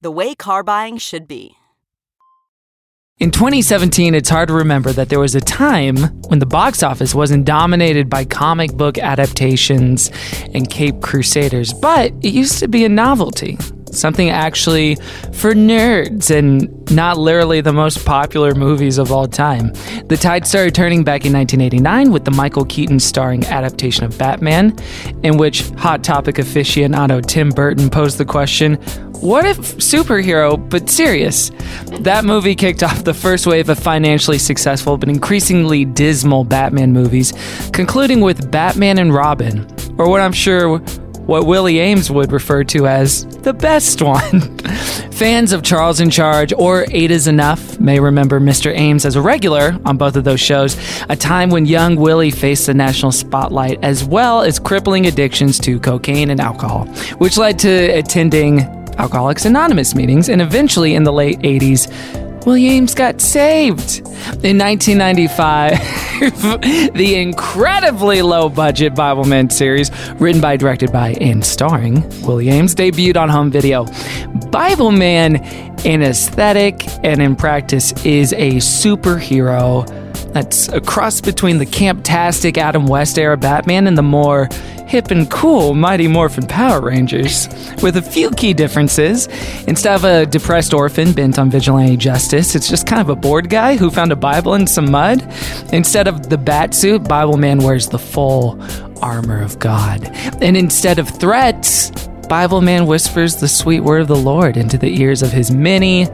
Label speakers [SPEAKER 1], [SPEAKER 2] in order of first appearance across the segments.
[SPEAKER 1] the way car buying should be.
[SPEAKER 2] In 2017, it's hard to remember that there was a time when the box office wasn't dominated by comic book adaptations and Cape Crusaders, but it used to be a novelty. Something actually for nerds and not literally the most popular movies of all time. The tide started turning back in 1989 with the Michael Keaton starring adaptation of Batman, in which Hot Topic aficionado Tim Burton posed the question what if superhero, but serious? That movie kicked off the first wave of financially successful but increasingly dismal Batman movies, concluding with Batman and Robin, or what I'm sure what Willie Ames would refer to as the best one. Fans of Charles in Charge or Eight is Enough may remember Mr. Ames as a regular on both of those shows, a time when young Willie faced the national spotlight as well as crippling addictions to cocaine and alcohol, which led to attending Alcoholics Anonymous meetings, and eventually in the late 80s, Williams got saved. In 1995, the incredibly low budget Bible Men series, written by, directed by, and starring Williams, debuted on home video. Bible Man, in aesthetic and in practice, is a superhero that's a cross between the camp-tastic Adam West era Batman and the more hip and cool Mighty Morphin Power Rangers, with a few key differences. Instead of a depressed orphan bent on vigilante justice, it's just kind of a bored guy who found a Bible in some mud. Instead of the bat suit, Bible Man wears the full armor of God. And instead of threats, Bible man whispers the sweet word of the Lord into the ears of his many,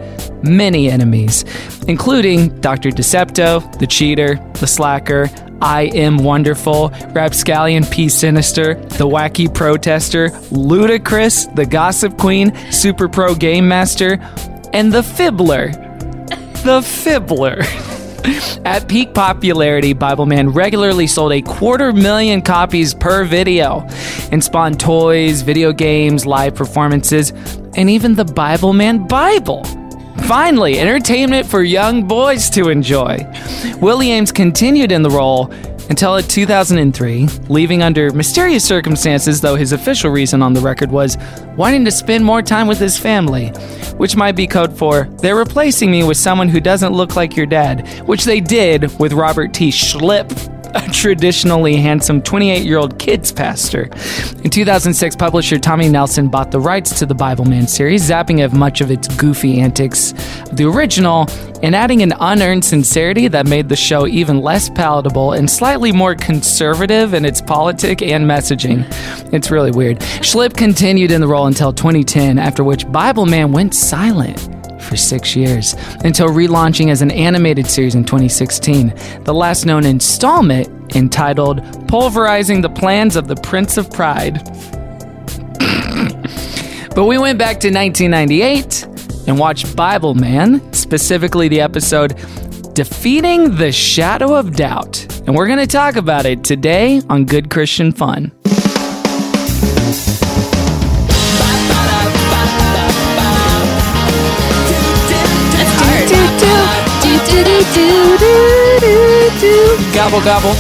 [SPEAKER 2] many enemies, including Dr. Decepto, the cheater, the slacker, I am wonderful, Rapscallion P. Sinister, the wacky protester, Ludacris, the gossip queen, super pro game master, and the fiddler. The fiddler. At peak popularity, Bible Man regularly sold a quarter million copies per video and spawned toys, video games, live performances, and even the Bible Man Bible. Finally, entertainment for young boys to enjoy. Willie Ames continued in the role until 2003, leaving under mysterious circumstances, though his official reason on the record was wanting to spend more time with his family, which might be code for they're replacing me with someone who doesn't look like your dad, which they did with Robert T. Schlip. A traditionally handsome 28 year old kids pastor. In 2006, publisher Tommy Nelson bought the rights to the Bible Man series, zapping of much of its goofy antics of the original and adding an unearned sincerity that made the show even less palatable and slightly more conservative in its politic and messaging. It's really weird. Schlip continued in the role until 2010, after which Bible Man went silent. For six years, until relaunching as an animated series in 2016. The last known installment, entitled Pulverizing the Plans of the Prince of Pride. but we went back to 1998 and watch Bible Man, specifically the episode Defeating the Shadow of Doubt. And we're going to talk about it today on Good Christian Fun. Gobble, gobble,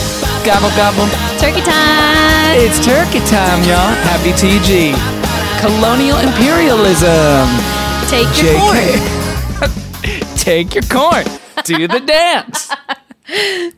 [SPEAKER 2] gobble, gobble.
[SPEAKER 3] Turkey time.
[SPEAKER 2] It's turkey time, y'all. Happy TG. Colonial imperialism.
[SPEAKER 3] Take your corn.
[SPEAKER 2] JK. Take your corn. Do the dance.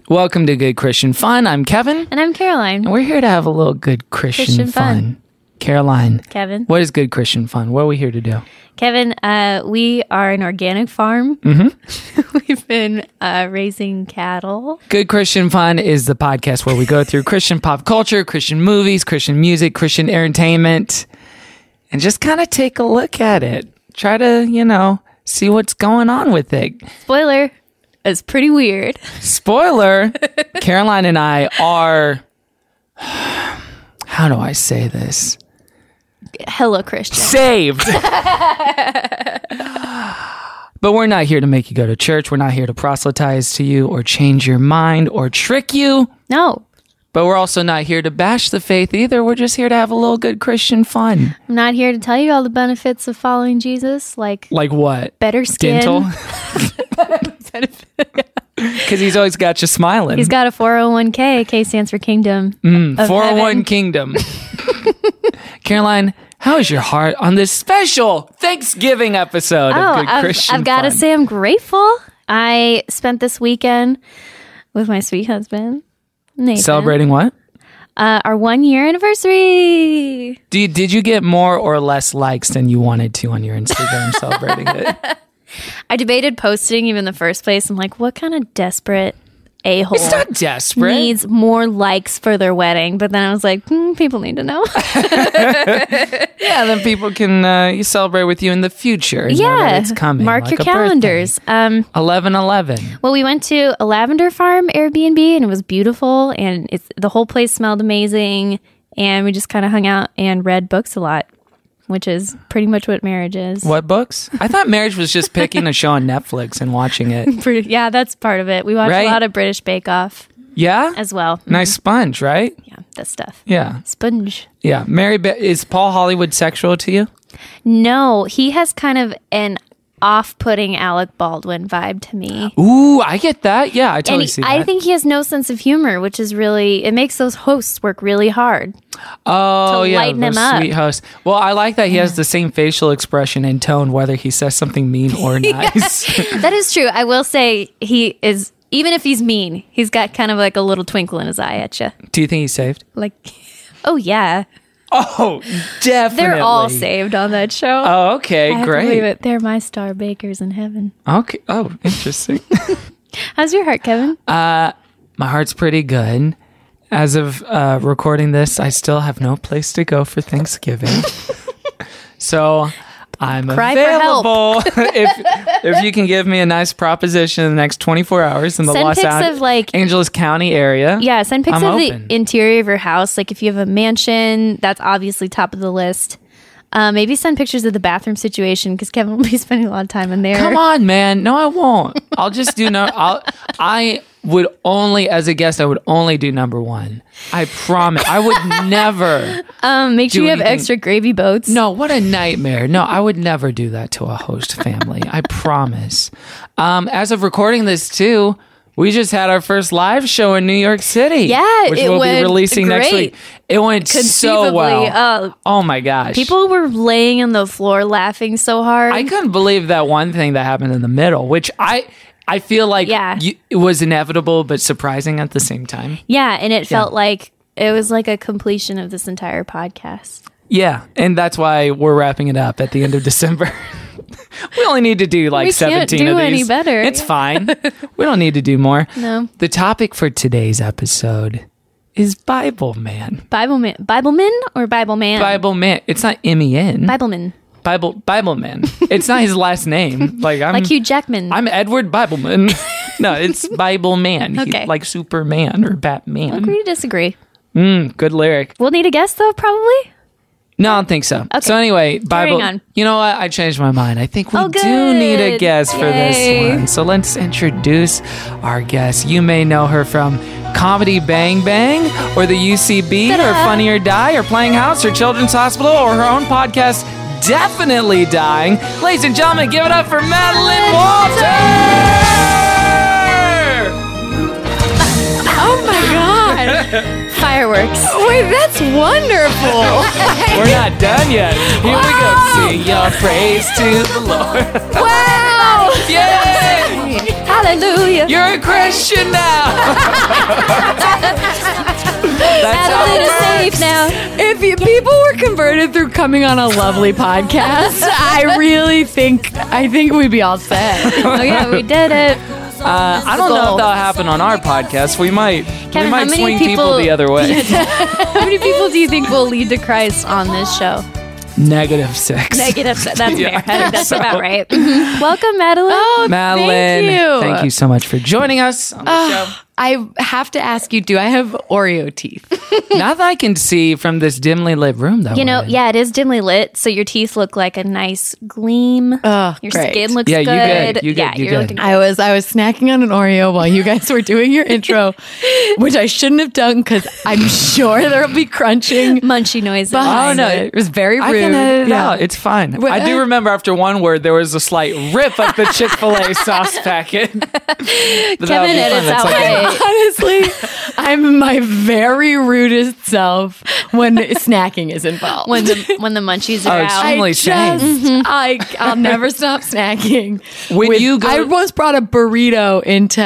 [SPEAKER 2] Welcome to Good Christian Fun. I'm Kevin.
[SPEAKER 3] And I'm Caroline.
[SPEAKER 2] And we're here to have a little good Christian,
[SPEAKER 3] Christian
[SPEAKER 2] fun.
[SPEAKER 3] fun.
[SPEAKER 2] Caroline.
[SPEAKER 3] Kevin.
[SPEAKER 2] What is good Christian fun? What are we here to do?
[SPEAKER 3] Kevin, uh, we are an organic farm.
[SPEAKER 2] Mm-hmm.
[SPEAKER 3] We've been uh, raising cattle.
[SPEAKER 2] Good Christian Fun is the podcast where we go through Christian pop culture, Christian movies, Christian music, Christian entertainment, and just kind of take a look at it. Try to, you know, see what's going on with it.
[SPEAKER 3] Spoiler, it's pretty weird.
[SPEAKER 2] Spoiler Caroline and I are. How do I say this?
[SPEAKER 3] hella Christian.
[SPEAKER 2] saved. but we're not here to make you go to church. We're not here to proselytize to you or change your mind or trick you.
[SPEAKER 3] No,
[SPEAKER 2] But we're also not here to bash the faith either. We're just here to have a little good Christian fun.
[SPEAKER 3] I'm not here to tell you all the benefits of following Jesus, like
[SPEAKER 2] Like what?
[SPEAKER 3] better skin.
[SPEAKER 2] Dental? Because he's always got you smiling.
[SPEAKER 3] He's got a 401k. K stands for Kingdom.
[SPEAKER 2] Mm.
[SPEAKER 3] of
[SPEAKER 2] 401
[SPEAKER 3] heaven.
[SPEAKER 2] Kingdom. Caroline, how is your heart on this special Thanksgiving episode
[SPEAKER 3] Oh,
[SPEAKER 2] of Good
[SPEAKER 3] I've,
[SPEAKER 2] Christian
[SPEAKER 3] I've got to
[SPEAKER 2] Fun?
[SPEAKER 3] say, I'm grateful. I spent this weekend with my sweet husband, Nathan,
[SPEAKER 2] Celebrating what?
[SPEAKER 3] uh, our one year anniversary.
[SPEAKER 2] Did, did you get more or less likes than you wanted to on your Instagram celebrating it?
[SPEAKER 3] I debated posting even in the first place. I'm like, what kind of desperate a hole
[SPEAKER 2] It's not desperate.
[SPEAKER 3] needs more likes for their wedding? But then I was like, hmm, people need to know.
[SPEAKER 2] yeah, then people can uh, celebrate with you in the future. and know that
[SPEAKER 3] yeah,
[SPEAKER 2] it's coming.
[SPEAKER 3] mark
[SPEAKER 2] like
[SPEAKER 3] your
[SPEAKER 2] a birthday.
[SPEAKER 3] calendars. Um,
[SPEAKER 2] 11 11.
[SPEAKER 3] Well, we went to a lavender farm Airbnb and it was beautiful and it's the whole place smelled amazing and we just kind of hung out and read books a lot, which is pretty much what marriage is.
[SPEAKER 2] What books? I thought marriage was just picking a show on Netflix and watching it.
[SPEAKER 3] Pretty- yeah, that's part of it. We watched
[SPEAKER 2] Right?
[SPEAKER 3] a lot of British Bake Off
[SPEAKER 2] Yeah?
[SPEAKER 3] as well.
[SPEAKER 2] Nice sponge, right?
[SPEAKER 3] Yeah, that stuff.
[SPEAKER 2] Yeah.
[SPEAKER 3] Sponge.
[SPEAKER 2] Yeah. Mary, Be- is Paul Hollywood sexual to you?
[SPEAKER 3] No, he has kind of an off-putting Alec Baldwin vibe to me.
[SPEAKER 2] Ooh, I get that. Yeah, I
[SPEAKER 3] and
[SPEAKER 2] totally
[SPEAKER 3] he-
[SPEAKER 2] see that.
[SPEAKER 3] I think he has no sense of humor, which is really it makes those hosts work really hard.
[SPEAKER 2] oh,
[SPEAKER 3] to
[SPEAKER 2] yeah.
[SPEAKER 3] lighten
[SPEAKER 2] those
[SPEAKER 3] him up.
[SPEAKER 2] Sweet host. Well, I like that he has the same facial expression and tone, whether he says something mean or nice.
[SPEAKER 3] That is true. I will say he is, even if he's mean, he's got kind of like a little twinkle in his eye at you.
[SPEAKER 2] Do you think he's saved?
[SPEAKER 3] Like, oh yeah,
[SPEAKER 2] Oh, definitely.
[SPEAKER 3] they're all saved on that show.
[SPEAKER 2] Oh, okay,
[SPEAKER 3] I have to
[SPEAKER 2] great.
[SPEAKER 3] believe it. They're my star bakers in heaven.
[SPEAKER 2] Okay. Oh, interesting.
[SPEAKER 3] How's your heart, Kevin?
[SPEAKER 2] My heart's pretty good. As of uh, recording this, I still have no place to go for Thanksgiving. so I'm
[SPEAKER 3] Cry for help.
[SPEAKER 2] available if if you can give me a nice proposition in the next 24 hours in the
[SPEAKER 3] Send
[SPEAKER 2] Los
[SPEAKER 3] pics
[SPEAKER 2] An-
[SPEAKER 3] of, like-
[SPEAKER 2] Angeles County area.
[SPEAKER 3] yeah, send pics
[SPEAKER 2] I'm
[SPEAKER 3] of
[SPEAKER 2] open.
[SPEAKER 3] the interior of your house. Like if you have a mansion, that's obviously top of the list. Uh, maybe send pictures of the bathroom situation because Kevin will be spending a lot of time in there.
[SPEAKER 2] Come on, man. No, I won't. I'll just do no. I'll, I would only, as a guest, I would only do number one. I promise. I would never.
[SPEAKER 3] Um, make sure
[SPEAKER 2] Do
[SPEAKER 3] you have
[SPEAKER 2] anything.
[SPEAKER 3] extra gravy boats.
[SPEAKER 2] No, what a nightmare. No, I would never do that to a host family. I promise. Um, as of recording this, too, we just had our first live show in New York City.
[SPEAKER 3] Yeah,
[SPEAKER 2] which
[SPEAKER 3] it
[SPEAKER 2] we'll be
[SPEAKER 3] went
[SPEAKER 2] releasing next
[SPEAKER 3] great.
[SPEAKER 2] week. It went so
[SPEAKER 3] Conceivably,
[SPEAKER 2] well.
[SPEAKER 3] uh,
[SPEAKER 2] oh my gosh,
[SPEAKER 3] People were laying on the floor laughing so hard.
[SPEAKER 2] I couldn't believe that one thing that happened in the middle, which I I feel like
[SPEAKER 3] Yeah.
[SPEAKER 2] you, it was inevitable but surprising at the same time.
[SPEAKER 3] Yeah, and it felt like it was like a completion of this entire podcast.
[SPEAKER 2] Yeah, and that's why we're wrapping it up at the end of December. we only need to do like
[SPEAKER 3] We can't
[SPEAKER 2] 17
[SPEAKER 3] do
[SPEAKER 2] of these.
[SPEAKER 3] any better.
[SPEAKER 2] It's fine. we don't need to do more.
[SPEAKER 3] No.
[SPEAKER 2] The topic for today's episode is Bible man.
[SPEAKER 3] Bibleman, Bibleman or Bibleman?
[SPEAKER 2] Bible man. It's not M E N.
[SPEAKER 3] Bibleman,
[SPEAKER 2] Bible Bible man. It's not his last name. Like I'm
[SPEAKER 3] like Hugh Jackman.
[SPEAKER 2] I'm Edward Bibleman. no, it's Bible man. He-
[SPEAKER 3] Okay.
[SPEAKER 2] like Superman or Batman. Hmm,
[SPEAKER 3] Agree to disagree.
[SPEAKER 2] Good lyric.
[SPEAKER 3] We'll need a guess though, probably.
[SPEAKER 2] No, I don't think so. So anyway, Bible.
[SPEAKER 3] on.
[SPEAKER 2] You know what? I changed my mind. I think we
[SPEAKER 3] Oh,
[SPEAKER 2] do need a
[SPEAKER 3] good.
[SPEAKER 2] guest for this
[SPEAKER 3] Yay.
[SPEAKER 2] one. So let's introduce our guest. You may know her from Comedy Bang Bang, or the UCB, or
[SPEAKER 3] Ta-da.
[SPEAKER 2] Funny or Die, or Playing House, or Children's Hospital, or her own podcast, Definitely Dying. Ladies and gentlemen, give it up for Madeline Walter.
[SPEAKER 3] Oh my god! Fireworks. Wait, that's wonderful.
[SPEAKER 2] We're not done yet. Here we go. Sing your praise to the Lord.
[SPEAKER 3] wow!
[SPEAKER 2] Yay!
[SPEAKER 3] Hallelujah!
[SPEAKER 2] You're a Christian now. That's how it works.
[SPEAKER 3] safe now.
[SPEAKER 4] If you, people were converted through coming on a lovely podcast, I really think I think we'd be all set.
[SPEAKER 3] Oh yeah, we did it.
[SPEAKER 2] Uh, I don't know if that'll happen on our podcast. We might, we
[SPEAKER 3] Kevin, how
[SPEAKER 2] might
[SPEAKER 3] many
[SPEAKER 2] swing people,
[SPEAKER 3] people-
[SPEAKER 2] the other way.
[SPEAKER 3] How many people do you think will lead to Christ on this show?
[SPEAKER 2] Negative six.
[SPEAKER 3] Negative. That's
[SPEAKER 2] Yeah, I
[SPEAKER 3] fair. I
[SPEAKER 2] think
[SPEAKER 3] think that's
[SPEAKER 2] so.
[SPEAKER 3] about right. Welcome, Madeline. Oh,
[SPEAKER 4] Uh,
[SPEAKER 2] Madeline, thank you. so much for joining us on the show.
[SPEAKER 4] I have to ask you, do I have Oreo teeth?
[SPEAKER 2] Not that I can see from this dimly lit room, though.
[SPEAKER 3] You know,
[SPEAKER 2] Ryan.
[SPEAKER 3] yeah, it is dimly lit, so your teeth look like a nice gleam.
[SPEAKER 4] Oh,
[SPEAKER 3] your
[SPEAKER 4] great.
[SPEAKER 3] skin looks
[SPEAKER 2] Yeah, you
[SPEAKER 3] good.
[SPEAKER 2] good, you good,
[SPEAKER 3] yeah,
[SPEAKER 2] you
[SPEAKER 3] are
[SPEAKER 2] good.
[SPEAKER 3] looking.
[SPEAKER 4] I was I was snacking on an Oreo while you guys were doing your intro, which I shouldn't have done because I'm sure there'll be crunching.
[SPEAKER 3] Munchy noises.
[SPEAKER 4] behind Oh, it. It was very rude. uh,
[SPEAKER 2] I can edit it
[SPEAKER 4] Yeah.
[SPEAKER 2] out. It's fine.
[SPEAKER 4] What-
[SPEAKER 2] I do remember after one word, there was a slight rip of the Chick fil A sauce packet. But that would be fun.
[SPEAKER 3] edits
[SPEAKER 2] That's
[SPEAKER 3] out
[SPEAKER 2] okay.
[SPEAKER 3] my-
[SPEAKER 4] Honestly, I'm my very rudest self when snacking is involved.
[SPEAKER 3] when the when the munchies
[SPEAKER 2] Oh,
[SPEAKER 3] are
[SPEAKER 2] it's
[SPEAKER 3] out.
[SPEAKER 2] fine.
[SPEAKER 4] I
[SPEAKER 2] Emily
[SPEAKER 4] just,
[SPEAKER 2] Chang.
[SPEAKER 4] I, I'll never stop snacking.
[SPEAKER 2] Mm-hmm. When you go-
[SPEAKER 4] I once brought a burrito into.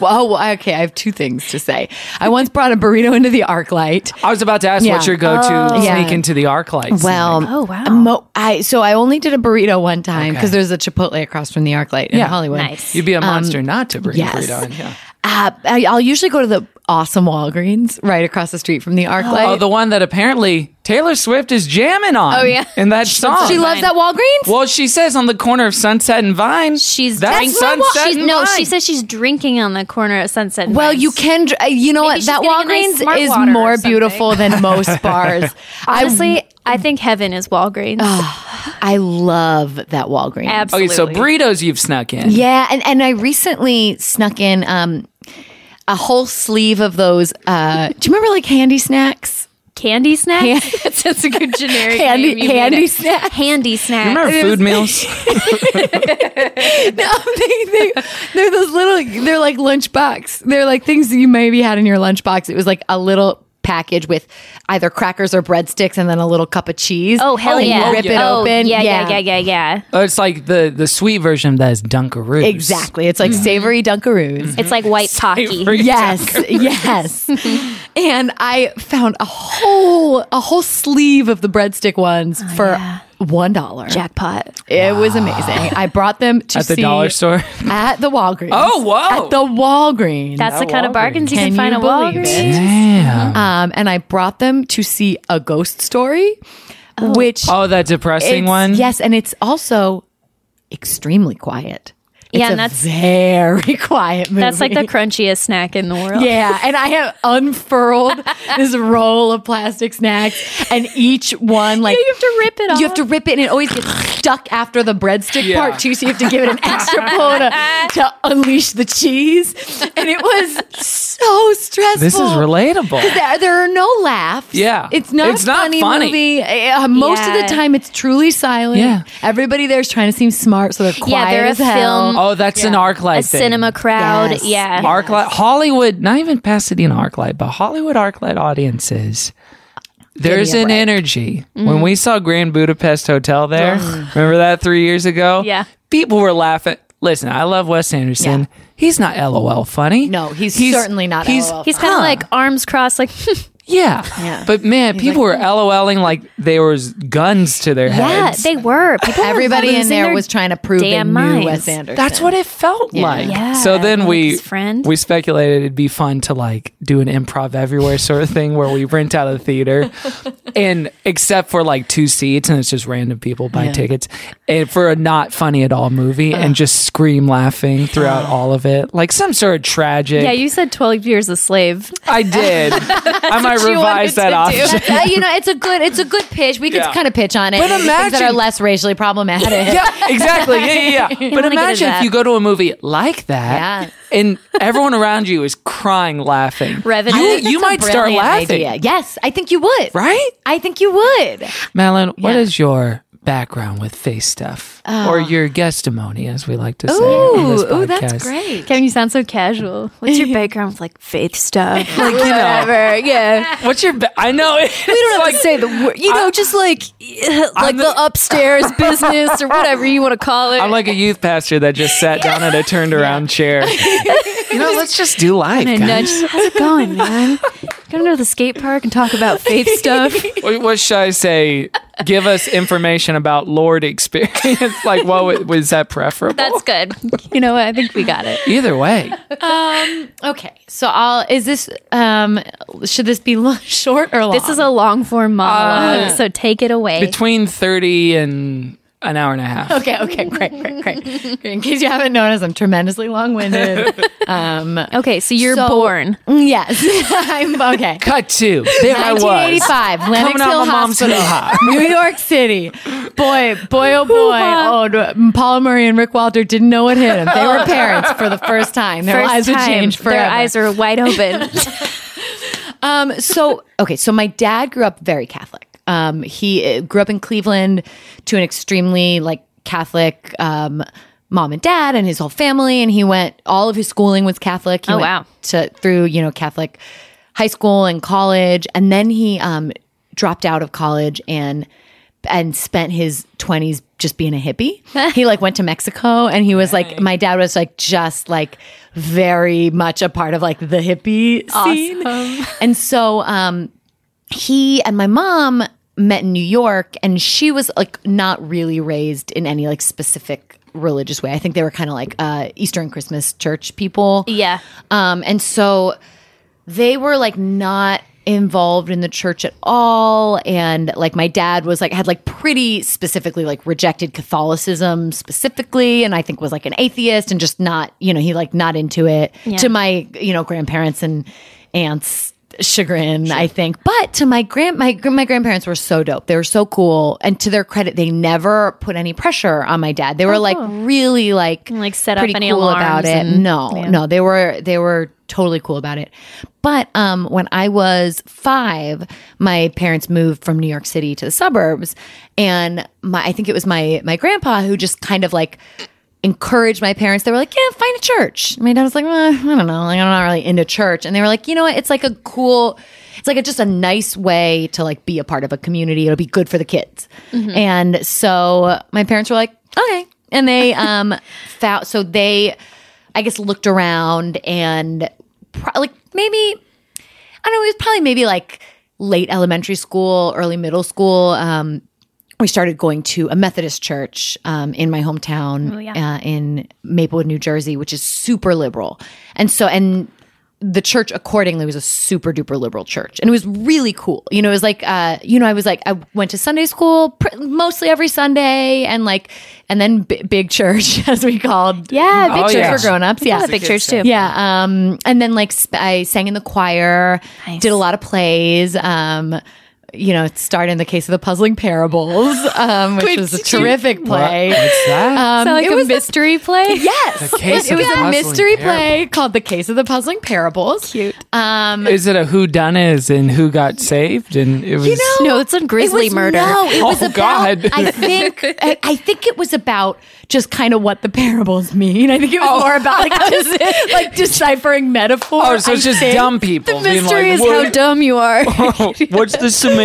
[SPEAKER 4] Well, oh, okay. I have two things to say. I once brought a burrito into the arc light.
[SPEAKER 2] I was about to ask
[SPEAKER 4] Yeah. Oh,
[SPEAKER 2] what's your go to
[SPEAKER 4] Yeah.
[SPEAKER 2] sneak into the arc lights.
[SPEAKER 4] Well,
[SPEAKER 3] Oh, wow.
[SPEAKER 4] a Mo- I so I only did a burrito one time because there's a Chipotle across from the ArcLight in
[SPEAKER 2] Yeah.
[SPEAKER 4] Hollywood.
[SPEAKER 3] Nice.
[SPEAKER 2] You'd be a monster not to bring
[SPEAKER 4] um, yes.
[SPEAKER 2] burrito in. Yeah.
[SPEAKER 4] Uh, I, I'll usually go to the awesome Walgreens right across the street from the ArcLight.
[SPEAKER 2] Oh, the one that apparently Taylor Swift is jamming on.
[SPEAKER 3] Oh, yeah.
[SPEAKER 2] in that song.
[SPEAKER 4] she loves that Walgreens.
[SPEAKER 2] Well, she says on the corner of Sunset and Vine.
[SPEAKER 3] She's
[SPEAKER 2] that's
[SPEAKER 3] drinking.
[SPEAKER 2] Sunset
[SPEAKER 3] she's,
[SPEAKER 2] and
[SPEAKER 3] no,
[SPEAKER 2] Vine.
[SPEAKER 3] she says she's drinking on the corner at Sunset. and
[SPEAKER 4] Well,
[SPEAKER 3] Vines.
[SPEAKER 4] you can. dr- uh, You know
[SPEAKER 3] Maybe
[SPEAKER 4] what? That
[SPEAKER 3] she's getting a nice
[SPEAKER 4] Walgreens
[SPEAKER 3] smart
[SPEAKER 4] is
[SPEAKER 3] water or
[SPEAKER 4] more
[SPEAKER 3] something.
[SPEAKER 4] beautiful than most bars.
[SPEAKER 3] honestly, I think heaven is Walgreens.
[SPEAKER 4] I love that Walgreens.
[SPEAKER 2] Okay,
[SPEAKER 3] Absolutely.
[SPEAKER 2] so burritos you've snuck in.
[SPEAKER 4] Yeah, and and I recently snuck in um a whole sleeve of those. Uh, do you remember like handy snacks?
[SPEAKER 3] candy snacks. That's a good generic
[SPEAKER 4] Handy-
[SPEAKER 3] name. you made
[SPEAKER 4] handy
[SPEAKER 3] it.
[SPEAKER 4] snack.
[SPEAKER 3] Handy snack.
[SPEAKER 2] Remember food meals?
[SPEAKER 4] No, they, they, they're those little. They're like lunchbox. They're like things that you maybe had in your lunchbox. It was like a little package with either crackers or breadsticks, and then a little cup of cheese.
[SPEAKER 3] Oh hell
[SPEAKER 4] And you
[SPEAKER 3] yeah!
[SPEAKER 4] Rip it
[SPEAKER 3] oh,
[SPEAKER 4] open.
[SPEAKER 3] Yeah, yeah, yeah, yeah, yeah.
[SPEAKER 2] Oh, it's like the the sweet version of that is Dunkaroos.
[SPEAKER 4] Exactly. It's like savory Dunkaroos.
[SPEAKER 3] It's like white pocky.
[SPEAKER 2] Savory.
[SPEAKER 4] Yes, yes. and I found a whole a whole sleeve of the breadstick ones
[SPEAKER 3] Oh,
[SPEAKER 4] for one dollar.
[SPEAKER 3] Jackpot.
[SPEAKER 4] It was amazing. I brought them to
[SPEAKER 2] At the
[SPEAKER 4] see-
[SPEAKER 2] dollar store?
[SPEAKER 4] at the Walgreens.
[SPEAKER 2] Oh, whoa.
[SPEAKER 4] At the Walgreens.
[SPEAKER 3] That's the kind
[SPEAKER 2] Walgreens.
[SPEAKER 3] of bargains you
[SPEAKER 4] Can
[SPEAKER 3] can,
[SPEAKER 4] you
[SPEAKER 3] find at
[SPEAKER 4] believe it?
[SPEAKER 3] Walgreens.
[SPEAKER 2] Yeah.
[SPEAKER 4] um, and I brought them to see a ghost story, which
[SPEAKER 2] Oh, that depressing
[SPEAKER 4] it's-
[SPEAKER 2] one?
[SPEAKER 4] Yes, and it's also extremely quiet. It's
[SPEAKER 3] Yeah, and
[SPEAKER 4] a
[SPEAKER 3] that's-
[SPEAKER 4] very quiet movie.
[SPEAKER 3] That's like the crunchiest snack in the world.
[SPEAKER 4] Yeah, and I have unfurled this roll of plastic snacks, and each one like
[SPEAKER 3] you have to rip it
[SPEAKER 4] You have
[SPEAKER 3] off.
[SPEAKER 4] to rip it, and it always gets stuck after the breadstick
[SPEAKER 2] Yeah.
[SPEAKER 4] part too. So you have to give it an extra pull to, to unleash the cheese, and it was so stressful.
[SPEAKER 2] This is relatable.
[SPEAKER 4] There, there are no laughs.
[SPEAKER 2] Yeah.
[SPEAKER 4] it's not
[SPEAKER 2] It's
[SPEAKER 4] a
[SPEAKER 2] not
[SPEAKER 4] funny,
[SPEAKER 2] funny.
[SPEAKER 4] movie. Uh, most of
[SPEAKER 3] Yeah.
[SPEAKER 4] the time, it's truly silent.
[SPEAKER 2] Yeah.
[SPEAKER 4] everybody there's trying to seem smart, so they're quiet
[SPEAKER 3] Yeah, they're a
[SPEAKER 4] as hell.
[SPEAKER 3] film-
[SPEAKER 2] Oh, that's an arc light
[SPEAKER 3] A
[SPEAKER 2] thing.
[SPEAKER 3] cinema crowd.
[SPEAKER 4] Yes.
[SPEAKER 3] Yeah.
[SPEAKER 2] Arc light, Hollywood, not even Pasadena arc light, but Hollywood arc light audiences. There's
[SPEAKER 4] me a
[SPEAKER 2] an
[SPEAKER 4] break.
[SPEAKER 2] energy.
[SPEAKER 4] Mm-hmm.
[SPEAKER 2] When we saw Grand Budapest Hotel there, remember that three years ago?
[SPEAKER 3] Yeah.
[SPEAKER 2] People were laughing. Listen, I love Wes Anderson.
[SPEAKER 4] Yeah.
[SPEAKER 2] He's not LOL funny.
[SPEAKER 4] No, he's certainly not LOL
[SPEAKER 3] He's kind of
[SPEAKER 2] Huh.
[SPEAKER 3] like arms crossed, like
[SPEAKER 2] Yeah. But man, people were
[SPEAKER 4] "Mm."
[SPEAKER 2] LOLing like there was guns to their
[SPEAKER 3] yeah,
[SPEAKER 2] heads.
[SPEAKER 3] they were. People were
[SPEAKER 4] Everybody in
[SPEAKER 3] losing
[SPEAKER 4] there
[SPEAKER 3] their
[SPEAKER 4] was trying to prove they
[SPEAKER 3] damn
[SPEAKER 4] knew
[SPEAKER 3] minds.
[SPEAKER 4] Wes Anderson.
[SPEAKER 2] That's what it felt like.
[SPEAKER 3] Yeah,
[SPEAKER 2] so then
[SPEAKER 3] like
[SPEAKER 2] we
[SPEAKER 3] his friend.
[SPEAKER 2] we speculated it'd be fun to like do an improv everywhere sort of thing where we rent out a theater and except for like two seats and it's just random people buy tickets and for a not funny at all movie and just scream laughing throughout all of it like some sort of tragic.
[SPEAKER 3] Yeah, you said twelve years a slave.
[SPEAKER 2] I did. I might revise that option.
[SPEAKER 4] That's- uh, you know, it's a good it's a good pitch. We could
[SPEAKER 2] Yeah.
[SPEAKER 4] kind of pitch on it.
[SPEAKER 2] But
[SPEAKER 4] Things that
[SPEAKER 2] imagine-
[SPEAKER 4] are less racially problematic.
[SPEAKER 2] yeah, exactly. Yeah, yeah, yeah. But
[SPEAKER 3] wanna get
[SPEAKER 2] imagine
[SPEAKER 3] into
[SPEAKER 2] if you
[SPEAKER 3] that.
[SPEAKER 2] go to a movie like that, and everyone around you is crying, laughing.
[SPEAKER 3] Revenant. I
[SPEAKER 2] You,
[SPEAKER 3] think
[SPEAKER 2] you
[SPEAKER 4] That's a
[SPEAKER 2] might start
[SPEAKER 4] brilliant
[SPEAKER 2] laughing,
[SPEAKER 4] idea. Yes, I think you would.
[SPEAKER 2] right?
[SPEAKER 4] I think you would.
[SPEAKER 2] Madeline, what
[SPEAKER 4] Yeah.
[SPEAKER 2] is your background with face stuff, or your guestimony, as we like to say? on this
[SPEAKER 4] ooh,
[SPEAKER 2] podcast?
[SPEAKER 4] that's great.
[SPEAKER 3] Kevin, you sound so casual. What's your background with like faith stuff?
[SPEAKER 2] Like you know,
[SPEAKER 4] Ever, yeah.
[SPEAKER 2] what's your? Ba- I know. It's we don't like,
[SPEAKER 4] Say the word. You know, just like
[SPEAKER 2] I'm
[SPEAKER 4] like
[SPEAKER 2] the- the
[SPEAKER 4] upstairs business or whatever you want to call it.
[SPEAKER 2] I'm like a youth pastor that just sat down in a turned around chair. you know, let's just do life,
[SPEAKER 3] and
[SPEAKER 2] guys.
[SPEAKER 3] nudge. How's it going, man? Gonna go to the skate park and talk about faith stuff.
[SPEAKER 2] what, what should I say? Give us information about Lord experience. like, what wa- was that preferable?
[SPEAKER 3] That's good. You know what? I think we got it.
[SPEAKER 2] Either way,
[SPEAKER 4] okay, so I'll. Is this um? Should this be lo- short or long?
[SPEAKER 3] Uh, This is a long form monologue, so take it away.
[SPEAKER 2] between 30 and an hour and a half.
[SPEAKER 4] Okay, okay, great, great, great. In case you haven't noticed, I'm tremendously long winded.
[SPEAKER 3] Okay, so mm, you're
[SPEAKER 4] So-
[SPEAKER 3] born.
[SPEAKER 4] yes, I'm okay.
[SPEAKER 2] Cut two. There I was.
[SPEAKER 4] 1985, Lenox
[SPEAKER 2] Coming out
[SPEAKER 4] Hill
[SPEAKER 2] my mom's
[SPEAKER 4] Hospital,
[SPEAKER 2] hoo-ha.
[SPEAKER 4] New York City. Boy, boy, oh boy! Oh, d- Paul Murray and Rick Walter didn't know what hit them. They were parents for the first time. Their
[SPEAKER 3] First
[SPEAKER 4] lives would
[SPEAKER 3] time,
[SPEAKER 4] change forever.
[SPEAKER 3] Their eyes are wide open.
[SPEAKER 4] Um, so okay, so my dad grew up very Catholic. Um, he uh, grew up in Cleveland to an extremely like Catholic um, mom and dad and his whole family, and he went all of his schooling was Catholic. He
[SPEAKER 3] Oh,
[SPEAKER 4] went
[SPEAKER 3] wow.
[SPEAKER 4] To through you know Catholic high school and college, and then he um, dropped out of college and and spent his 20s just being a hippie. he like went to Mexico and he was like my dad was like just like very much a part of like the hippie scene. And so um he and my mom met in New York and she was like not really raised in any like specific religious way. I think they were kind of like uh Eastern Christmas church people.
[SPEAKER 3] Yeah.
[SPEAKER 4] Um and so they were like not involved in the church at all and like my dad was like had like pretty specifically like rejected catholicism specifically and i think was like an atheist and just not you know he like not into it to my you know grandparents and aunts chagrin i think but to my grand my gr- my grandparents were so dope they were so cool and to their credit they never put any pressure on my dad they were like really like
[SPEAKER 3] Oh, Like, set up
[SPEAKER 4] pretty
[SPEAKER 3] any
[SPEAKER 4] cool about
[SPEAKER 3] alarms
[SPEAKER 4] it
[SPEAKER 3] and-
[SPEAKER 4] no
[SPEAKER 3] Yeah.
[SPEAKER 4] no they were they were totally cool about it but um when i was five my parents moved from new york city to the suburbs and my i think it was my my grandpa who just kind of like encouraged my parents they were like yeah find a church my dad was like well, i don't know like i'm not really into church and they were like you know what it's like a cool it's like a, just a nice way to like be a part of a community it'll be good for the kids and so my parents were like okay and they um found so they I guess looked around and pro- like maybe I don't know. It was probably maybe like late elementary school, early middle school. Um, we started going to a Methodist church um, in my hometown uh, in Maplewood, New Jersey, which is super liberal, and so and the church accordingly was a super duper liberal church and it was really cool you know it was like uh you know i was like i went to sunday school pr- mostly every sunday and like and then b- big church as we called
[SPEAKER 3] Yeah, big
[SPEAKER 2] Oh,
[SPEAKER 4] church
[SPEAKER 2] yeah.
[SPEAKER 4] for grown-ups
[SPEAKER 3] Yeah,
[SPEAKER 4] yeah
[SPEAKER 3] a big church too.
[SPEAKER 4] yeah. Um, and then like sp- I sang in the choir, did a lot of plays. Um, you know, starred in the case of the puzzling parables, um, which was a terrific play.
[SPEAKER 2] What? What's that?
[SPEAKER 4] Um,
[SPEAKER 3] Sound like
[SPEAKER 4] it
[SPEAKER 3] a
[SPEAKER 4] was
[SPEAKER 3] mystery play.
[SPEAKER 4] yes,
[SPEAKER 2] The Case
[SPEAKER 4] it
[SPEAKER 2] of
[SPEAKER 4] was
[SPEAKER 2] the
[SPEAKER 4] a
[SPEAKER 2] Puzzling
[SPEAKER 4] mystery play
[SPEAKER 2] Parables.
[SPEAKER 4] called the case of the puzzling parables.
[SPEAKER 3] Cute.
[SPEAKER 4] Um,
[SPEAKER 2] Is it a who done is and who got saved? And it was
[SPEAKER 3] No, it's a grisly
[SPEAKER 4] It was-
[SPEAKER 3] murder.
[SPEAKER 4] No, it was
[SPEAKER 2] Oh,
[SPEAKER 4] about.
[SPEAKER 2] God.
[SPEAKER 4] I think I, I think it was about just kind of what the parables mean. I think it was more about like, just, like deciphering metaphor.
[SPEAKER 2] Oh, so it's
[SPEAKER 4] I
[SPEAKER 2] just
[SPEAKER 4] think.
[SPEAKER 2] dumb people
[SPEAKER 3] The
[SPEAKER 2] being
[SPEAKER 3] mystery
[SPEAKER 2] like,
[SPEAKER 3] is how dumb you are.
[SPEAKER 2] "Whoa, what's the Samaritan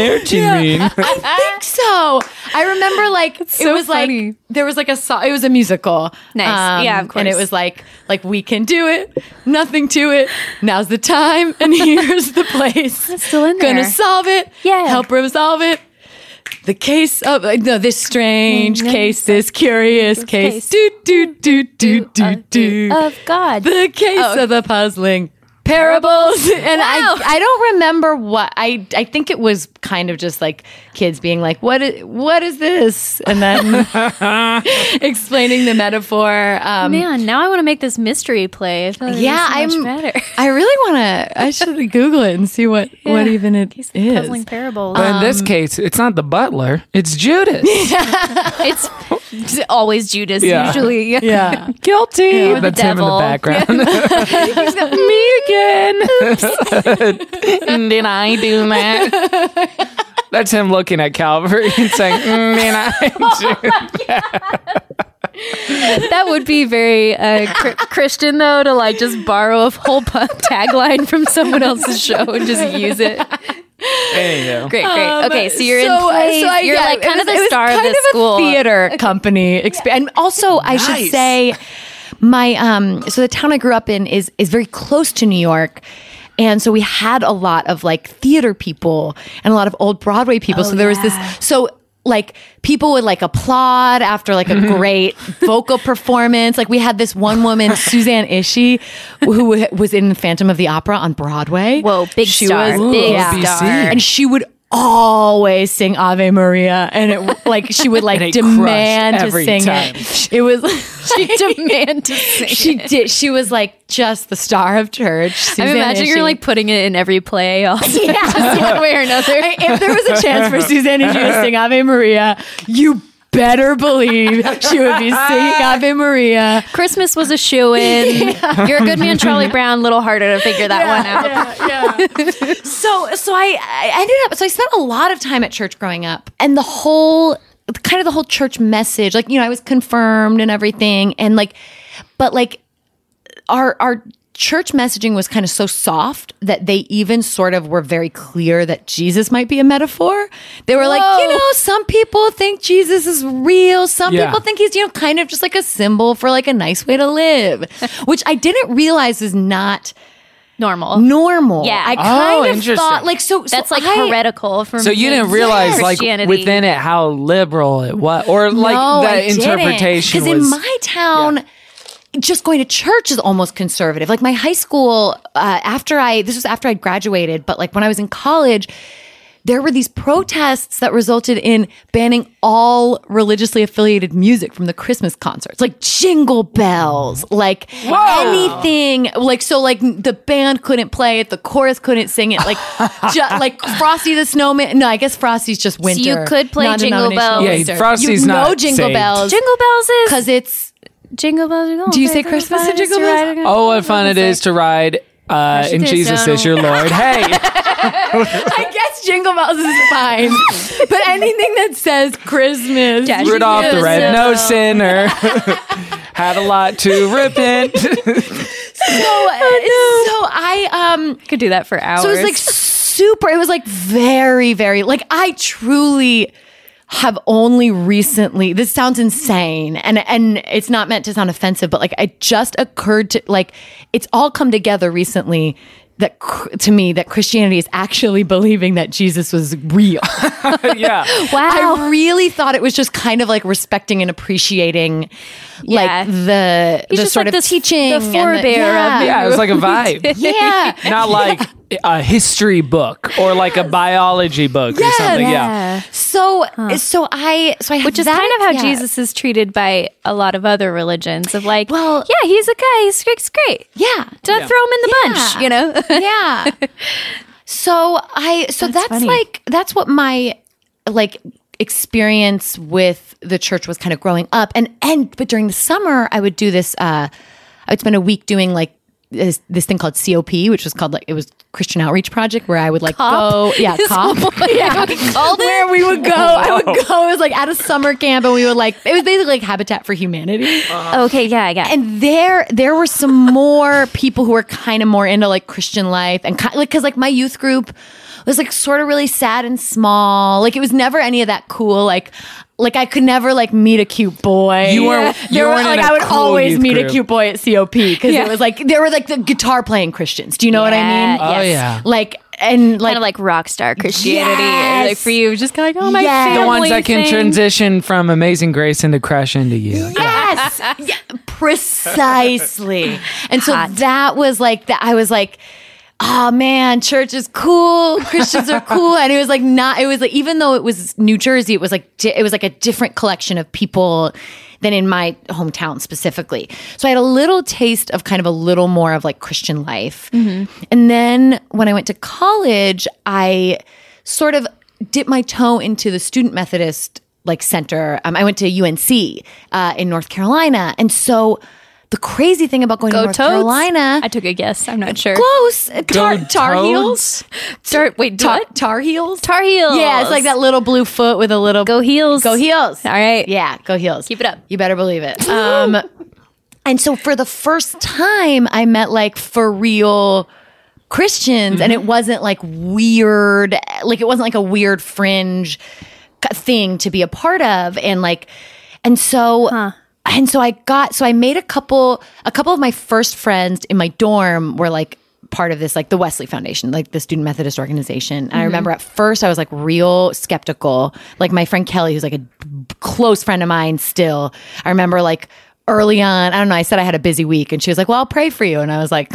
[SPEAKER 2] mean?
[SPEAKER 4] I think so. I remember like it
[SPEAKER 3] so
[SPEAKER 4] was
[SPEAKER 3] funny.
[SPEAKER 4] like there was like a so- it was a musical. Um,
[SPEAKER 3] Nice. Yeah, of course.
[SPEAKER 4] And it was like like we can do it. Nothing to it. Now's the time and here's the place.
[SPEAKER 3] still in
[SPEAKER 4] Gonna
[SPEAKER 3] there.
[SPEAKER 4] solve it.
[SPEAKER 3] Yeah.
[SPEAKER 4] Help resolve it. The case of uh, no, this
[SPEAKER 3] Mm,
[SPEAKER 4] strange case, this curious
[SPEAKER 3] case.
[SPEAKER 4] case. Do do do do
[SPEAKER 3] uh,
[SPEAKER 4] do do.
[SPEAKER 3] Of God.
[SPEAKER 4] The case
[SPEAKER 3] Oh.
[SPEAKER 4] of the puzzling parables. And
[SPEAKER 3] Wow.
[SPEAKER 4] I I don't remember what I I think it was kind of just like kids being like, what is, what is this? And then explaining the metaphor. Um
[SPEAKER 3] Man, now I want to make this mystery play. I feel like
[SPEAKER 4] yeah,
[SPEAKER 3] yeah, so
[SPEAKER 4] I'm.
[SPEAKER 3] much better.
[SPEAKER 4] I really want to. I should Google it and see what what
[SPEAKER 3] Yeah.
[SPEAKER 4] even it
[SPEAKER 3] Case
[SPEAKER 4] is.
[SPEAKER 3] of the Puzzling parables.
[SPEAKER 2] But in
[SPEAKER 4] Um,
[SPEAKER 2] this case, it's not the butler, it's Judas.
[SPEAKER 3] it's it's always Judas
[SPEAKER 2] Yeah.
[SPEAKER 3] usually.
[SPEAKER 4] Yeah.
[SPEAKER 2] Guilty.
[SPEAKER 3] the
[SPEAKER 2] That's him in the
[SPEAKER 3] devil.
[SPEAKER 2] background. Me again. Did I do that? That's him looking at Calvary and saying, "Mm, "Did I?" do-"
[SPEAKER 3] That would be very uh, cr- Christian though to like just borrow a whole pu- tagline from someone else's show and just use it.
[SPEAKER 2] There you go.
[SPEAKER 3] Great, great. okay, so you're in
[SPEAKER 4] Um, Uh, so-
[SPEAKER 3] plays.
[SPEAKER 4] so I-
[SPEAKER 3] you're
[SPEAKER 4] yeah,
[SPEAKER 3] like
[SPEAKER 4] it
[SPEAKER 3] kind of
[SPEAKER 4] was- it
[SPEAKER 3] the
[SPEAKER 4] was
[SPEAKER 3] star of
[SPEAKER 4] kind
[SPEAKER 3] the
[SPEAKER 4] a
[SPEAKER 3] school.
[SPEAKER 4] theater company exp- and also I should say my um so the town I grew up in is is very close to New York. And so we had a lot of like theater people and a lot of old Broadway people.
[SPEAKER 3] Oh,
[SPEAKER 4] so there was this so like people would like applaud after like a great vocal performance. Like we had this one woman, Suzanne Ishii, who was in Phantom of the Opera on Broadway.
[SPEAKER 3] Whoa, big star, big
[SPEAKER 2] star.
[SPEAKER 4] And she would always sing Ave Maria, and it like she would like
[SPEAKER 2] it crushed
[SPEAKER 4] demand to
[SPEAKER 2] every
[SPEAKER 4] sing
[SPEAKER 2] time.
[SPEAKER 4] it. It was she
[SPEAKER 3] demand to sing
[SPEAKER 4] She did. She was like just the star of church.
[SPEAKER 3] I'm
[SPEAKER 4] Susan
[SPEAKER 3] imagining
[SPEAKER 4] Ishii.
[SPEAKER 3] you're like putting it in every play, also, just one way or another.
[SPEAKER 4] I- if there was a chance for Suzanne and you to sing Ave Maria, you better believe she would be singing Ave Maria.
[SPEAKER 3] Christmas was a shoe in. You're a good man, Charlie Brown. Little harder to figure that one out.
[SPEAKER 4] So, so I, I ended up. So I spent a lot of time at church growing up, and the whole kind of the whole church message. Like you know, I was confirmed and everything, and like, but like our our church messaging was kind of so soft that they even sort of were very clear that Jesus might be a metaphor. They were like, you
[SPEAKER 3] Whoa.
[SPEAKER 4] know, some people think Jesus is real. Some
[SPEAKER 2] Yeah.
[SPEAKER 4] people think he's, you know, kind of just like a symbol for like a nice way to live, which I didn't realize is not
[SPEAKER 3] Normal.
[SPEAKER 4] normal.
[SPEAKER 3] Yeah.
[SPEAKER 4] I
[SPEAKER 2] Oh,
[SPEAKER 4] kind
[SPEAKER 2] interesting.
[SPEAKER 4] of thought like so. so
[SPEAKER 3] That's like
[SPEAKER 4] I-
[SPEAKER 3] heretical from.
[SPEAKER 2] So you didn't realize like
[SPEAKER 3] Christianity.
[SPEAKER 2] within it how liberal it was, or like
[SPEAKER 4] no,
[SPEAKER 2] that interpretation
[SPEAKER 4] Because
[SPEAKER 2] was.
[SPEAKER 4] in my town. Just going to church is almost conservative. Like my high school, uh, after I this was after I graduated, but like when I was in college, there were these protests that resulted in banning all religiously affiliated music from the Christmas concerts, like Jingle Bells, like anything, like so, like the band couldn't play it, the chorus couldn't sing it, like ju- like Frosty the Snowman. No, I guess Frosty's just winter.
[SPEAKER 3] you could play Jingle
[SPEAKER 4] non-denominational
[SPEAKER 3] Bells. Yeah,
[SPEAKER 4] winter.
[SPEAKER 2] Frosty's
[SPEAKER 4] you know
[SPEAKER 2] not
[SPEAKER 4] Jingle
[SPEAKER 2] saved.
[SPEAKER 4] Bells
[SPEAKER 3] jingle bells is
[SPEAKER 4] because it's
[SPEAKER 3] jingle bells. Are going
[SPEAKER 4] Do you
[SPEAKER 3] for
[SPEAKER 4] say
[SPEAKER 3] the
[SPEAKER 4] Christmas in
[SPEAKER 3] finest
[SPEAKER 4] Jingle
[SPEAKER 3] to
[SPEAKER 4] Bells?
[SPEAKER 3] ride on-
[SPEAKER 2] oh, what fun it is to ride. Uh, and
[SPEAKER 3] is,
[SPEAKER 2] Jesus
[SPEAKER 3] Donald.
[SPEAKER 2] is your Lord. Hey,
[SPEAKER 4] I guess Jingle Bells is fine, but anything that says Christmas,
[SPEAKER 3] Yeah, she
[SPEAKER 2] Rudolph the
[SPEAKER 3] is
[SPEAKER 2] Red
[SPEAKER 3] so-
[SPEAKER 2] Nosed Sinner had a lot to repent.
[SPEAKER 4] so I um
[SPEAKER 3] Could do that for hours.
[SPEAKER 4] So it was like super. It was like very, very like I truly have only recently. This sounds insane, and and it's not meant to sound offensive, but like it just occurred to like it's all come together recently. That cr- to me, that Christianity is actually believing that Jesus was real.
[SPEAKER 2] yeah,
[SPEAKER 3] wow.
[SPEAKER 4] I really thought it was just kind of like respecting and appreciating,
[SPEAKER 3] Yeah.
[SPEAKER 4] like the the
[SPEAKER 3] just
[SPEAKER 4] sort
[SPEAKER 3] like
[SPEAKER 4] of
[SPEAKER 3] the-
[SPEAKER 4] teaching,
[SPEAKER 3] the
[SPEAKER 4] and
[SPEAKER 3] forebearer of
[SPEAKER 4] yeah,
[SPEAKER 2] yeah, it was like a vibe.
[SPEAKER 4] yeah.
[SPEAKER 2] Not like a history book or like a biology book or something. Yeah.
[SPEAKER 4] So so I so I had
[SPEAKER 3] which is
[SPEAKER 4] that-
[SPEAKER 3] kind of how
[SPEAKER 4] yeah.
[SPEAKER 3] Jesus is treated by a lot of other religions. Of like,
[SPEAKER 4] Well-
[SPEAKER 3] yeah, he's a guy. He's great. He's great.
[SPEAKER 4] yeah
[SPEAKER 3] Don't throw him in the bunch. You know.
[SPEAKER 4] yeah. So I so that's,
[SPEAKER 3] funny.
[SPEAKER 4] like that's what my like experience with the church was kind of growing up and and but during the summer I would do this uh I would spend a week doing like this, this thing called COP which was called like it was Christian Outreach Project where I would like
[SPEAKER 3] Cop?
[SPEAKER 4] go yeah
[SPEAKER 3] Is
[SPEAKER 4] cop
[SPEAKER 3] what-
[SPEAKER 4] yeah
[SPEAKER 3] we called it?
[SPEAKER 4] where we would go I would go it was like at a summer camp and we would like it was basically like Habitat for Humanity
[SPEAKER 3] okay. Yeah. I got. it.
[SPEAKER 4] and there there were some more people who were kind of more into like Christian life and kind, like because like my youth group was like sort of really sad and small. Like it was never any of that cool. Like like I could never like meet a cute boy.
[SPEAKER 2] You weren't-
[SPEAKER 4] There
[SPEAKER 2] you
[SPEAKER 4] were-
[SPEAKER 2] weren't in
[SPEAKER 4] like
[SPEAKER 2] a
[SPEAKER 4] I would
[SPEAKER 2] cool
[SPEAKER 4] always
[SPEAKER 2] youth
[SPEAKER 4] meet
[SPEAKER 2] group.
[SPEAKER 4] a cute boy at COP because
[SPEAKER 3] Yeah.
[SPEAKER 4] it was like there were like the guitar playing Christians. Do you know
[SPEAKER 3] Yeah,
[SPEAKER 4] what I mean?
[SPEAKER 2] Oh
[SPEAKER 3] yes.
[SPEAKER 2] yeah.
[SPEAKER 4] Like and like,
[SPEAKER 3] kind of like rock star Christianity.
[SPEAKER 4] Yes.
[SPEAKER 3] Like for you, just kind of like, oh my
[SPEAKER 4] Yes.
[SPEAKER 3] family
[SPEAKER 4] The
[SPEAKER 2] The ones that can
[SPEAKER 3] thing.
[SPEAKER 2] transition from Amazing Grace into Crash into You.
[SPEAKER 4] Yes, Yeah, precisely. And so
[SPEAKER 3] Hot.
[SPEAKER 4] that was like that. I was like, oh man, church is cool. Christians are cool. And it was like not. It was like even though it was New Jersey, it was like di- it was like a different collection of people than in my hometown specifically. So I had a little taste of kind of a little more of like Christian life.
[SPEAKER 3] Mm-hmm.
[SPEAKER 4] And then when I went to college, I sort of dipped my toe into the student Methodist like center. Um, I went to UNC uh, in North Carolina, and so the crazy thing about going
[SPEAKER 3] Go
[SPEAKER 4] to North
[SPEAKER 3] Toads?
[SPEAKER 4] Carolina,
[SPEAKER 3] I took a guess. I'm not sure.
[SPEAKER 4] close uh, tar,
[SPEAKER 2] Go
[SPEAKER 4] tar heels,
[SPEAKER 2] Toads?
[SPEAKER 3] Tar, wait,
[SPEAKER 4] tar,
[SPEAKER 3] what?
[SPEAKER 4] tar heels,
[SPEAKER 3] Tar heels.
[SPEAKER 4] Yeah, it's like that little blue foot with a little
[SPEAKER 3] Go heels.
[SPEAKER 4] Go heels.
[SPEAKER 3] All right.
[SPEAKER 4] Yeah, go heels.
[SPEAKER 3] Keep it up.
[SPEAKER 4] You better believe it. Um, and so for the first time, I met like for real Christians, and it wasn't like weird, like it wasn't like a weird fringe c- thing to be a part of, and like, and so. And so I got so I made a couple a couple of my first friends in my dorm were like part of this like the Wesley Foundation, like the Student Methodist organization. And I remember at first I was like real skeptical. Like my friend Kelly who's like a close friend of mine still. I remember like early on, I don't know, I said I had a busy week and she was like, "Well, I'll pray for you." And I was like,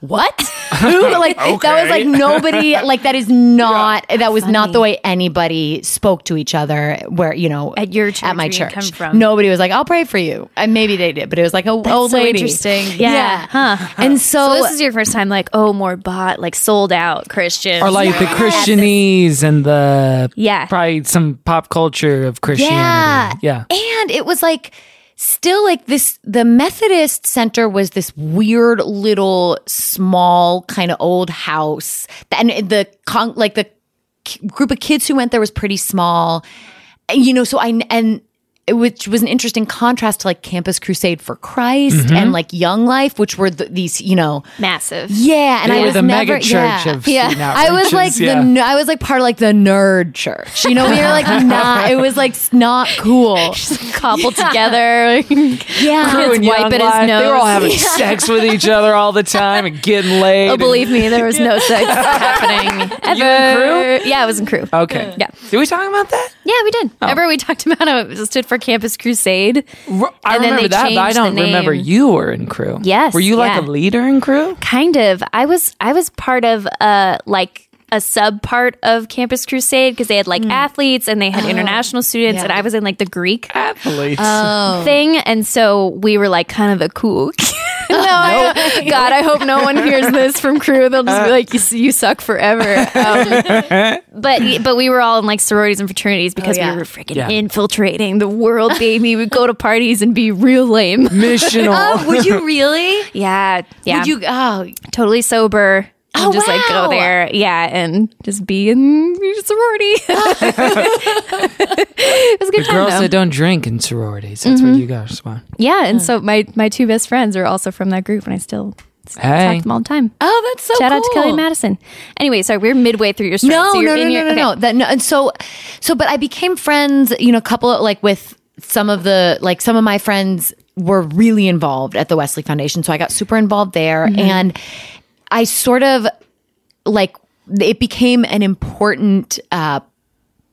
[SPEAKER 4] "What?" who like that was like nobody like that is not that was not the way anybody spoke to each other where you know
[SPEAKER 3] At your church
[SPEAKER 4] at my
[SPEAKER 3] where you
[SPEAKER 4] church
[SPEAKER 3] come from.
[SPEAKER 4] nobody was like I'll pray for you and maybe they did but it was like a old
[SPEAKER 5] so
[SPEAKER 4] lady
[SPEAKER 5] interesting.
[SPEAKER 3] Yeah. Huh.
[SPEAKER 4] and so,
[SPEAKER 3] So this is your first time, like, oh, more bought, like sold out Christian,
[SPEAKER 2] Or like the Christianese and the
[SPEAKER 3] Yeah.
[SPEAKER 2] probably some pop culture of Christianity. Yeah.
[SPEAKER 4] And it was like still like this the Methodist center was this weird little small kind of old house. And the con- like the k- group of kids who went there was pretty small. And, You know, so I and it- which was an interesting contrast to like Campus Crusade for Christ
[SPEAKER 2] Mm-hmm.
[SPEAKER 4] and like Young Life, which were the, these, you know,
[SPEAKER 3] massive.
[SPEAKER 4] yeah, and
[SPEAKER 2] They
[SPEAKER 4] I
[SPEAKER 2] were
[SPEAKER 4] was
[SPEAKER 2] the
[SPEAKER 4] never,
[SPEAKER 2] mega church
[SPEAKER 4] yeah.
[SPEAKER 2] of
[SPEAKER 4] yeah.
[SPEAKER 2] student
[SPEAKER 4] I was
[SPEAKER 2] outreaches,
[SPEAKER 4] like the
[SPEAKER 2] yeah.
[SPEAKER 4] n- I was like part of like the nerd church. You know, we were like not. It was like not cool.
[SPEAKER 3] Cobbled together.
[SPEAKER 4] Yeah,
[SPEAKER 2] Doing
[SPEAKER 3] wipe
[SPEAKER 2] Young
[SPEAKER 3] it his
[SPEAKER 2] Life, They were all
[SPEAKER 3] nose.
[SPEAKER 2] having sex with each other all the time and getting laid.
[SPEAKER 3] Oh,
[SPEAKER 2] and-
[SPEAKER 3] believe me, there was no sex happening ever.
[SPEAKER 2] You and
[SPEAKER 3] Yeah, it was in crew.
[SPEAKER 2] Okay.
[SPEAKER 3] Yeah.
[SPEAKER 2] Did we talk about that?
[SPEAKER 3] Yeah, we
[SPEAKER 2] Oh.
[SPEAKER 3] did. Remember we talked about how it stood for Campus Crusade?
[SPEAKER 2] R- I
[SPEAKER 3] And then
[SPEAKER 2] remember
[SPEAKER 3] they
[SPEAKER 2] that, but I
[SPEAKER 3] changed the
[SPEAKER 2] don't remember
[SPEAKER 3] name.
[SPEAKER 2] you were in crew.
[SPEAKER 3] Yes,
[SPEAKER 2] Were you like
[SPEAKER 3] yeah.
[SPEAKER 2] a leader in crew?
[SPEAKER 3] Kind of. I was I was part of uh like a sub part of Campus Crusade because they had like athletes and they had international students and I was in like the Greek
[SPEAKER 2] Athletes.
[SPEAKER 4] Um,
[SPEAKER 3] thing and so we were like kind of a cool No, I don't- God, I hope no one hears this from crew. They'll just be like, "You, s- you suck forever." Um, but but we were all in like sororities and fraternities because we were freaking
[SPEAKER 2] Yeah.
[SPEAKER 3] infiltrating the world, baby. We'd go to parties and be real lame.
[SPEAKER 2] Missional.
[SPEAKER 4] Oh, would you really?
[SPEAKER 3] Yeah, yeah.
[SPEAKER 4] Would you? Oh,
[SPEAKER 3] totally sober. And
[SPEAKER 4] Oh,
[SPEAKER 3] just like
[SPEAKER 4] wow.
[SPEAKER 3] go there, yeah, and just be in your sorority. it was a good time
[SPEAKER 2] Girls
[SPEAKER 3] though.
[SPEAKER 2] that don't drink in sororities. That's
[SPEAKER 4] Mm-hmm.
[SPEAKER 2] where you guys are.
[SPEAKER 3] yeah, and so my my two best friends are also from that group, and I still s- talk
[SPEAKER 2] Hey.
[SPEAKER 3] to them all the time.
[SPEAKER 4] oh, that's so.
[SPEAKER 3] Shout out to Kelly
[SPEAKER 4] cool.
[SPEAKER 3] Madison. Anyway, sorry, we're midway through your story.
[SPEAKER 4] No,
[SPEAKER 3] so
[SPEAKER 4] no,
[SPEAKER 3] you're
[SPEAKER 4] no,
[SPEAKER 3] in
[SPEAKER 4] no,
[SPEAKER 3] your,
[SPEAKER 4] no,
[SPEAKER 3] okay.
[SPEAKER 4] no. That no. And so, so, but I became friends. You know, a couple of, like with some of the like some of my friends were really involved at the Wesley Foundation, so I got super involved there,
[SPEAKER 3] Mm-hmm.
[SPEAKER 4] and I sort of like it became an important uh,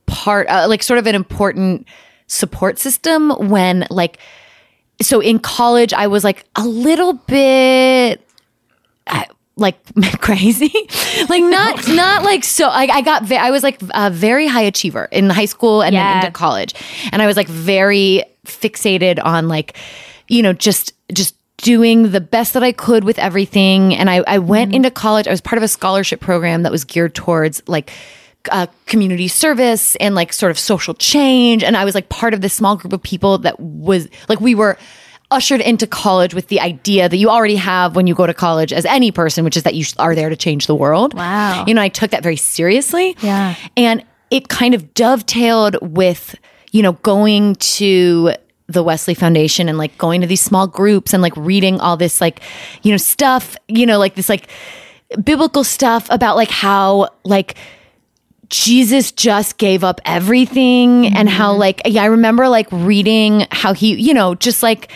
[SPEAKER 4] part, uh, like sort of an important support system when like so in college I was like a little bit I- like crazy like not not like so I, I got ve- I was like a very high achiever in high school and
[SPEAKER 3] Yeah.
[SPEAKER 4] then into college and I was like very fixated on like you know just just doing the best that I could with everything and I, I went into college I was part of a scholarship program that was geared towards like uh, community service and like sort of social change. And I was like part of this small group of people that was like, we were ushered into college with the idea that you already have when you go to college as any person, which is that you are there to change the world.
[SPEAKER 3] Wow.
[SPEAKER 4] You know, I took that very seriously.
[SPEAKER 3] Yeah.
[SPEAKER 4] And it kind of dovetailed with, you know, going to the Wesley Foundation and like going to these small groups and like reading all this like, you know, stuff, you know, like this like biblical stuff about like how like Jesus just gave up everything and how
[SPEAKER 3] Mm-hmm.
[SPEAKER 4] like yeah, I remember like reading how he, you know, just like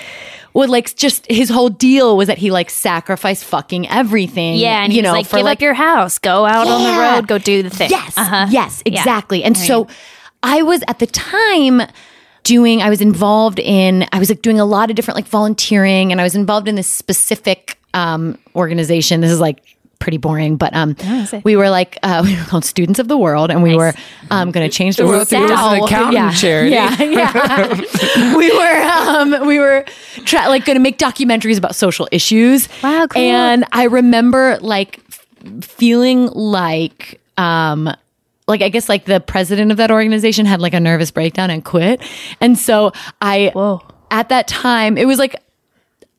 [SPEAKER 4] would like just his whole deal was that he like sacrificed fucking everything.
[SPEAKER 3] Yeah, and
[SPEAKER 4] you
[SPEAKER 3] you know, like, give up your house, go out on the
[SPEAKER 4] Yeah.
[SPEAKER 3] road, go do the thing.
[SPEAKER 4] Yes.
[SPEAKER 3] Uh-huh.
[SPEAKER 4] Yes,
[SPEAKER 3] Yeah.
[SPEAKER 4] exactly. And so I was at the time doing I was involved in I was like doing a lot of different like volunteering and I was involved in this specific um organization. This is like pretty boring, but um we were like uh, we were called Students of the World and we were um
[SPEAKER 3] Mm-hmm.
[SPEAKER 4] going to change the world
[SPEAKER 2] through
[SPEAKER 4] through
[SPEAKER 2] an accounting
[SPEAKER 4] yeah.
[SPEAKER 2] charity.
[SPEAKER 4] Yeah, yeah. we were um, we were try- like going to make documentaries about social issues.
[SPEAKER 3] Wow, cool.
[SPEAKER 4] And I remember like f- feeling like um like I guess like the president of that organization had like a nervous breakdown and quit. And so I at that time it was like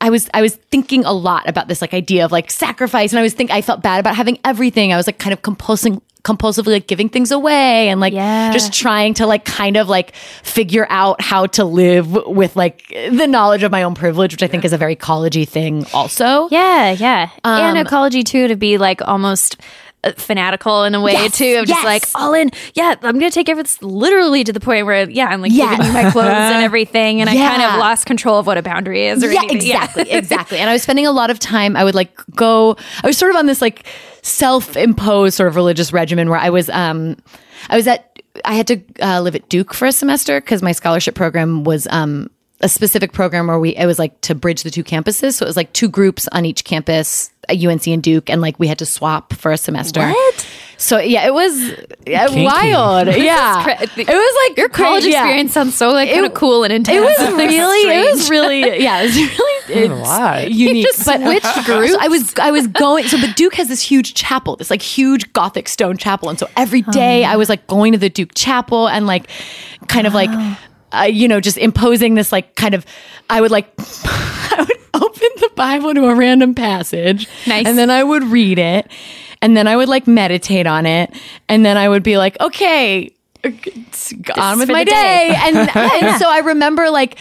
[SPEAKER 4] I was I was thinking a lot about this like idea of like sacrifice and I was think I felt bad about having everything. I was like kind of compulsing compulsively like giving things away and like
[SPEAKER 3] Yeah.
[SPEAKER 4] just trying to like kind of like figure out how to live with like the knowledge of my own privilege, which I think is a very collegey thing also.
[SPEAKER 3] Yeah, yeah. and
[SPEAKER 4] Um,
[SPEAKER 3] ecology too to be like almost uh, fanatical in a way
[SPEAKER 4] Yes,
[SPEAKER 3] too of just
[SPEAKER 4] yes.
[SPEAKER 3] like all in yeah i'm gonna take everything literally to the point where yeah i'm like
[SPEAKER 4] Yes.
[SPEAKER 3] giving you my clothes and everything and i kind
[SPEAKER 4] Yeah.
[SPEAKER 3] of lost control of what a boundary is or
[SPEAKER 4] yeah,
[SPEAKER 3] anything.
[SPEAKER 4] exactly, exactly. And I was spending a lot of time. I would like go. I was sort of on this like self-imposed sort of religious regimen where I was. um I was at. I had to uh, live at Duke for a semester because my scholarship program was um a specific program where we it was like to bridge the two campuses. So it was like two groups on each campus, uh, UNC and Duke, and like we had to swap for a semester. What? So yeah, it was uh, wild. Yeah, it was like
[SPEAKER 3] Your college
[SPEAKER 4] cra- yeah.
[SPEAKER 3] experience sounds so like kind of cool and intense.
[SPEAKER 4] It was
[SPEAKER 3] Like,
[SPEAKER 4] really, it was
[SPEAKER 3] strange.
[SPEAKER 4] really, yeah, it was really
[SPEAKER 2] a lot.
[SPEAKER 4] it's unique.
[SPEAKER 3] just
[SPEAKER 4] but uh,
[SPEAKER 3] switched
[SPEAKER 4] So I was, I was going. So, but Duke has this huge chapel, this like huge Gothic stone chapel, and so every
[SPEAKER 3] Oh,
[SPEAKER 4] day I was like going to the Duke chapel and like, kind of like, uh, you know, just imposing this like kind of. I would like, I would open the Bible to a random passage,
[SPEAKER 3] Nice.
[SPEAKER 4] and then I would read it, and then I would like meditate on it, and then I would be like, okay. uh, it's On with
[SPEAKER 3] for
[SPEAKER 4] my
[SPEAKER 3] the
[SPEAKER 4] day,
[SPEAKER 3] day.
[SPEAKER 4] and, and so I remember like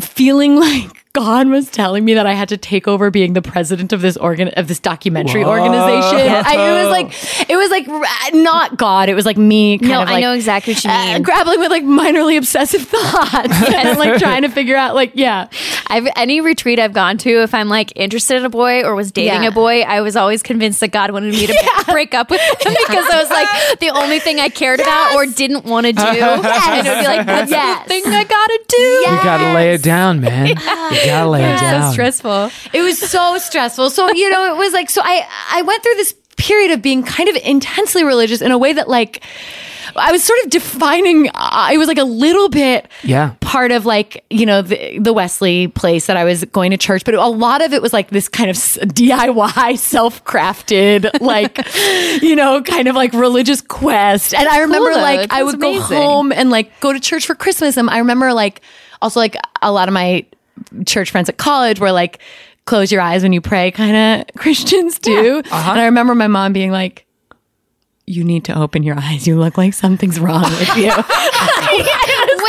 [SPEAKER 4] feeling like God was telling me that I had to take over being the president of this organ of this documentary organization. I, it was like it was like ra- not God. It was like me. Kind
[SPEAKER 3] No,
[SPEAKER 4] of
[SPEAKER 3] I
[SPEAKER 4] like,
[SPEAKER 3] know exactly what you
[SPEAKER 4] uh,
[SPEAKER 3] mean.
[SPEAKER 4] grappling with like minorly obsessive thoughts and like trying to figure out like yeah.
[SPEAKER 3] I've any retreat I've gone to, if I'm like interested in a boy or was dating
[SPEAKER 4] Yeah.
[SPEAKER 3] a boy, I was always convinced that God wanted me to break up with him because I was like the only thing I cared about or didn't want to do. And it would be like, that's
[SPEAKER 4] Yes.
[SPEAKER 3] the thing I gotta do.
[SPEAKER 2] You gotta lay it down, man. You gotta lay it down.
[SPEAKER 3] So stressful.
[SPEAKER 4] It was so stressful. So you know, it was like so. I I went through this period of being kind of intensely religious in a way that like I was sort of defining. I was like a little bit
[SPEAKER 2] Yeah.
[SPEAKER 4] part of like you know the, the Wesley place that I was going to church, but a lot of it was like this kind of s- DIY self crafted like you know kind of like religious quest. And I remember
[SPEAKER 3] though.
[SPEAKER 4] like
[SPEAKER 3] It
[SPEAKER 4] I
[SPEAKER 3] sounds
[SPEAKER 4] would
[SPEAKER 3] amazing.
[SPEAKER 4] go home and like go to church for Christmas. And I remember like also like a lot of my church friends at college were like close your eyes when you pray kind of Christians do. And I remember my mom being like. You need to open your eyes. You look like something's wrong with you.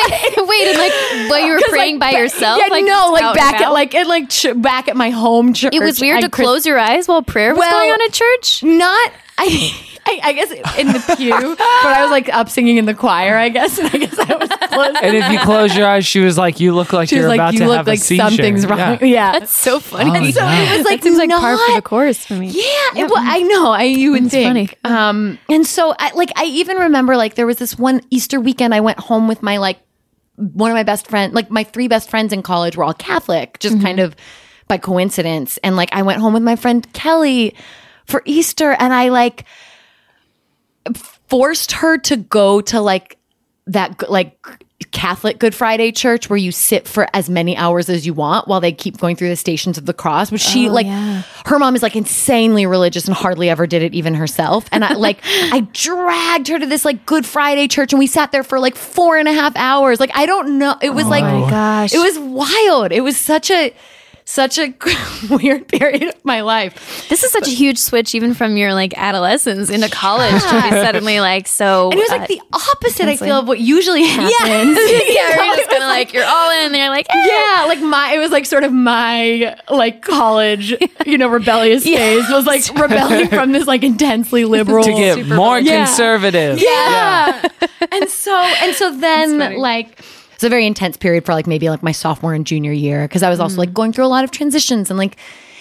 [SPEAKER 3] Wait, wait, and like while you were
[SPEAKER 4] 'Cause,
[SPEAKER 3] praying
[SPEAKER 4] like,
[SPEAKER 3] by
[SPEAKER 4] ba-
[SPEAKER 3] yourself?
[SPEAKER 4] Yeah, no,
[SPEAKER 3] just out
[SPEAKER 4] like
[SPEAKER 3] and
[SPEAKER 4] back at
[SPEAKER 3] about?
[SPEAKER 4] like at like ch- back at my home church.
[SPEAKER 3] it was weird
[SPEAKER 4] I
[SPEAKER 3] to
[SPEAKER 4] Chris-
[SPEAKER 3] close your eyes while prayer was
[SPEAKER 4] Well,
[SPEAKER 3] going on at church.
[SPEAKER 4] Not I. I, I guess in the pew, but I was like up singing in the choir. I guess, and I guess I was close.
[SPEAKER 2] And if you close your eyes, she was like, "You look like
[SPEAKER 4] She
[SPEAKER 2] you're
[SPEAKER 4] was
[SPEAKER 2] about
[SPEAKER 4] like,
[SPEAKER 2] to have
[SPEAKER 4] "You look
[SPEAKER 2] a
[SPEAKER 4] like
[SPEAKER 2] seizure."
[SPEAKER 4] something's wrong."
[SPEAKER 2] Yeah.
[SPEAKER 4] Yeah,
[SPEAKER 3] That's so funny.
[SPEAKER 2] Oh,
[SPEAKER 4] And so
[SPEAKER 2] yeah.
[SPEAKER 4] it was like
[SPEAKER 3] seems like par for the
[SPEAKER 4] not-
[SPEAKER 3] course for me.
[SPEAKER 4] Yeah, it, well, I know. I you would think. Um, and so I like I even remember like there was this one Easter weekend I went home with my like one of my best friend, like my three best friends in college were all Catholic, just
[SPEAKER 3] Mm-hmm.
[SPEAKER 4] kind of by coincidence. And like I went home with my friend Kelly for Easter, and I like forced her to go to like that g- like Catholic Good Friday church where you sit for as many hours as you want while they keep going through the stations of the cross. But she like her mom is like insanely religious and hardly ever did it even herself. And I like I dragged her to this like Good Friday church and we sat there for like four and a half hours. Like I don't know. It was like
[SPEAKER 3] gosh.
[SPEAKER 4] it was wild. It was such a such a weird period of my life.
[SPEAKER 3] This is such a huge switch, even from your like adolescence into college to be suddenly like so. uh,
[SPEAKER 4] And it was like the opposite, I feel, of what usually happens.
[SPEAKER 3] yeah,
[SPEAKER 4] So
[SPEAKER 3] you're
[SPEAKER 4] it
[SPEAKER 3] just
[SPEAKER 4] was
[SPEAKER 3] kind of like you're all in, and you're like, eh.
[SPEAKER 4] Yeah, like my it was like sort of my like college, you know, rebellious phase was like rebelling from this like intensely liberal
[SPEAKER 2] To get more
[SPEAKER 4] Yeah.
[SPEAKER 2] conservative.
[SPEAKER 4] yeah. and so and so then like it's a very intense period for like maybe like my sophomore and junior year because I was also
[SPEAKER 3] Mm.
[SPEAKER 4] like going through a lot of transitions and like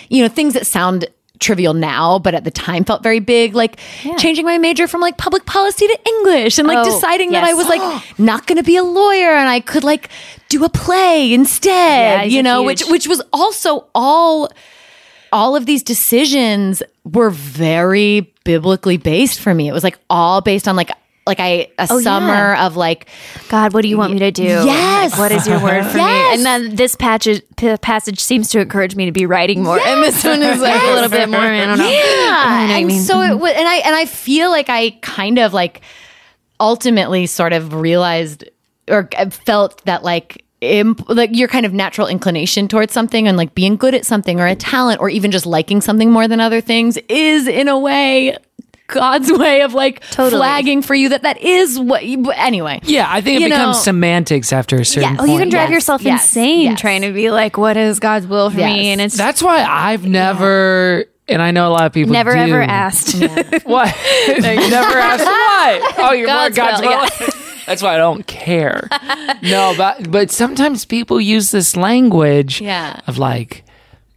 [SPEAKER 4] you know things that sound trivial now but at the time felt very big like changing my major from like public policy to english and like
[SPEAKER 3] Oh,
[SPEAKER 4] deciding that i
[SPEAKER 3] yes.
[SPEAKER 4] was like not going to be a lawyer and i could like do a play instead
[SPEAKER 3] Yeah,
[SPEAKER 4] you know
[SPEAKER 3] huge.
[SPEAKER 4] which which was also all all of these decisions were very biblically based for me. It was like all based on like like I a summer of like
[SPEAKER 3] God, Oh, what do you want me to do?
[SPEAKER 4] Yes.
[SPEAKER 3] Like, what is your word for me?
[SPEAKER 4] Yes.
[SPEAKER 3] And then this passage p- passage seems to encourage me to be writing more, and this one is like a little bit more. I don't know.
[SPEAKER 4] yeah,
[SPEAKER 3] what
[SPEAKER 4] and
[SPEAKER 3] you mean.
[SPEAKER 4] so it was, and I and I feel like I kind of like ultimately sort of realized or felt that like. Imp- like your kind of natural inclination towards something and like being good at something or a talent or even just liking something more than other things is in a way God's way of like
[SPEAKER 3] Totally.
[SPEAKER 4] flagging for you that that is what you anyway
[SPEAKER 2] Yeah, I think it
[SPEAKER 4] You know-
[SPEAKER 2] becomes semantics after a certain
[SPEAKER 3] Oh,
[SPEAKER 2] point.
[SPEAKER 3] you can drive
[SPEAKER 4] Yes,
[SPEAKER 3] yourself
[SPEAKER 4] yes,
[SPEAKER 3] insane
[SPEAKER 4] yes.
[SPEAKER 3] trying to be like, what is God's will for
[SPEAKER 4] Yes.
[SPEAKER 3] me? And it's
[SPEAKER 2] That's why I've never, and I know a lot of people
[SPEAKER 3] never
[SPEAKER 2] do.
[SPEAKER 3] ever asked.
[SPEAKER 2] What? never asked why? Oh, you're
[SPEAKER 3] God's
[SPEAKER 2] more God's
[SPEAKER 3] will,
[SPEAKER 2] will. That's why I don't care. no, but but sometimes people use this language
[SPEAKER 4] Yeah.
[SPEAKER 2] of like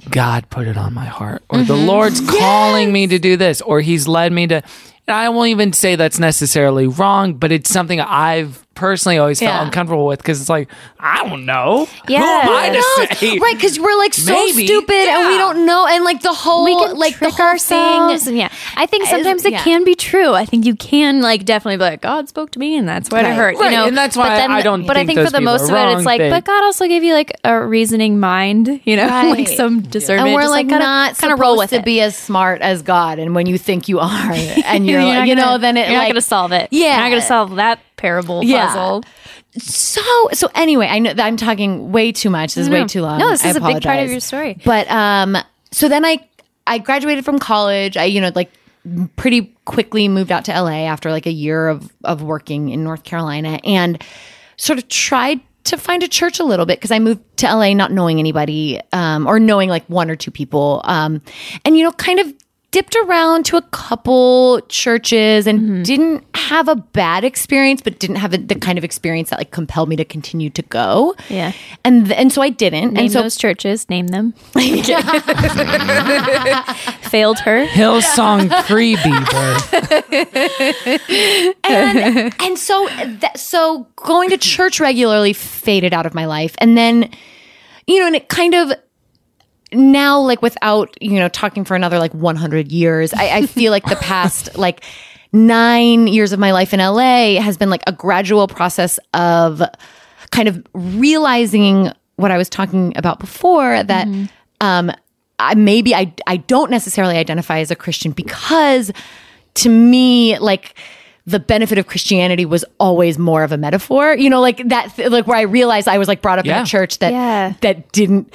[SPEAKER 2] God put it on my heart, or the Lord's calling me to do this, or He's led me to. And I won't even say that's necessarily wrong, but it's something I've personally always felt
[SPEAKER 4] Yeah.
[SPEAKER 2] uncomfortable with because it's like I don't know. Who
[SPEAKER 3] Yeah.
[SPEAKER 2] am I to
[SPEAKER 4] No,
[SPEAKER 2] say?
[SPEAKER 4] right? Because we're like so
[SPEAKER 2] Maybe.
[SPEAKER 4] stupid and we
[SPEAKER 2] Yeah.
[SPEAKER 4] don't know. And like the whole
[SPEAKER 3] we can
[SPEAKER 4] like
[SPEAKER 3] like
[SPEAKER 4] the
[SPEAKER 3] trick
[SPEAKER 4] whole
[SPEAKER 3] ourselves,
[SPEAKER 4] thing.
[SPEAKER 3] and yeah, I think sometimes it
[SPEAKER 4] yeah.
[SPEAKER 3] can be true. I think you can like definitely be like, God spoke to me, and that's what it
[SPEAKER 4] Right.
[SPEAKER 3] hurt,
[SPEAKER 2] Right,
[SPEAKER 3] you know.
[SPEAKER 2] and that's why
[SPEAKER 3] but
[SPEAKER 2] I don't
[SPEAKER 3] But I
[SPEAKER 2] think
[SPEAKER 3] think
[SPEAKER 2] those
[SPEAKER 3] for the
[SPEAKER 2] people
[SPEAKER 3] most of
[SPEAKER 2] are
[SPEAKER 3] it,
[SPEAKER 2] wrong.
[SPEAKER 3] it's like,
[SPEAKER 2] They-
[SPEAKER 3] but God also gave you like a reasoning mind, you know, like
[SPEAKER 4] Right.
[SPEAKER 3] some discernment.
[SPEAKER 4] And we're
[SPEAKER 3] Just,
[SPEAKER 4] like
[SPEAKER 3] kinda-
[SPEAKER 4] not
[SPEAKER 3] kinda
[SPEAKER 4] supposed to
[SPEAKER 3] it.
[SPEAKER 4] be as smart as God. And when you think you are, and you're,
[SPEAKER 3] You're
[SPEAKER 4] like,
[SPEAKER 3] not
[SPEAKER 4] you
[SPEAKER 3] gonna-
[SPEAKER 4] know, then it
[SPEAKER 3] you're
[SPEAKER 4] like
[SPEAKER 3] not going to solve it.
[SPEAKER 4] Yeah.
[SPEAKER 3] you're not going to solve that parable
[SPEAKER 4] Yeah.
[SPEAKER 3] puzzle.
[SPEAKER 4] so so anyway i know that i'm talking way too much this is way
[SPEAKER 3] no.
[SPEAKER 4] too long
[SPEAKER 3] No, this
[SPEAKER 4] I
[SPEAKER 3] is a big part of
[SPEAKER 4] apologize.
[SPEAKER 3] your story.
[SPEAKER 4] but um so then i i graduated from college i you know like pretty quickly moved out to la after like a year of of working in north carolina and sort of tried to find a church a little bit because i moved to la not knowing anybody um or knowing like one or two people um and you know kind of dipped around to a couple churches and didn't have a bad experience, but didn't have the- the kind of experience that like compelled me to continue to go.
[SPEAKER 3] Yeah.
[SPEAKER 4] and th- and so I didn't.
[SPEAKER 3] Name
[SPEAKER 4] and so
[SPEAKER 3] those churches. Name them. Failed her.
[SPEAKER 2] Hillsong Freebie.
[SPEAKER 4] and, and so that, so going to church regularly faded out of my life, and then you know, and it kind of now like without you know talking for another like 100 years i, I feel like the past like nine years of my life in la has been like a gradual process of kind of realizing what i was talking about before that um i maybe i i don't necessarily identify as a christian because to me like the benefit of christianity was always more of a metaphor you know like that th- like where i realized i was like brought up in
[SPEAKER 2] Yeah.
[SPEAKER 4] a church that
[SPEAKER 3] Yeah.
[SPEAKER 4] that didn't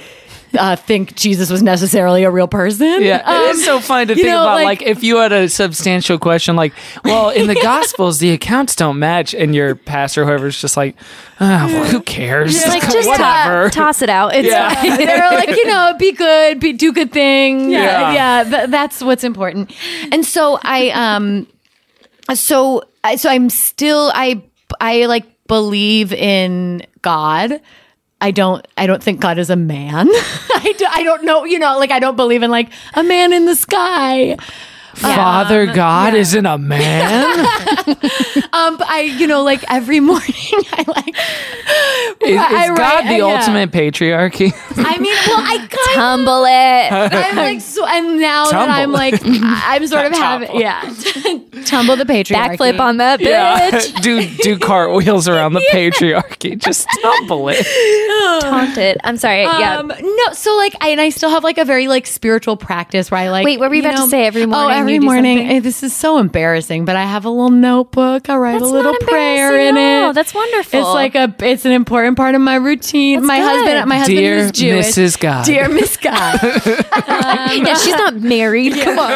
[SPEAKER 4] uh, think Jesus was necessarily a real person. Uh,
[SPEAKER 2] Yeah,
[SPEAKER 3] Um,
[SPEAKER 2] it is so funny to
[SPEAKER 4] you
[SPEAKER 2] think
[SPEAKER 4] know,
[SPEAKER 2] about. Like,
[SPEAKER 4] like-
[SPEAKER 2] if you had a substantial question, like, well, in the Gospels, the accounts don't match, and your pastor, whoever's just like, oh, well, who cares?
[SPEAKER 3] Just like just
[SPEAKER 2] whatever.
[SPEAKER 3] to- toss it out. It's
[SPEAKER 2] Yeah.
[SPEAKER 3] fine.
[SPEAKER 4] They're like, you know, be good, be do good thing.
[SPEAKER 2] Yeah.
[SPEAKER 4] Yeah, yeah th- that's what's important. And so I, um, so I, so I'm still I I like believe in God. I don't I don't think God is a man. I, do, I don't know, you know, like I don't believe in like a man in the sky.
[SPEAKER 2] Father God isn't a man.
[SPEAKER 4] Um, but I, you know, like every morning I like
[SPEAKER 2] Is, is
[SPEAKER 4] I- I-
[SPEAKER 2] God the
[SPEAKER 4] yeah.
[SPEAKER 2] ultimate patriarchy?
[SPEAKER 4] I mean, well, I kind of
[SPEAKER 3] Humble it.
[SPEAKER 4] I'm like, so, and now
[SPEAKER 2] Tumble.
[SPEAKER 4] that I'm like, I'm sort of having,
[SPEAKER 2] Topple.
[SPEAKER 4] yeah, tumble the patriarchy,
[SPEAKER 3] Backflip on that bitch.
[SPEAKER 2] do do cartwheels around the patriarchy. Just tumble it.
[SPEAKER 3] Haunted. I'm sorry. yeah.
[SPEAKER 4] Um, no, so like, I, and I still have like a very like spiritual practice where I like.
[SPEAKER 3] Wait, what were you about to say? Every morning
[SPEAKER 4] Oh,
[SPEAKER 3] you
[SPEAKER 4] every
[SPEAKER 3] do
[SPEAKER 4] morning.
[SPEAKER 3] something?
[SPEAKER 4] Eh, This is so embarrassing, but I have a little notebook. I write
[SPEAKER 3] That's
[SPEAKER 4] a little
[SPEAKER 3] not
[SPEAKER 4] prayer in
[SPEAKER 3] embarrassing at all.
[SPEAKER 4] it.
[SPEAKER 3] That's wonderful.
[SPEAKER 4] It's like a. It's an important part of my routine.
[SPEAKER 3] That's
[SPEAKER 4] my
[SPEAKER 3] good.
[SPEAKER 4] husband. My husband
[SPEAKER 2] Dear
[SPEAKER 4] is Jewish.
[SPEAKER 2] Mrs. God.
[SPEAKER 4] Dear Miss God. Um,
[SPEAKER 3] yeah, she's not married. Come on.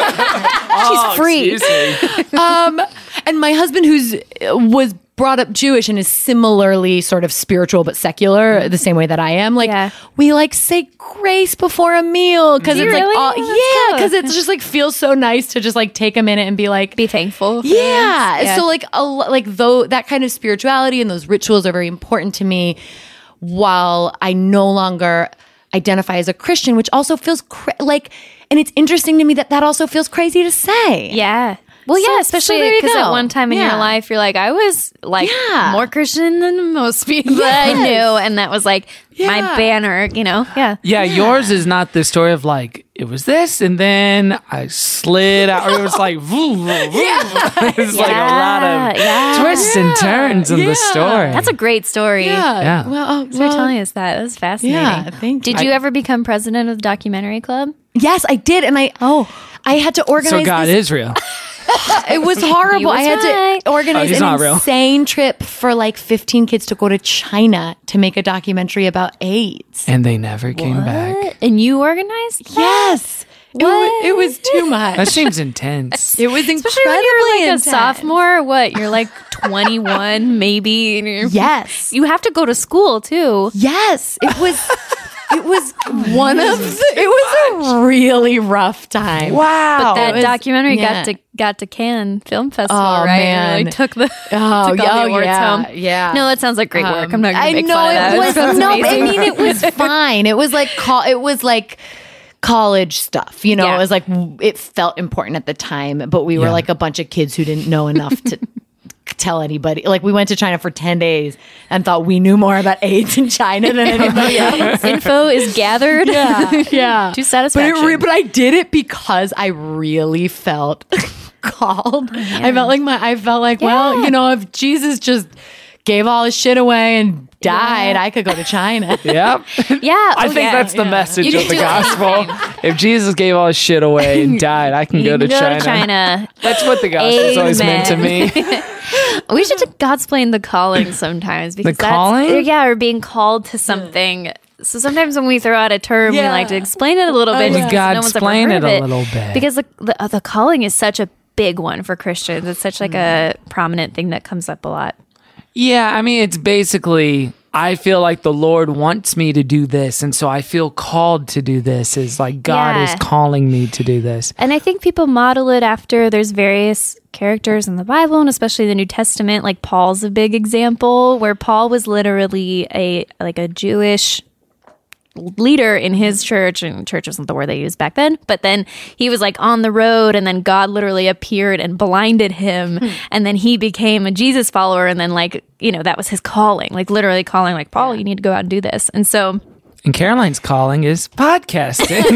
[SPEAKER 2] She's
[SPEAKER 3] free.
[SPEAKER 4] um, and my husband, who's uh, was brought up Jewish and is similarly sort of spiritual but secular, the same way that I am. Like
[SPEAKER 3] Yeah.
[SPEAKER 4] we like say grace before a meal because
[SPEAKER 3] Do
[SPEAKER 4] it's
[SPEAKER 3] you
[SPEAKER 4] like
[SPEAKER 3] really?
[SPEAKER 4] all,
[SPEAKER 3] Oh,
[SPEAKER 4] yeah,
[SPEAKER 3] that's
[SPEAKER 4] because it's just like feels so nice to just like take a minute and be like.
[SPEAKER 3] Be thankful. for
[SPEAKER 4] yeah.
[SPEAKER 3] this.
[SPEAKER 4] so like a lo- like though that kind of spirituality and those rituals are very important to me. While I no longer identify as a Christian, which also feels cra- like, and it's interesting to me that that also feels crazy to say.
[SPEAKER 3] Yeah. Well,
[SPEAKER 4] So-
[SPEAKER 3] yeah,
[SPEAKER 4] so
[SPEAKER 3] especially
[SPEAKER 4] there you
[SPEAKER 3] because at
[SPEAKER 4] go.
[SPEAKER 3] one time in
[SPEAKER 4] Yeah.
[SPEAKER 3] your life, you're like, I was like
[SPEAKER 4] Yeah.
[SPEAKER 3] more Christian than most people that I
[SPEAKER 4] Yes.
[SPEAKER 3] knew. And that was like my
[SPEAKER 4] Yeah.
[SPEAKER 3] banner, you know? Yeah.
[SPEAKER 2] Yeah, yours is not the story of like it was this and then I slid out. Or it was like voo, voo, voo. it's like a lot of
[SPEAKER 3] Yeah.
[SPEAKER 2] twists and turns in the story.
[SPEAKER 3] That's a great story.
[SPEAKER 4] Yeah.
[SPEAKER 2] Yeah.
[SPEAKER 4] Well, oh,
[SPEAKER 3] Thanks for
[SPEAKER 4] well,
[SPEAKER 3] telling us that. That was fascinating.
[SPEAKER 4] Yeah, thank you.
[SPEAKER 3] Did you ever become president of the documentary club?
[SPEAKER 4] yes, I did, and I oh, I had to organize.
[SPEAKER 2] so God
[SPEAKER 4] this-
[SPEAKER 2] is real.
[SPEAKER 4] it was horrible.
[SPEAKER 3] He was
[SPEAKER 4] I had
[SPEAKER 3] right.
[SPEAKER 4] to
[SPEAKER 2] Oh,
[SPEAKER 4] organize
[SPEAKER 2] he's not
[SPEAKER 4] an
[SPEAKER 2] real.
[SPEAKER 4] insane trip for like 15 kids to go to China to make a documentary about AIDS.
[SPEAKER 2] And they never came back.
[SPEAKER 3] What? And you organized? that?
[SPEAKER 4] Yes, it was, it was too
[SPEAKER 2] That
[SPEAKER 4] much.
[SPEAKER 2] seems intense.
[SPEAKER 4] It was incredibly
[SPEAKER 3] Especially when you're like
[SPEAKER 4] intense.
[SPEAKER 3] a sophomore, what? You're like 21, maybe. and you're-
[SPEAKER 4] Yes.
[SPEAKER 3] You have to go to school too.
[SPEAKER 4] Yes, it was. It was one of the, it was a really rough time.
[SPEAKER 2] wow.
[SPEAKER 3] But that
[SPEAKER 4] it was-
[SPEAKER 3] documentary got
[SPEAKER 4] yeah.
[SPEAKER 3] to got to Cannes Film Festival,
[SPEAKER 4] Oh,
[SPEAKER 3] right? And it
[SPEAKER 4] man.
[SPEAKER 3] really took the
[SPEAKER 4] Oh,
[SPEAKER 3] took all
[SPEAKER 4] yeah,
[SPEAKER 3] the awards
[SPEAKER 4] yeah,
[SPEAKER 3] home.
[SPEAKER 4] yeah.
[SPEAKER 3] No, that sounds like great work. I'm not gonna
[SPEAKER 4] I
[SPEAKER 3] make
[SPEAKER 4] know
[SPEAKER 3] fun of that.
[SPEAKER 4] it was
[SPEAKER 3] sounds
[SPEAKER 4] no. I
[SPEAKER 3] amazing.
[SPEAKER 4] mean, it was fine. It was like call. It was like college stuff. You know,
[SPEAKER 3] Yeah.
[SPEAKER 4] it was like it felt important at the time, but we were
[SPEAKER 2] Yeah.
[SPEAKER 4] like a bunch of kids who didn't know enough to. tell anybody. Like we went to China for 10 days and thought we knew more about AIDS in China than anybody else.
[SPEAKER 3] Info is gathered.
[SPEAKER 4] Yeah. yeah.
[SPEAKER 3] To
[SPEAKER 4] But, it
[SPEAKER 3] satisfaction.
[SPEAKER 4] re- but I did it because I really felt called. I felt like my I felt like, well, you know, if Jesus just gave all his shit away and died, I could go to China.
[SPEAKER 2] Yep.
[SPEAKER 3] yeah.
[SPEAKER 2] I
[SPEAKER 3] oh,
[SPEAKER 2] think
[SPEAKER 3] yeah.
[SPEAKER 2] that's the message
[SPEAKER 3] You
[SPEAKER 2] of
[SPEAKER 3] can
[SPEAKER 2] the
[SPEAKER 3] do
[SPEAKER 2] gospel. if Jesus gave all his shit away and died, I can,
[SPEAKER 3] You
[SPEAKER 2] go,
[SPEAKER 3] can
[SPEAKER 2] to
[SPEAKER 3] go
[SPEAKER 2] China.
[SPEAKER 3] to China.
[SPEAKER 2] That's what the gospel's always meant to me.
[SPEAKER 3] We should God's playing the calling sometimes because that's-
[SPEAKER 2] calling?
[SPEAKER 3] yeah, or being called to something. So sometimes when we throw out a term, we
[SPEAKER 4] Yeah. Oh,
[SPEAKER 3] like to explain it a little bit.
[SPEAKER 4] yeah.
[SPEAKER 3] just 'cause no one's ever
[SPEAKER 2] Explain
[SPEAKER 3] heard
[SPEAKER 2] it
[SPEAKER 3] of
[SPEAKER 2] a little bit.
[SPEAKER 3] because the the, uh, the calling is such a big one for Christians. It's such
[SPEAKER 4] Mm.
[SPEAKER 3] like a prominent thing that comes up a lot.
[SPEAKER 2] Yeah, I mean, it's basically I feel like the Lord wants me to do this, and so I feel called to do this. Is like God
[SPEAKER 3] Yeah.
[SPEAKER 2] is calling me to do this.
[SPEAKER 3] And I think people model it after there's various characters in the Bible and especially the New Testament. Like Paul's a big example where Paul was literally a like a Jewish leader in his church and church wasn't the word they used back then but then he was like on the road and then god literally appeared and blinded him and then he became a jesus follower and then like you know that was his calling like literally calling like paul you need to go out and do this and so
[SPEAKER 2] And Caroline's calling is podcasting.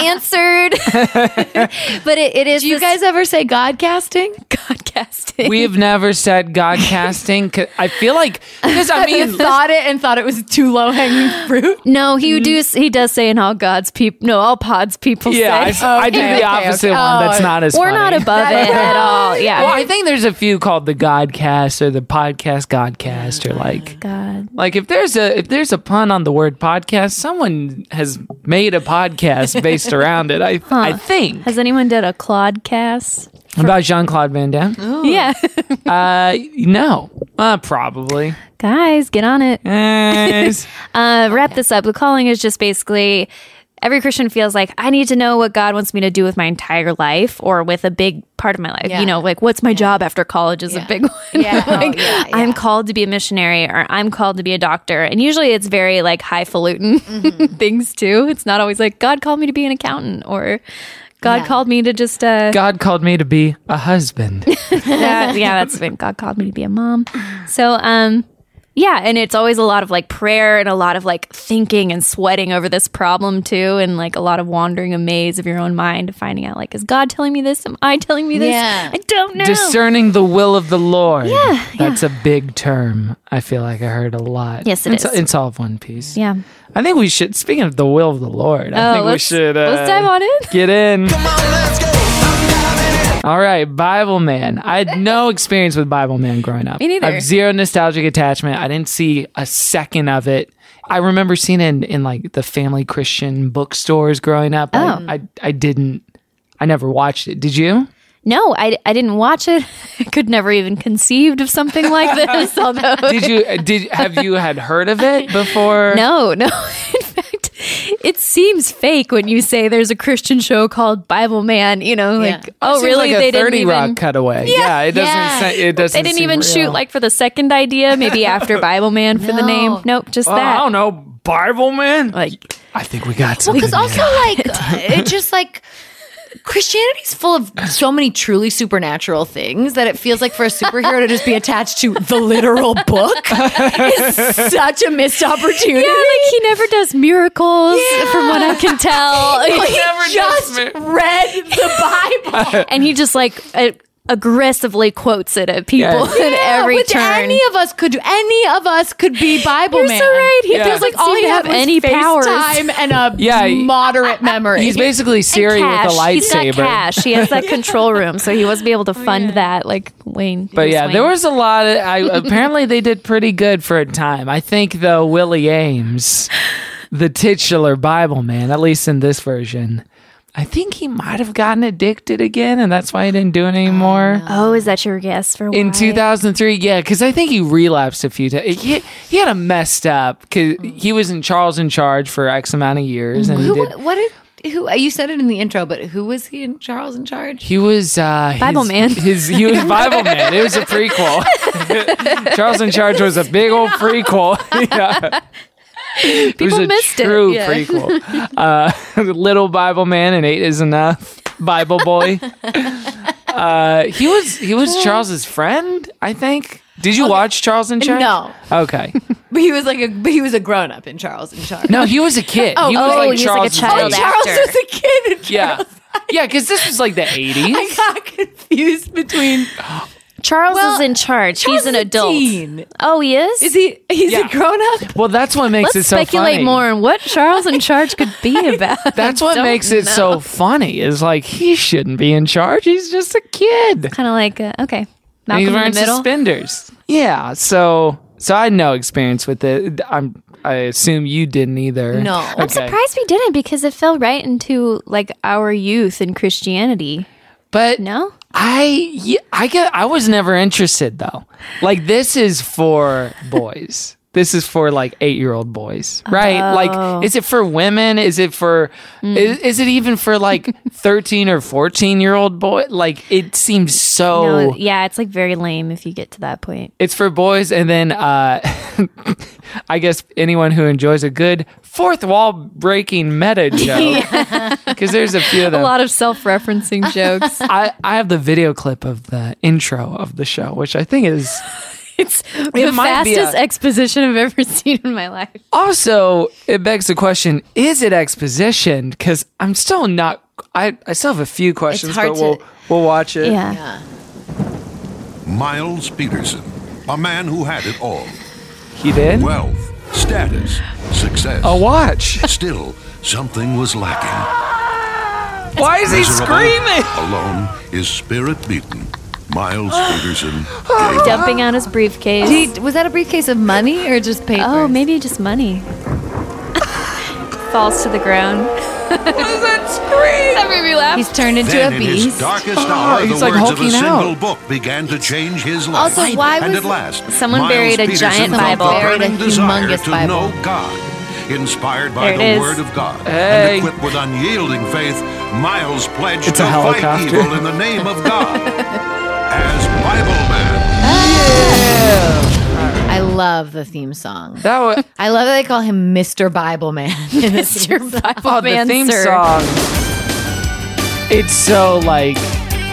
[SPEAKER 3] answered but it, it is
[SPEAKER 4] Do you
[SPEAKER 3] this-
[SPEAKER 4] guys ever say God casting?
[SPEAKER 3] podcasting
[SPEAKER 2] we have never said God casting. 'cause I feel like because I mean,
[SPEAKER 4] thought it and thought it was too low hanging fruit.
[SPEAKER 3] No, he
[SPEAKER 2] Mm-hmm.
[SPEAKER 3] do. He does say in all God's people. No, all pods people.
[SPEAKER 2] yeah, I,
[SPEAKER 3] say.
[SPEAKER 2] I do
[SPEAKER 4] Okay,
[SPEAKER 2] the
[SPEAKER 4] okay,
[SPEAKER 2] opposite
[SPEAKER 4] okay.
[SPEAKER 2] one.
[SPEAKER 4] Oh,
[SPEAKER 2] That's not as
[SPEAKER 3] we're
[SPEAKER 2] funny.
[SPEAKER 3] not above it at all. Yeah.
[SPEAKER 2] Well, I think there's a few called the Godcast or the podcast Godcast or like
[SPEAKER 3] God.
[SPEAKER 2] Like if there's a if there's a pun on the word podcast, someone has made a podcast based around it. I I think
[SPEAKER 3] Has anyone did a clod cast?
[SPEAKER 2] about Jean Claude Van Damme.
[SPEAKER 3] Yeah.
[SPEAKER 2] Uh, no, uh, probably.
[SPEAKER 3] Guys, get on it.
[SPEAKER 2] Yes.
[SPEAKER 3] Uh, wrap this up. The calling is just basically every Christian feels like I need to know what God wants me to do with my entire life or with a big part of my life.
[SPEAKER 4] Yeah.
[SPEAKER 3] You know, like what's my job after college is a big one.
[SPEAKER 4] Yeah. Oh,
[SPEAKER 3] Like,
[SPEAKER 4] yeah,
[SPEAKER 3] I'm called to be a missionary or I'm called to be a doctor. And usually it's very like highfalutin
[SPEAKER 4] Mm-hmm.
[SPEAKER 3] things too. It's not always like God called me to be an accountant or God called me to just uh
[SPEAKER 2] God called me to be a husband.
[SPEAKER 3] that- yeah, that's when God called me to be a mom. So, um, yeah, and it's always a lot of like prayer and a lot of like thinking and sweating over this problem too, and like a lot of wandering a maze of your own mind, finding out like, is God telling me this? Am I telling me this?
[SPEAKER 4] Yeah.
[SPEAKER 3] I don't know.
[SPEAKER 2] Discerning the will of the Lord. Yeah, that's a big term. I feel like I heard a lot.
[SPEAKER 3] Yes, it
[SPEAKER 2] it is.
[SPEAKER 3] is.
[SPEAKER 2] it's, It's all of one piece.
[SPEAKER 3] yeah.
[SPEAKER 2] I think we should. Speaking of the will of the Lord, I
[SPEAKER 3] Oh,
[SPEAKER 2] think we
[SPEAKER 3] let's-
[SPEAKER 2] should. Uh,
[SPEAKER 3] let's dive on in.
[SPEAKER 2] Get in. All right, Bible Man. I had no experience with Bible Man growing up.
[SPEAKER 3] Me neither.
[SPEAKER 2] I have zero nostalgic attachment. I didn't see a second of it. I remember seeing it in, in like the family Christian bookstores growing up. Oh. I, I, I didn't. I never watched it. Did you?
[SPEAKER 3] No, I, I didn't watch it. I could never even conceived of something like this. Although
[SPEAKER 2] Did you? did have you had heard of it before?
[SPEAKER 3] No, no. In fact, it seems fake when you say there's a Christian show called Bible Man. You know, like oh,
[SPEAKER 2] Seems
[SPEAKER 3] really?
[SPEAKER 2] Like a
[SPEAKER 3] they didn't
[SPEAKER 2] 30
[SPEAKER 3] even.
[SPEAKER 2] Rock cutaway. Yeah, it doesn't.
[SPEAKER 4] yeah.
[SPEAKER 2] sa- It doesn't.
[SPEAKER 3] They didn't
[SPEAKER 2] seem
[SPEAKER 3] even shoot
[SPEAKER 2] real.
[SPEAKER 3] like for the second idea, maybe after Bible Man for the name. Nope, just
[SPEAKER 2] Oh, I
[SPEAKER 3] that.
[SPEAKER 2] don't know, Bible Man.
[SPEAKER 3] Like,
[SPEAKER 2] I think we got
[SPEAKER 4] Well,
[SPEAKER 2] something.
[SPEAKER 4] because also like uh, it just like Christianity's full of so many truly supernatural things that it feels like for a superhero to just be attached to the literal book is such a missed opportunity.
[SPEAKER 3] yeah, like he never does miracles, from what I can
[SPEAKER 4] he
[SPEAKER 3] tell.
[SPEAKER 2] never does
[SPEAKER 4] just
[SPEAKER 2] mi-
[SPEAKER 4] read the Bible.
[SPEAKER 3] and he just like a- aggressively quotes it at people
[SPEAKER 2] Yes.
[SPEAKER 3] at every
[SPEAKER 4] Which
[SPEAKER 3] turn.
[SPEAKER 4] any of us could do. Any of us could be Bible
[SPEAKER 3] You're
[SPEAKER 4] man.
[SPEAKER 3] so right. He
[SPEAKER 2] Yeah.
[SPEAKER 4] Feels like
[SPEAKER 3] doesn't
[SPEAKER 4] all
[SPEAKER 3] seem
[SPEAKER 4] he
[SPEAKER 3] to have
[SPEAKER 4] had was
[SPEAKER 3] any powers.
[SPEAKER 4] FaceTime and a
[SPEAKER 2] Yeah, he-
[SPEAKER 4] moderate memory.
[SPEAKER 2] He's basically Siri with a lightsaber.
[SPEAKER 3] He's got cash. He has that control room, so he wasn't able to fund that like Wayne.
[SPEAKER 2] But yeah, there was a lot of. I, apparently, they did pretty good for a time. I think though Willie Ames, the titular Bible man, at least in this version, I think he might have gotten addicted again, and that's why he didn't do it anymore.
[SPEAKER 3] Oh, is that your guess for
[SPEAKER 2] In
[SPEAKER 3] why?
[SPEAKER 2] 2003, yeah, because I think he relapsed a few times. He, he had a messed up because he was in Charles in charge for X amount of years, and he
[SPEAKER 4] who?
[SPEAKER 2] did.
[SPEAKER 4] What? Did, who? uh, You said it in the intro, but who was he in Charles in charge?
[SPEAKER 2] He was uh,
[SPEAKER 3] Bible
[SPEAKER 2] his-
[SPEAKER 3] man.
[SPEAKER 2] His he was Bible man. It was a prequel. Charles in Charge was a big old prequel. yeah.
[SPEAKER 3] People
[SPEAKER 2] it was a
[SPEAKER 3] missed it.
[SPEAKER 2] true
[SPEAKER 3] Yeah.
[SPEAKER 2] prequel. Uh, little Bible man and eight is enough. Bible boy. Uh, he was he was Charles's friend. I think. Did you watch Charles and Chuck?
[SPEAKER 4] No.
[SPEAKER 2] Okay.
[SPEAKER 4] But he was like a but he was a grown up in Charles and Chuck.
[SPEAKER 2] No, he was a kid. he was
[SPEAKER 3] oh,
[SPEAKER 2] like
[SPEAKER 3] he was like a
[SPEAKER 2] Charles and
[SPEAKER 3] child
[SPEAKER 2] Chuck.
[SPEAKER 3] actor.
[SPEAKER 4] Charles was a kid. In
[SPEAKER 2] Yeah.
[SPEAKER 4] Charles.
[SPEAKER 2] Yeah, because this was like the 80s.
[SPEAKER 4] I got confused between
[SPEAKER 3] Charles
[SPEAKER 4] Well,
[SPEAKER 3] is in charge.
[SPEAKER 4] Charles
[SPEAKER 3] He's an
[SPEAKER 4] is a
[SPEAKER 3] adult.
[SPEAKER 4] teen.
[SPEAKER 3] Oh, he is.
[SPEAKER 4] is he he's
[SPEAKER 2] Yeah.
[SPEAKER 4] a grown up.
[SPEAKER 2] Well, that's what makes
[SPEAKER 3] Let's
[SPEAKER 2] it so
[SPEAKER 3] speculate
[SPEAKER 2] funny.
[SPEAKER 3] more on what Charles in charge could be about.
[SPEAKER 2] That's what
[SPEAKER 3] Don't
[SPEAKER 2] makes it
[SPEAKER 3] know.
[SPEAKER 2] so funny. Is like he shouldn't be in charge. He's just a kid.
[SPEAKER 3] kind of like uh, okay,
[SPEAKER 2] And
[SPEAKER 3] Malcolm
[SPEAKER 2] he's
[SPEAKER 3] in
[SPEAKER 2] wearing
[SPEAKER 3] the middle.
[SPEAKER 2] suspenders. Yeah. So so I had no experience with it. I'm I assume you didn't either.
[SPEAKER 4] No.
[SPEAKER 3] I'm surprised we didn't because it fell right into like our youth and Christianity.
[SPEAKER 2] But
[SPEAKER 3] No,
[SPEAKER 2] I yeah, I get I was never interested though. Like this is for boys. this is for like 8-year-old boys, right?
[SPEAKER 3] Oh.
[SPEAKER 2] Like is it for women? Is it for
[SPEAKER 3] Mm.
[SPEAKER 2] is, is it even for like 13 or 14-year-old boy? Like it seems so
[SPEAKER 3] no, yeah, it's like very lame if you get to that point.
[SPEAKER 2] It's for boys, and then uh, I guess anyone who enjoys a good fourth wall breaking meta joke, because there's a few of them.
[SPEAKER 3] A lot of self-referencing jokes.
[SPEAKER 2] I, I have the video clip of the intro of the show, which I think is
[SPEAKER 3] it's the
[SPEAKER 2] might be
[SPEAKER 3] fastest
[SPEAKER 2] a-
[SPEAKER 3] exposition I've ever seen in my life.
[SPEAKER 2] also it begs the question: Is it exposition? Because I'm still not. I, I still have a few questions,
[SPEAKER 4] hard
[SPEAKER 2] but we'll
[SPEAKER 4] to-
[SPEAKER 2] we'll watch it.
[SPEAKER 3] Yeah.
[SPEAKER 5] Miles Peterson, a man who had it all
[SPEAKER 2] He did.
[SPEAKER 5] wealth, status, success.
[SPEAKER 2] A watch.
[SPEAKER 5] Still, something was lacking.
[SPEAKER 2] Why is he
[SPEAKER 5] Miserable,
[SPEAKER 2] screaming?
[SPEAKER 5] Alone, his spirit beaten. Miles Peterson gave up.
[SPEAKER 3] dumping out his briefcase.
[SPEAKER 4] Did he, was that a briefcase of money or just paper?
[SPEAKER 3] oh, maybe just money. Falls to the ground. that made me laugh.
[SPEAKER 4] he's turned into
[SPEAKER 5] Then,
[SPEAKER 4] a
[SPEAKER 5] in his
[SPEAKER 4] beast.
[SPEAKER 5] darkest hour,
[SPEAKER 2] he's,
[SPEAKER 5] the
[SPEAKER 2] like,
[SPEAKER 5] words of a
[SPEAKER 2] hulking out.
[SPEAKER 5] single book began to change his life.
[SPEAKER 4] Also, why
[SPEAKER 5] and
[SPEAKER 4] was-
[SPEAKER 5] at last,
[SPEAKER 3] Someone
[SPEAKER 5] Miles
[SPEAKER 3] buried a
[SPEAKER 5] Peterson felt
[SPEAKER 3] giant
[SPEAKER 5] the
[SPEAKER 3] Bible.
[SPEAKER 4] Buried a
[SPEAKER 5] burning desire
[SPEAKER 4] humongous
[SPEAKER 5] to
[SPEAKER 4] Bible.
[SPEAKER 5] know God, inspired by
[SPEAKER 3] There it
[SPEAKER 5] the
[SPEAKER 3] is.
[SPEAKER 5] Word of God,
[SPEAKER 2] Hey.
[SPEAKER 5] and equipped with unyielding faith, Miles pledged
[SPEAKER 2] It's
[SPEAKER 5] to
[SPEAKER 2] a
[SPEAKER 5] fight
[SPEAKER 2] helicopter.
[SPEAKER 5] evil in the name of God as Bible man.
[SPEAKER 4] I love the theme song.
[SPEAKER 2] That was
[SPEAKER 4] I love that they call him Mr. Bible Man.
[SPEAKER 3] Mr. Bible
[SPEAKER 2] oh,
[SPEAKER 3] Man,
[SPEAKER 2] the theme
[SPEAKER 3] sir.
[SPEAKER 2] song. It's so like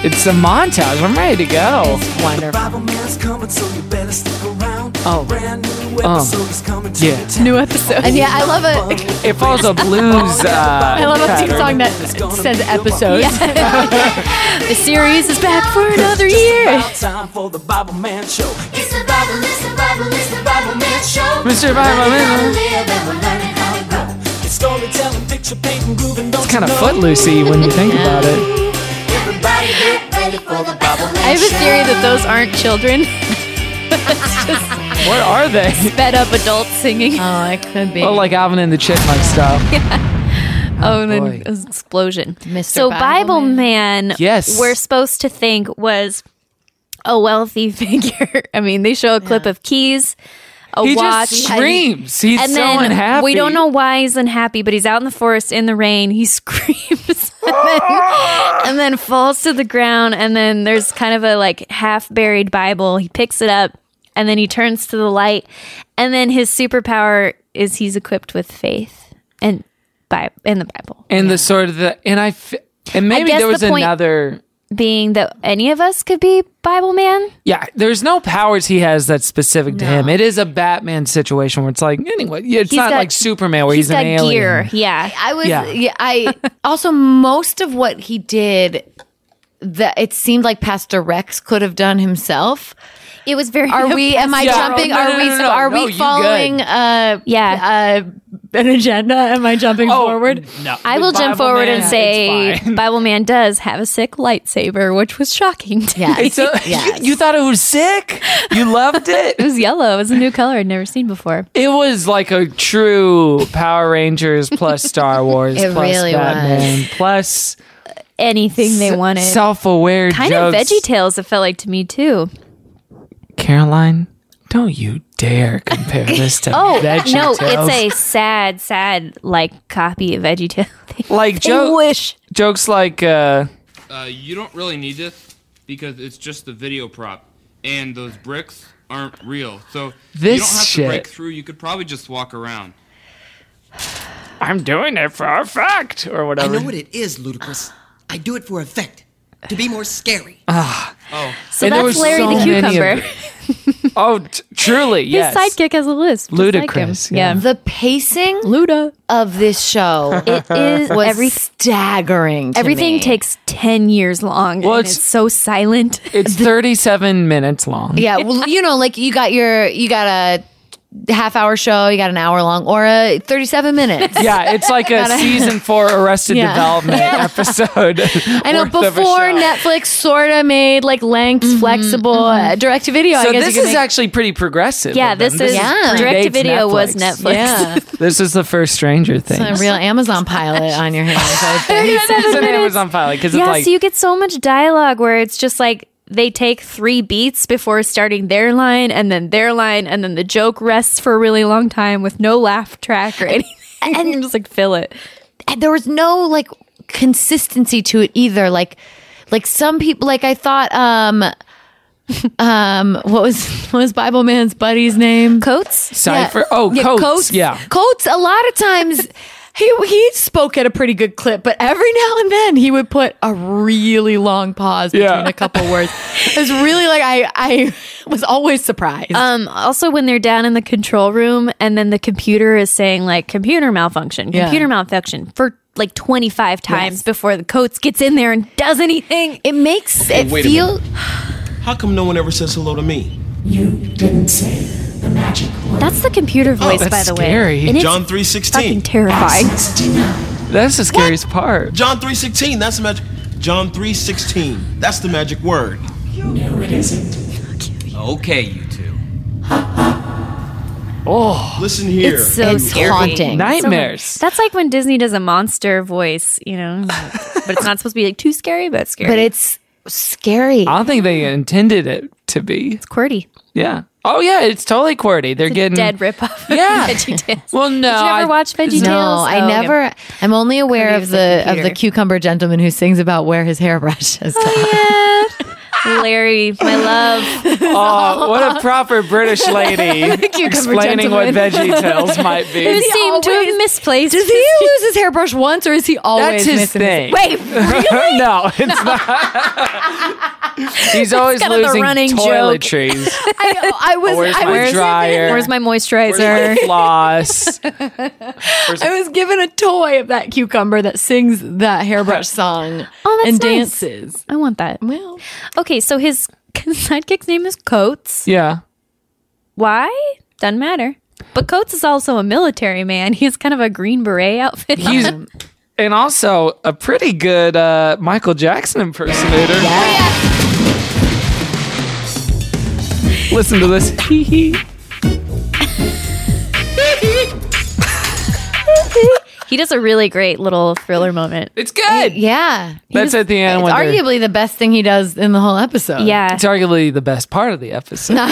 [SPEAKER 2] it's a montage. I'm ready to go.
[SPEAKER 4] Wonderful.
[SPEAKER 6] Bible man's coming, so you better stick around.
[SPEAKER 2] Oh.
[SPEAKER 6] Brand new episode is coming to
[SPEAKER 2] Yeah.
[SPEAKER 6] your town.
[SPEAKER 3] New episode.
[SPEAKER 4] And yeah, I love a
[SPEAKER 2] It follows a blues. Uh,
[SPEAKER 4] I love a theme
[SPEAKER 2] pattern.
[SPEAKER 4] song that says episode.
[SPEAKER 3] The series is back for another
[SPEAKER 6] Just
[SPEAKER 3] year.
[SPEAKER 6] about time for the Bible Man Show.
[SPEAKER 7] It's the Bible, it's the Bible, it's the Bible Man Show.
[SPEAKER 2] Mr. Bible Man.
[SPEAKER 7] Live and we're learning how to grow.
[SPEAKER 6] It's storytelling, picture painting, grooving. Don't
[SPEAKER 2] It's kind of
[SPEAKER 6] you know?
[SPEAKER 2] footloosey when you think about it.
[SPEAKER 7] Everybody get ready for the Bible
[SPEAKER 3] I
[SPEAKER 7] Man
[SPEAKER 3] have a
[SPEAKER 7] Show.
[SPEAKER 3] theory that those aren't children,
[SPEAKER 2] What are they?
[SPEAKER 3] fed up adults singing.
[SPEAKER 4] Oh, it could be.
[SPEAKER 2] Oh, like Alvin and the Chipmunk stuff.
[SPEAKER 3] Oh, and
[SPEAKER 2] boy.
[SPEAKER 3] then an explosion.
[SPEAKER 4] Mr.
[SPEAKER 3] So Bible
[SPEAKER 4] Bible
[SPEAKER 3] Man,
[SPEAKER 2] Yes.
[SPEAKER 3] we're supposed to think was a wealthy figure. I mean, they show a clip of keys, a
[SPEAKER 2] He
[SPEAKER 3] watch,
[SPEAKER 2] just screams. He's
[SPEAKER 3] and
[SPEAKER 2] so
[SPEAKER 3] then
[SPEAKER 2] unhappy.
[SPEAKER 3] we don't know why he's unhappy, but he's out in the forest in the rain. He screams and, then, and then falls to the ground. And then there's kind of a like half buried Bible. He picks it up and then he turns to the light. And then his superpower is he's equipped with faith and Bi- and the Bible,
[SPEAKER 2] And the sort of the and I f- and maybe
[SPEAKER 3] guess
[SPEAKER 2] there was
[SPEAKER 3] the point-
[SPEAKER 2] another.
[SPEAKER 3] being that any of us could be Bible man.
[SPEAKER 2] Yeah, there's no powers he has that's specific to him. It is a Batman situation where it's like anyway, yeah, it's
[SPEAKER 3] He's
[SPEAKER 2] not
[SPEAKER 3] got-
[SPEAKER 2] like Superman where he's,
[SPEAKER 3] got
[SPEAKER 2] an alien.
[SPEAKER 3] gear. Yeah,
[SPEAKER 4] I was
[SPEAKER 2] Yeah.
[SPEAKER 4] yeah. I also most of what he did that it seemed like Pastor Rex could have done himself.
[SPEAKER 3] it was very.
[SPEAKER 4] Are we am I
[SPEAKER 2] Yeah. Oh,
[SPEAKER 4] jumping?
[SPEAKER 2] No, no,
[SPEAKER 4] are we
[SPEAKER 2] no, no,
[SPEAKER 4] are
[SPEAKER 2] no, you
[SPEAKER 4] we following
[SPEAKER 2] good.
[SPEAKER 4] uh
[SPEAKER 3] Yeah.
[SPEAKER 4] uh an agenda? Am I jumping
[SPEAKER 2] Oh,
[SPEAKER 4] forward?
[SPEAKER 2] No,
[SPEAKER 3] I will
[SPEAKER 2] Bible
[SPEAKER 3] jump forward
[SPEAKER 2] Man,
[SPEAKER 3] and say
[SPEAKER 2] it's fine.
[SPEAKER 3] Bible Man does have a sick lightsaber, which was shocking to
[SPEAKER 4] Yeah.
[SPEAKER 3] me.
[SPEAKER 2] It's a,
[SPEAKER 4] Yes.
[SPEAKER 2] you, you thought it was sick. You loved
[SPEAKER 3] It
[SPEAKER 2] it.
[SPEAKER 3] was yellow. It was a new color I'd never seen before.
[SPEAKER 2] It was like a true Power Rangers plus Star Wars
[SPEAKER 4] It
[SPEAKER 2] plus
[SPEAKER 4] really was.
[SPEAKER 2] Batman plus
[SPEAKER 3] Anything they wanted.
[SPEAKER 2] self-aware
[SPEAKER 3] kind
[SPEAKER 2] jokes.
[SPEAKER 3] of Veggie Tales, it felt like to me too.
[SPEAKER 2] Caroline, don't you dare compare this to
[SPEAKER 3] Oh
[SPEAKER 2] Veggie
[SPEAKER 3] no,
[SPEAKER 2] Tales.
[SPEAKER 3] it's a sad, sad like copy of Veggie Tales.
[SPEAKER 2] like joke
[SPEAKER 3] wish.
[SPEAKER 2] jokes like uh,
[SPEAKER 8] Uh, you don't really need this because it's just the video prop, and those bricks aren't real. So you
[SPEAKER 2] This
[SPEAKER 8] don't have to break
[SPEAKER 2] shit.
[SPEAKER 8] through. You could probably just walk around.
[SPEAKER 2] "I'm doing it for a fact" or
[SPEAKER 9] I
[SPEAKER 2] whatever.
[SPEAKER 9] know what it is, Ludicrous. I do it for effect, to be more scary.
[SPEAKER 8] Oh,
[SPEAKER 3] So
[SPEAKER 2] And there
[SPEAKER 3] that's
[SPEAKER 2] were
[SPEAKER 3] Larry
[SPEAKER 2] so
[SPEAKER 3] the
[SPEAKER 2] many of
[SPEAKER 3] cucumber.
[SPEAKER 2] them. Oh, t- truly, yes.
[SPEAKER 3] His sidekick has a lisp. just like him.
[SPEAKER 2] Ludicrous, yeah.
[SPEAKER 3] Yeah.
[SPEAKER 4] The pacing
[SPEAKER 3] Luda.
[SPEAKER 4] of this show
[SPEAKER 3] It is
[SPEAKER 4] Uh-huh. was
[SPEAKER 3] every,
[SPEAKER 4] staggering. to
[SPEAKER 3] everything
[SPEAKER 4] me.
[SPEAKER 3] takes 10 years long.
[SPEAKER 2] Well,
[SPEAKER 3] and
[SPEAKER 2] it's-
[SPEAKER 3] it's, so silent.
[SPEAKER 2] It's 37 minutes long.
[SPEAKER 4] Yeah, well, you know, like you got your you got a half hour show, you got an hour long, or a thirty seven minutes.
[SPEAKER 2] Yeah, it's like a season four Arrested
[SPEAKER 4] Yeah.
[SPEAKER 2] Development episode.
[SPEAKER 4] I know before Netflix sort of made like lengths flexible uh, direct to video.
[SPEAKER 2] So
[SPEAKER 4] I guess
[SPEAKER 2] this
[SPEAKER 4] you could
[SPEAKER 2] is
[SPEAKER 4] make-
[SPEAKER 2] actually pretty progressive.
[SPEAKER 3] Yeah,
[SPEAKER 2] of them.
[SPEAKER 3] this is
[SPEAKER 4] Yeah.
[SPEAKER 3] direct to
[SPEAKER 2] predates
[SPEAKER 3] video was Netflix.
[SPEAKER 4] yeah,
[SPEAKER 2] This is the first Stranger Things.
[SPEAKER 4] a real Amazon pilot on your hands. I think.
[SPEAKER 2] it's an Amazon pilot because it's
[SPEAKER 3] Yeah,
[SPEAKER 2] like
[SPEAKER 3] so you get so much dialogue where it's just like they take three beats before starting their line and then their line and then the joke rests for a really long time with no laugh track or anything. And just like fill it.
[SPEAKER 4] and there was no like consistency to it either. Like, like some people, like I thought, um, um, what was what was Bible Man's buddy's name?
[SPEAKER 3] Coats?
[SPEAKER 2] Cipher. Oh, Coates. Yeah.
[SPEAKER 4] Coates, a lot of times he he spoke at a pretty good clip, but every now and then he would put a really long pause between
[SPEAKER 2] Yeah.
[SPEAKER 4] a couple words. It was really like I I was always surprised.
[SPEAKER 3] Um, also, when they're down in the control room and then the computer is saying, like, computer malfunction,
[SPEAKER 4] Yeah.
[SPEAKER 3] computer malfunction for like 25 times before the Coates gets in there and does anything.
[SPEAKER 4] it makes it
[SPEAKER 9] wait a
[SPEAKER 4] feel
[SPEAKER 9] How come no one ever says hello to me?
[SPEAKER 3] Oh, That's the computer voice, by
[SPEAKER 2] That's
[SPEAKER 3] the
[SPEAKER 2] scary.
[SPEAKER 3] way. And it's
[SPEAKER 9] John
[SPEAKER 3] fucking
[SPEAKER 9] 316.
[SPEAKER 3] terrifying.
[SPEAKER 2] That's the scariest part.
[SPEAKER 9] John 316, that's the magic. John 316, that's the magic word.
[SPEAKER 8] okay, you two.
[SPEAKER 9] Listen here.
[SPEAKER 3] It's so
[SPEAKER 4] it's
[SPEAKER 3] scary.
[SPEAKER 4] haunting.
[SPEAKER 2] Nightmares.
[SPEAKER 3] That's like when Disney does a monster voice, you know, but it's not supposed to be like too scary, but scary.
[SPEAKER 4] But it's scary.
[SPEAKER 2] I don't think they intended it to be.
[SPEAKER 3] QWERTY.
[SPEAKER 2] Yeah. Oh yeah, it's totally QWERTY. They're getting
[SPEAKER 3] Dead ripoff.
[SPEAKER 2] Yeah.
[SPEAKER 3] VeggieTales.
[SPEAKER 2] Well, no,
[SPEAKER 3] Did you
[SPEAKER 2] I-
[SPEAKER 3] ever watch VeggieTales?
[SPEAKER 4] no, I
[SPEAKER 3] Oh,
[SPEAKER 4] never. I'm only aware
[SPEAKER 3] Curdy
[SPEAKER 4] of
[SPEAKER 3] is the
[SPEAKER 4] the of
[SPEAKER 3] computer.
[SPEAKER 4] the cucumber gentleman who sings about where his hairbrush is.
[SPEAKER 3] okay. Larry, my love.
[SPEAKER 2] Oh, what a proper British lady explaining what Veggie Tales might
[SPEAKER 3] Who
[SPEAKER 2] be.
[SPEAKER 3] seemed to have misplaced.
[SPEAKER 4] Does he lose his hairbrush once, or is he
[SPEAKER 2] That's
[SPEAKER 4] always
[SPEAKER 2] his
[SPEAKER 4] missing his-
[SPEAKER 2] thing.
[SPEAKER 3] Wait,
[SPEAKER 2] no, it's not. He's always
[SPEAKER 3] kind of the
[SPEAKER 2] losing
[SPEAKER 3] running joke.
[SPEAKER 2] toiletries. Oh,
[SPEAKER 4] I, I was.
[SPEAKER 2] Where's
[SPEAKER 4] I
[SPEAKER 2] my
[SPEAKER 4] was
[SPEAKER 2] dryer?
[SPEAKER 3] where's my moisturizer?
[SPEAKER 2] Where's my floss?
[SPEAKER 4] I was given a toy of that cucumber that sings that hairbrush song
[SPEAKER 3] Oh, that's
[SPEAKER 4] and
[SPEAKER 3] nice.
[SPEAKER 4] dances.
[SPEAKER 3] I want that.
[SPEAKER 4] Well,
[SPEAKER 3] Okay, so his sidekick's name is Coates.
[SPEAKER 2] Yeah.
[SPEAKER 3] Why? Doesn't matter. But Coates is also a military man. He has kind of a green beret outfit.
[SPEAKER 2] He's and also a pretty good uh, Michael Jackson impersonator. Listen to this. Hee hee.
[SPEAKER 3] he does a really great little thriller moment.
[SPEAKER 2] It's good.
[SPEAKER 4] yeah, He
[SPEAKER 2] That's
[SPEAKER 4] just-
[SPEAKER 2] at the end
[SPEAKER 4] It's
[SPEAKER 2] when they're-
[SPEAKER 4] arguably the best thing he does in the whole episode.
[SPEAKER 3] Yeah.
[SPEAKER 2] It's arguably the best part of the episode.
[SPEAKER 3] Uh.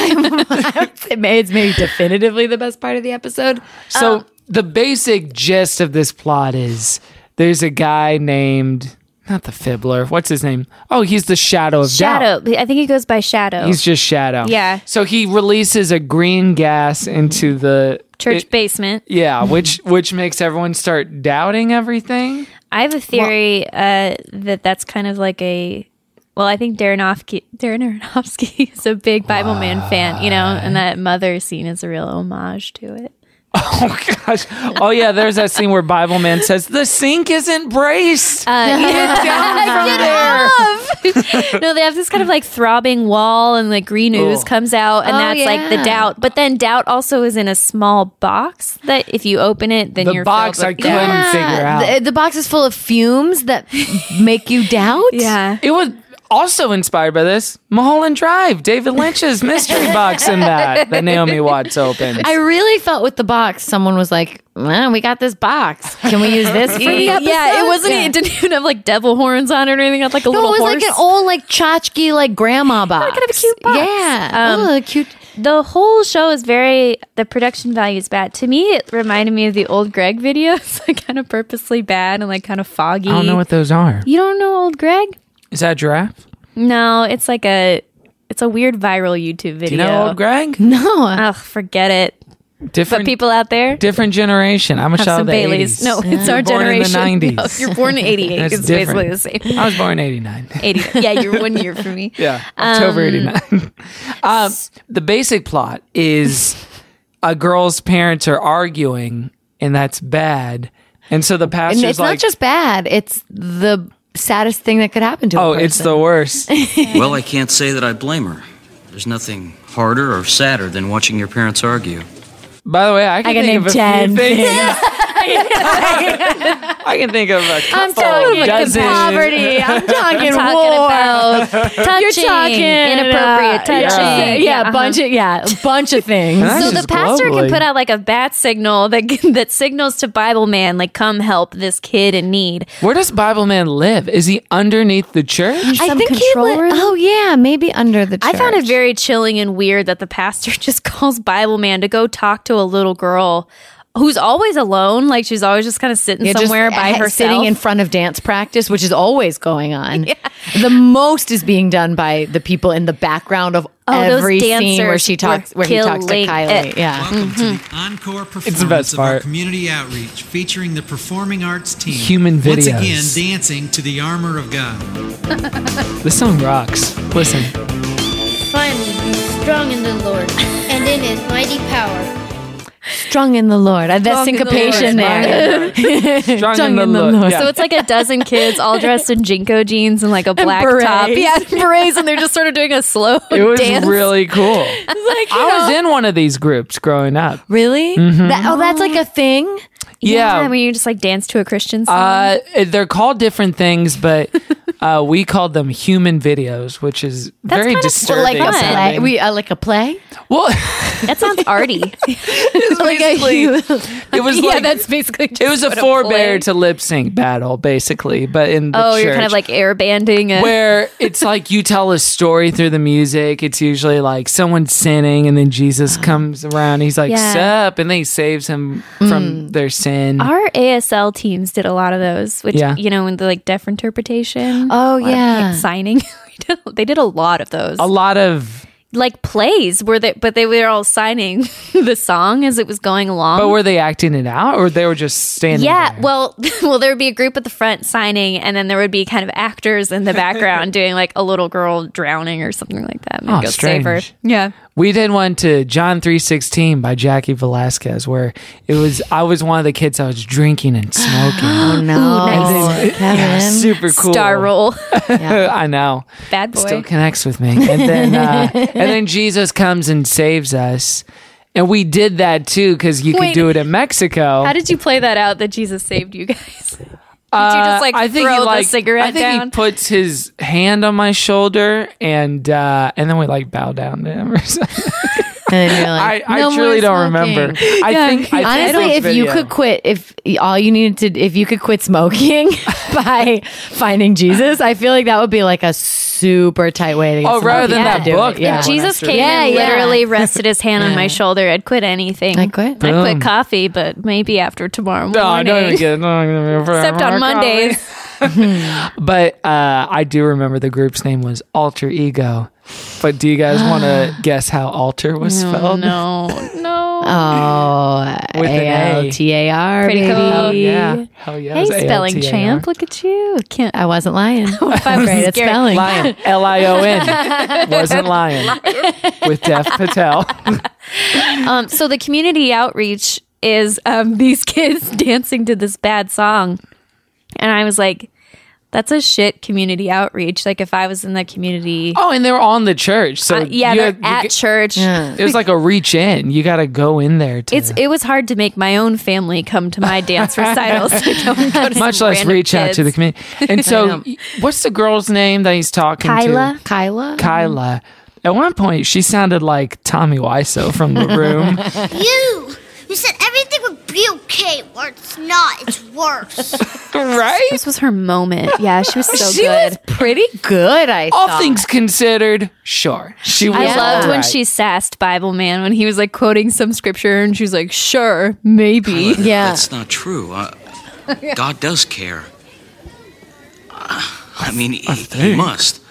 [SPEAKER 4] it may, it's maybe definitively the best part of the episode.
[SPEAKER 2] So the basic gist of this plot is there's a guy named not the fiddler. What's his name? Oh, he's the Shadow of Doubt.
[SPEAKER 3] Shadow. I think he goes by Shadow.
[SPEAKER 2] He's just Shadow.
[SPEAKER 3] Yeah.
[SPEAKER 2] So he releases a green gas into the
[SPEAKER 3] Church
[SPEAKER 2] it-
[SPEAKER 3] basement.
[SPEAKER 2] yeah, which which makes everyone start doubting everything.
[SPEAKER 3] I have a theory uh, that that's kind of like a. Well, I think Darren Ofke- Darren Aronofsky is a big Bible Man fan, you know, and that mother scene is a real homage to it.
[SPEAKER 2] Oh gosh. Oh yeah, there's that scene where Bible Man says the sink isn't braced.
[SPEAKER 3] Uh, no, they have this kind of like throbbing wall, and like green ooze
[SPEAKER 2] Ugh.
[SPEAKER 3] comes out, and
[SPEAKER 4] Oh,
[SPEAKER 3] that's like the
[SPEAKER 4] yeah.
[SPEAKER 3] doubt. But then doubt also is in a small box that if you open it, then
[SPEAKER 2] the
[SPEAKER 3] you're
[SPEAKER 2] box I
[SPEAKER 3] filled with
[SPEAKER 2] couldn't
[SPEAKER 3] doubt.
[SPEAKER 2] figure out.
[SPEAKER 4] The, the box is full of fumes that make you doubt.
[SPEAKER 3] Yeah,
[SPEAKER 2] It was also inspired by this Mulholland Drive, David Lynch's mystery box in that that Naomi Watts opens.
[SPEAKER 4] I really felt with the box, someone was like, well, we got this box. Can we use this for the episode?
[SPEAKER 3] yeah. It wasn't.
[SPEAKER 4] Yeah.
[SPEAKER 3] It didn't even have like devil horns on it or anything. It had like a
[SPEAKER 4] No,
[SPEAKER 3] little
[SPEAKER 4] it was
[SPEAKER 3] horse.
[SPEAKER 4] like an old, like tchotchke, like grandma box.
[SPEAKER 3] kind of a cute box.
[SPEAKER 4] Yeah,
[SPEAKER 3] Um,
[SPEAKER 4] Ooh, a cute.
[SPEAKER 3] the whole show is very the production value is bad. To me, it reminded me of the old Greg videos, like kind of purposely bad and like kind of foggy.
[SPEAKER 2] I don't know what those are.
[SPEAKER 3] you don't know old Greg?
[SPEAKER 2] Is that a giraffe?
[SPEAKER 3] No, it's like a it's a weird viral YouTube video.
[SPEAKER 2] You know old Greg?
[SPEAKER 4] No,
[SPEAKER 3] Ugh, forget it.
[SPEAKER 2] Different
[SPEAKER 3] but people out there
[SPEAKER 2] different generation. I'm a
[SPEAKER 3] have
[SPEAKER 2] child
[SPEAKER 3] some
[SPEAKER 2] of the
[SPEAKER 3] Baileys.
[SPEAKER 2] 80s.
[SPEAKER 3] No, it's
[SPEAKER 2] You were
[SPEAKER 3] our
[SPEAKER 2] born in the
[SPEAKER 3] generation.
[SPEAKER 2] 90s.
[SPEAKER 3] No, you're born in 88.
[SPEAKER 2] That's
[SPEAKER 3] it's
[SPEAKER 2] different.
[SPEAKER 3] basically the same.
[SPEAKER 2] I was born in 89.
[SPEAKER 3] 80. Yeah, you're one year from me.
[SPEAKER 2] Yeah, October '89. um, the basic plot is a girl's parents are arguing, and that's bad. And so the
[SPEAKER 4] And
[SPEAKER 2] pastor's
[SPEAKER 4] it's
[SPEAKER 2] like,
[SPEAKER 4] not just bad. It's the saddest thing that could happen to. a
[SPEAKER 2] "Oh, it's
[SPEAKER 4] person.
[SPEAKER 2] the worst."
[SPEAKER 10] well, I can't say that I blame her. There's nothing harder or sadder than watching your parents argue.
[SPEAKER 2] By the way, I can,
[SPEAKER 10] I can
[SPEAKER 2] think of a
[SPEAKER 10] name
[SPEAKER 2] few
[SPEAKER 10] 10
[SPEAKER 2] things.
[SPEAKER 10] things.
[SPEAKER 2] I can think of a couple
[SPEAKER 3] I'm talking
[SPEAKER 2] dozen.
[SPEAKER 3] poverty. I'm talking,
[SPEAKER 4] I'm talking
[SPEAKER 3] war.
[SPEAKER 4] about
[SPEAKER 3] You're
[SPEAKER 4] touching,
[SPEAKER 3] talking
[SPEAKER 4] inappropriate
[SPEAKER 3] uh,
[SPEAKER 4] touching.
[SPEAKER 3] Yeah, uh-huh.
[SPEAKER 4] Yeah, uh-huh. a bunch of yeah, a bunch of things.
[SPEAKER 3] so the pastor can put out like a bat signal that that signals to Bible man like come help this kid in need.
[SPEAKER 2] Where does Bible man live? Is he underneath the church?
[SPEAKER 3] I think he li-
[SPEAKER 4] Oh yeah, maybe under the. Church.
[SPEAKER 3] I found it very chilling and weird that the pastor just calls Bible man to go talk to a little girl who's always alone. Like she's always just kind of sitting
[SPEAKER 4] Yeah, just
[SPEAKER 3] somewhere by
[SPEAKER 4] ha-
[SPEAKER 3] herself.
[SPEAKER 4] sitting in front of dance practice, which is always going on. The most is being done by the people in the background of
[SPEAKER 3] Oh, those
[SPEAKER 4] every scene where
[SPEAKER 3] dancers
[SPEAKER 4] she
[SPEAKER 3] were
[SPEAKER 4] talks, where he talks to
[SPEAKER 3] killing
[SPEAKER 4] Kylie.
[SPEAKER 3] it.
[SPEAKER 4] Yeah,
[SPEAKER 3] Welcome to the
[SPEAKER 11] encore performance
[SPEAKER 2] Mm-hmm. It's the best
[SPEAKER 11] of our
[SPEAKER 2] part.
[SPEAKER 11] community outreach featuring the performing arts team.
[SPEAKER 2] Human
[SPEAKER 11] Once
[SPEAKER 2] videos.
[SPEAKER 11] again, dancing to the armor of God.
[SPEAKER 2] This song rocks. Listen.
[SPEAKER 12] Finally, be strong in the Lord and in His mighty power.
[SPEAKER 4] strung in the Lord. I that
[SPEAKER 3] Strung in the
[SPEAKER 4] syncopation
[SPEAKER 3] Lord.
[SPEAKER 4] there.
[SPEAKER 2] Strung
[SPEAKER 4] in the Lord. Yeah.
[SPEAKER 3] So it's like a dozen kids all dressed in jinko jeans and like a black top.
[SPEAKER 4] berets.
[SPEAKER 3] Yeah, and berets, and they're just sort of doing a slow
[SPEAKER 2] It was
[SPEAKER 3] dance.
[SPEAKER 2] really cool.
[SPEAKER 3] It's like, you
[SPEAKER 2] I was
[SPEAKER 3] know,
[SPEAKER 2] in one of these groups growing up.
[SPEAKER 4] Really?
[SPEAKER 2] Mhm.
[SPEAKER 4] That- oh, that's like a thing.
[SPEAKER 2] Yeah.
[SPEAKER 3] when you just like dance to a Christian song.
[SPEAKER 2] Uh, they're called different things, but uh, we called them human videos, which is
[SPEAKER 4] That's
[SPEAKER 2] very
[SPEAKER 4] kind of cool.
[SPEAKER 2] disturbing.
[SPEAKER 4] Like a play. We uh, like a play.
[SPEAKER 2] Well,
[SPEAKER 3] that sounds arty.
[SPEAKER 4] like oh, a huge.
[SPEAKER 2] it was
[SPEAKER 3] yeah,
[SPEAKER 2] like-
[SPEAKER 3] that's basically. Just
[SPEAKER 2] it was a
[SPEAKER 3] what
[SPEAKER 2] forebear
[SPEAKER 3] play-
[SPEAKER 2] to lip sync battle, basically, but in the
[SPEAKER 3] Oh, you're kind
[SPEAKER 2] church.
[SPEAKER 3] of like eh? air banding. and-
[SPEAKER 2] where it's like you tell a story through the music. It's usually like someone's sinning, and then Jesus comes around. He's like,
[SPEAKER 3] Yeah. Mm.
[SPEAKER 2] "Sup," and then he saves him from their sin.
[SPEAKER 3] Our ASL teams did a lot of those, which
[SPEAKER 2] Yeah.
[SPEAKER 3] you know, in the like deaf interpretation.
[SPEAKER 4] Oh
[SPEAKER 2] yeah.
[SPEAKER 3] signing. We did- they did a lot of those,
[SPEAKER 2] a lot of,
[SPEAKER 3] like plays where they, but they were all signing the song as it was going along.
[SPEAKER 2] but were they acting it out, or they were just standing?
[SPEAKER 3] yeah, well, well, there would be a group at the front signing, and then there would be kind of actors in the background doing like a little girl drowning or something like that. Maybe
[SPEAKER 2] Oh,
[SPEAKER 3] go save her.
[SPEAKER 2] strange.
[SPEAKER 3] Yeah,
[SPEAKER 2] We did one to John three sixteen by Jackie Velasquez, where it was I was one of the kids that was drinking and smoking. oh
[SPEAKER 4] no.
[SPEAKER 2] And then, yeah,
[SPEAKER 4] Kevin.
[SPEAKER 2] super cool
[SPEAKER 3] Star roll.
[SPEAKER 2] I know.
[SPEAKER 3] Bad boy.
[SPEAKER 2] Still connects with me, and then uh, and then Jesus comes and saves us, and we did that too because you
[SPEAKER 3] Wait.
[SPEAKER 2] could do it in Mexico.
[SPEAKER 3] How did you play that out that Jesus saved you guys? Did you
[SPEAKER 2] Uh,
[SPEAKER 3] just like throw the cigarette
[SPEAKER 2] I think
[SPEAKER 3] down?
[SPEAKER 2] he puts his hand on my shoulder, and uh, and then we like bow down to him. Or something.
[SPEAKER 4] And you're like,
[SPEAKER 2] I, I
[SPEAKER 4] "No more
[SPEAKER 2] truly don't
[SPEAKER 4] smoking."
[SPEAKER 2] remember. I think I think
[SPEAKER 4] honestly,
[SPEAKER 2] those
[SPEAKER 4] if you
[SPEAKER 2] video-
[SPEAKER 4] could quit, if all you needed to, if you could quit smoking by finding Jesus, I feel like that would be like a super tight way to get.
[SPEAKER 2] Oh,
[SPEAKER 4] some
[SPEAKER 2] rather than
[SPEAKER 4] people
[SPEAKER 2] that
[SPEAKER 4] to do
[SPEAKER 2] book
[SPEAKER 4] it. Yeah.
[SPEAKER 2] that
[SPEAKER 3] If Jesus came
[SPEAKER 4] Yeah,
[SPEAKER 3] and
[SPEAKER 4] yeah.
[SPEAKER 3] literally rested his hand on my shoulder, I'd quit anything. I
[SPEAKER 4] quit.
[SPEAKER 3] I
[SPEAKER 2] Boom.
[SPEAKER 3] quit coffee, but maybe after tomorrow
[SPEAKER 2] No, I
[SPEAKER 3] morning.
[SPEAKER 2] don't even get. No, no, no,
[SPEAKER 3] Except on Mondays.
[SPEAKER 2] But uh, I do remember the group's name was Alter Ego. But do you guys want to guess how alter was
[SPEAKER 3] No,
[SPEAKER 2] spelled?
[SPEAKER 3] No, no.
[SPEAKER 4] Oh,
[SPEAKER 2] With an A. Oh,
[SPEAKER 4] A L T A R.
[SPEAKER 3] Pretty
[SPEAKER 4] baby.
[SPEAKER 3] cool. Hell
[SPEAKER 2] yeah. Hell yeah, it
[SPEAKER 3] Hey,
[SPEAKER 2] was
[SPEAKER 3] spelling
[SPEAKER 2] A-L-T-A-R.
[SPEAKER 3] champ. Look at you. Can't.
[SPEAKER 4] I wasn't lying.
[SPEAKER 3] I'm
[SPEAKER 4] great at
[SPEAKER 3] scared.
[SPEAKER 4] spelling.
[SPEAKER 2] Lion. L I O N. Wasn't lion. With Dev Patel.
[SPEAKER 3] Um, so the community outreach is um, these kids dancing to this bad song. And I was like, that's a shit community outreach. Like if I was in the community.
[SPEAKER 2] Oh, and they were on the church. So
[SPEAKER 3] Uh, yeah,
[SPEAKER 2] you
[SPEAKER 3] they're
[SPEAKER 2] had- you
[SPEAKER 3] at
[SPEAKER 2] Oh, get-
[SPEAKER 3] church.
[SPEAKER 2] It was like a reach in. You got to go in there to.
[SPEAKER 3] It's it was hard to make my own family come to my dance recitals. I don't go to
[SPEAKER 2] much
[SPEAKER 3] some
[SPEAKER 2] less
[SPEAKER 3] random
[SPEAKER 2] reach out to the
[SPEAKER 3] kids.
[SPEAKER 2] community. And so, y- what's the girl's name that he's talking
[SPEAKER 3] Kyla.
[SPEAKER 2] to?
[SPEAKER 4] Kyla.
[SPEAKER 2] Kyla. At one point, she sounded like Tommy Wiseau from The Room.
[SPEAKER 13] you! You said everything would be okay, or it's not. It's worse.
[SPEAKER 2] right?
[SPEAKER 3] This was her moment. Yeah, she was so
[SPEAKER 4] She
[SPEAKER 3] good.
[SPEAKER 4] was pretty good. I
[SPEAKER 2] all
[SPEAKER 4] thought.
[SPEAKER 2] things considered, sure. She was
[SPEAKER 3] I loved
[SPEAKER 2] all
[SPEAKER 3] when
[SPEAKER 2] right.
[SPEAKER 3] she sassed Bible Man when he was like quoting some scripture and she was like, "Sure, maybe."
[SPEAKER 10] That's not true. Uh, God does care. Uh, I mean, he, he must.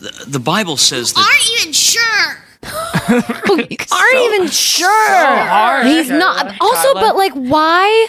[SPEAKER 10] The, the Bible says that
[SPEAKER 13] Aren't even sure.
[SPEAKER 4] aren't even sure.
[SPEAKER 14] hard.
[SPEAKER 4] He's not. Also,
[SPEAKER 14] Kyla.
[SPEAKER 4] but like, why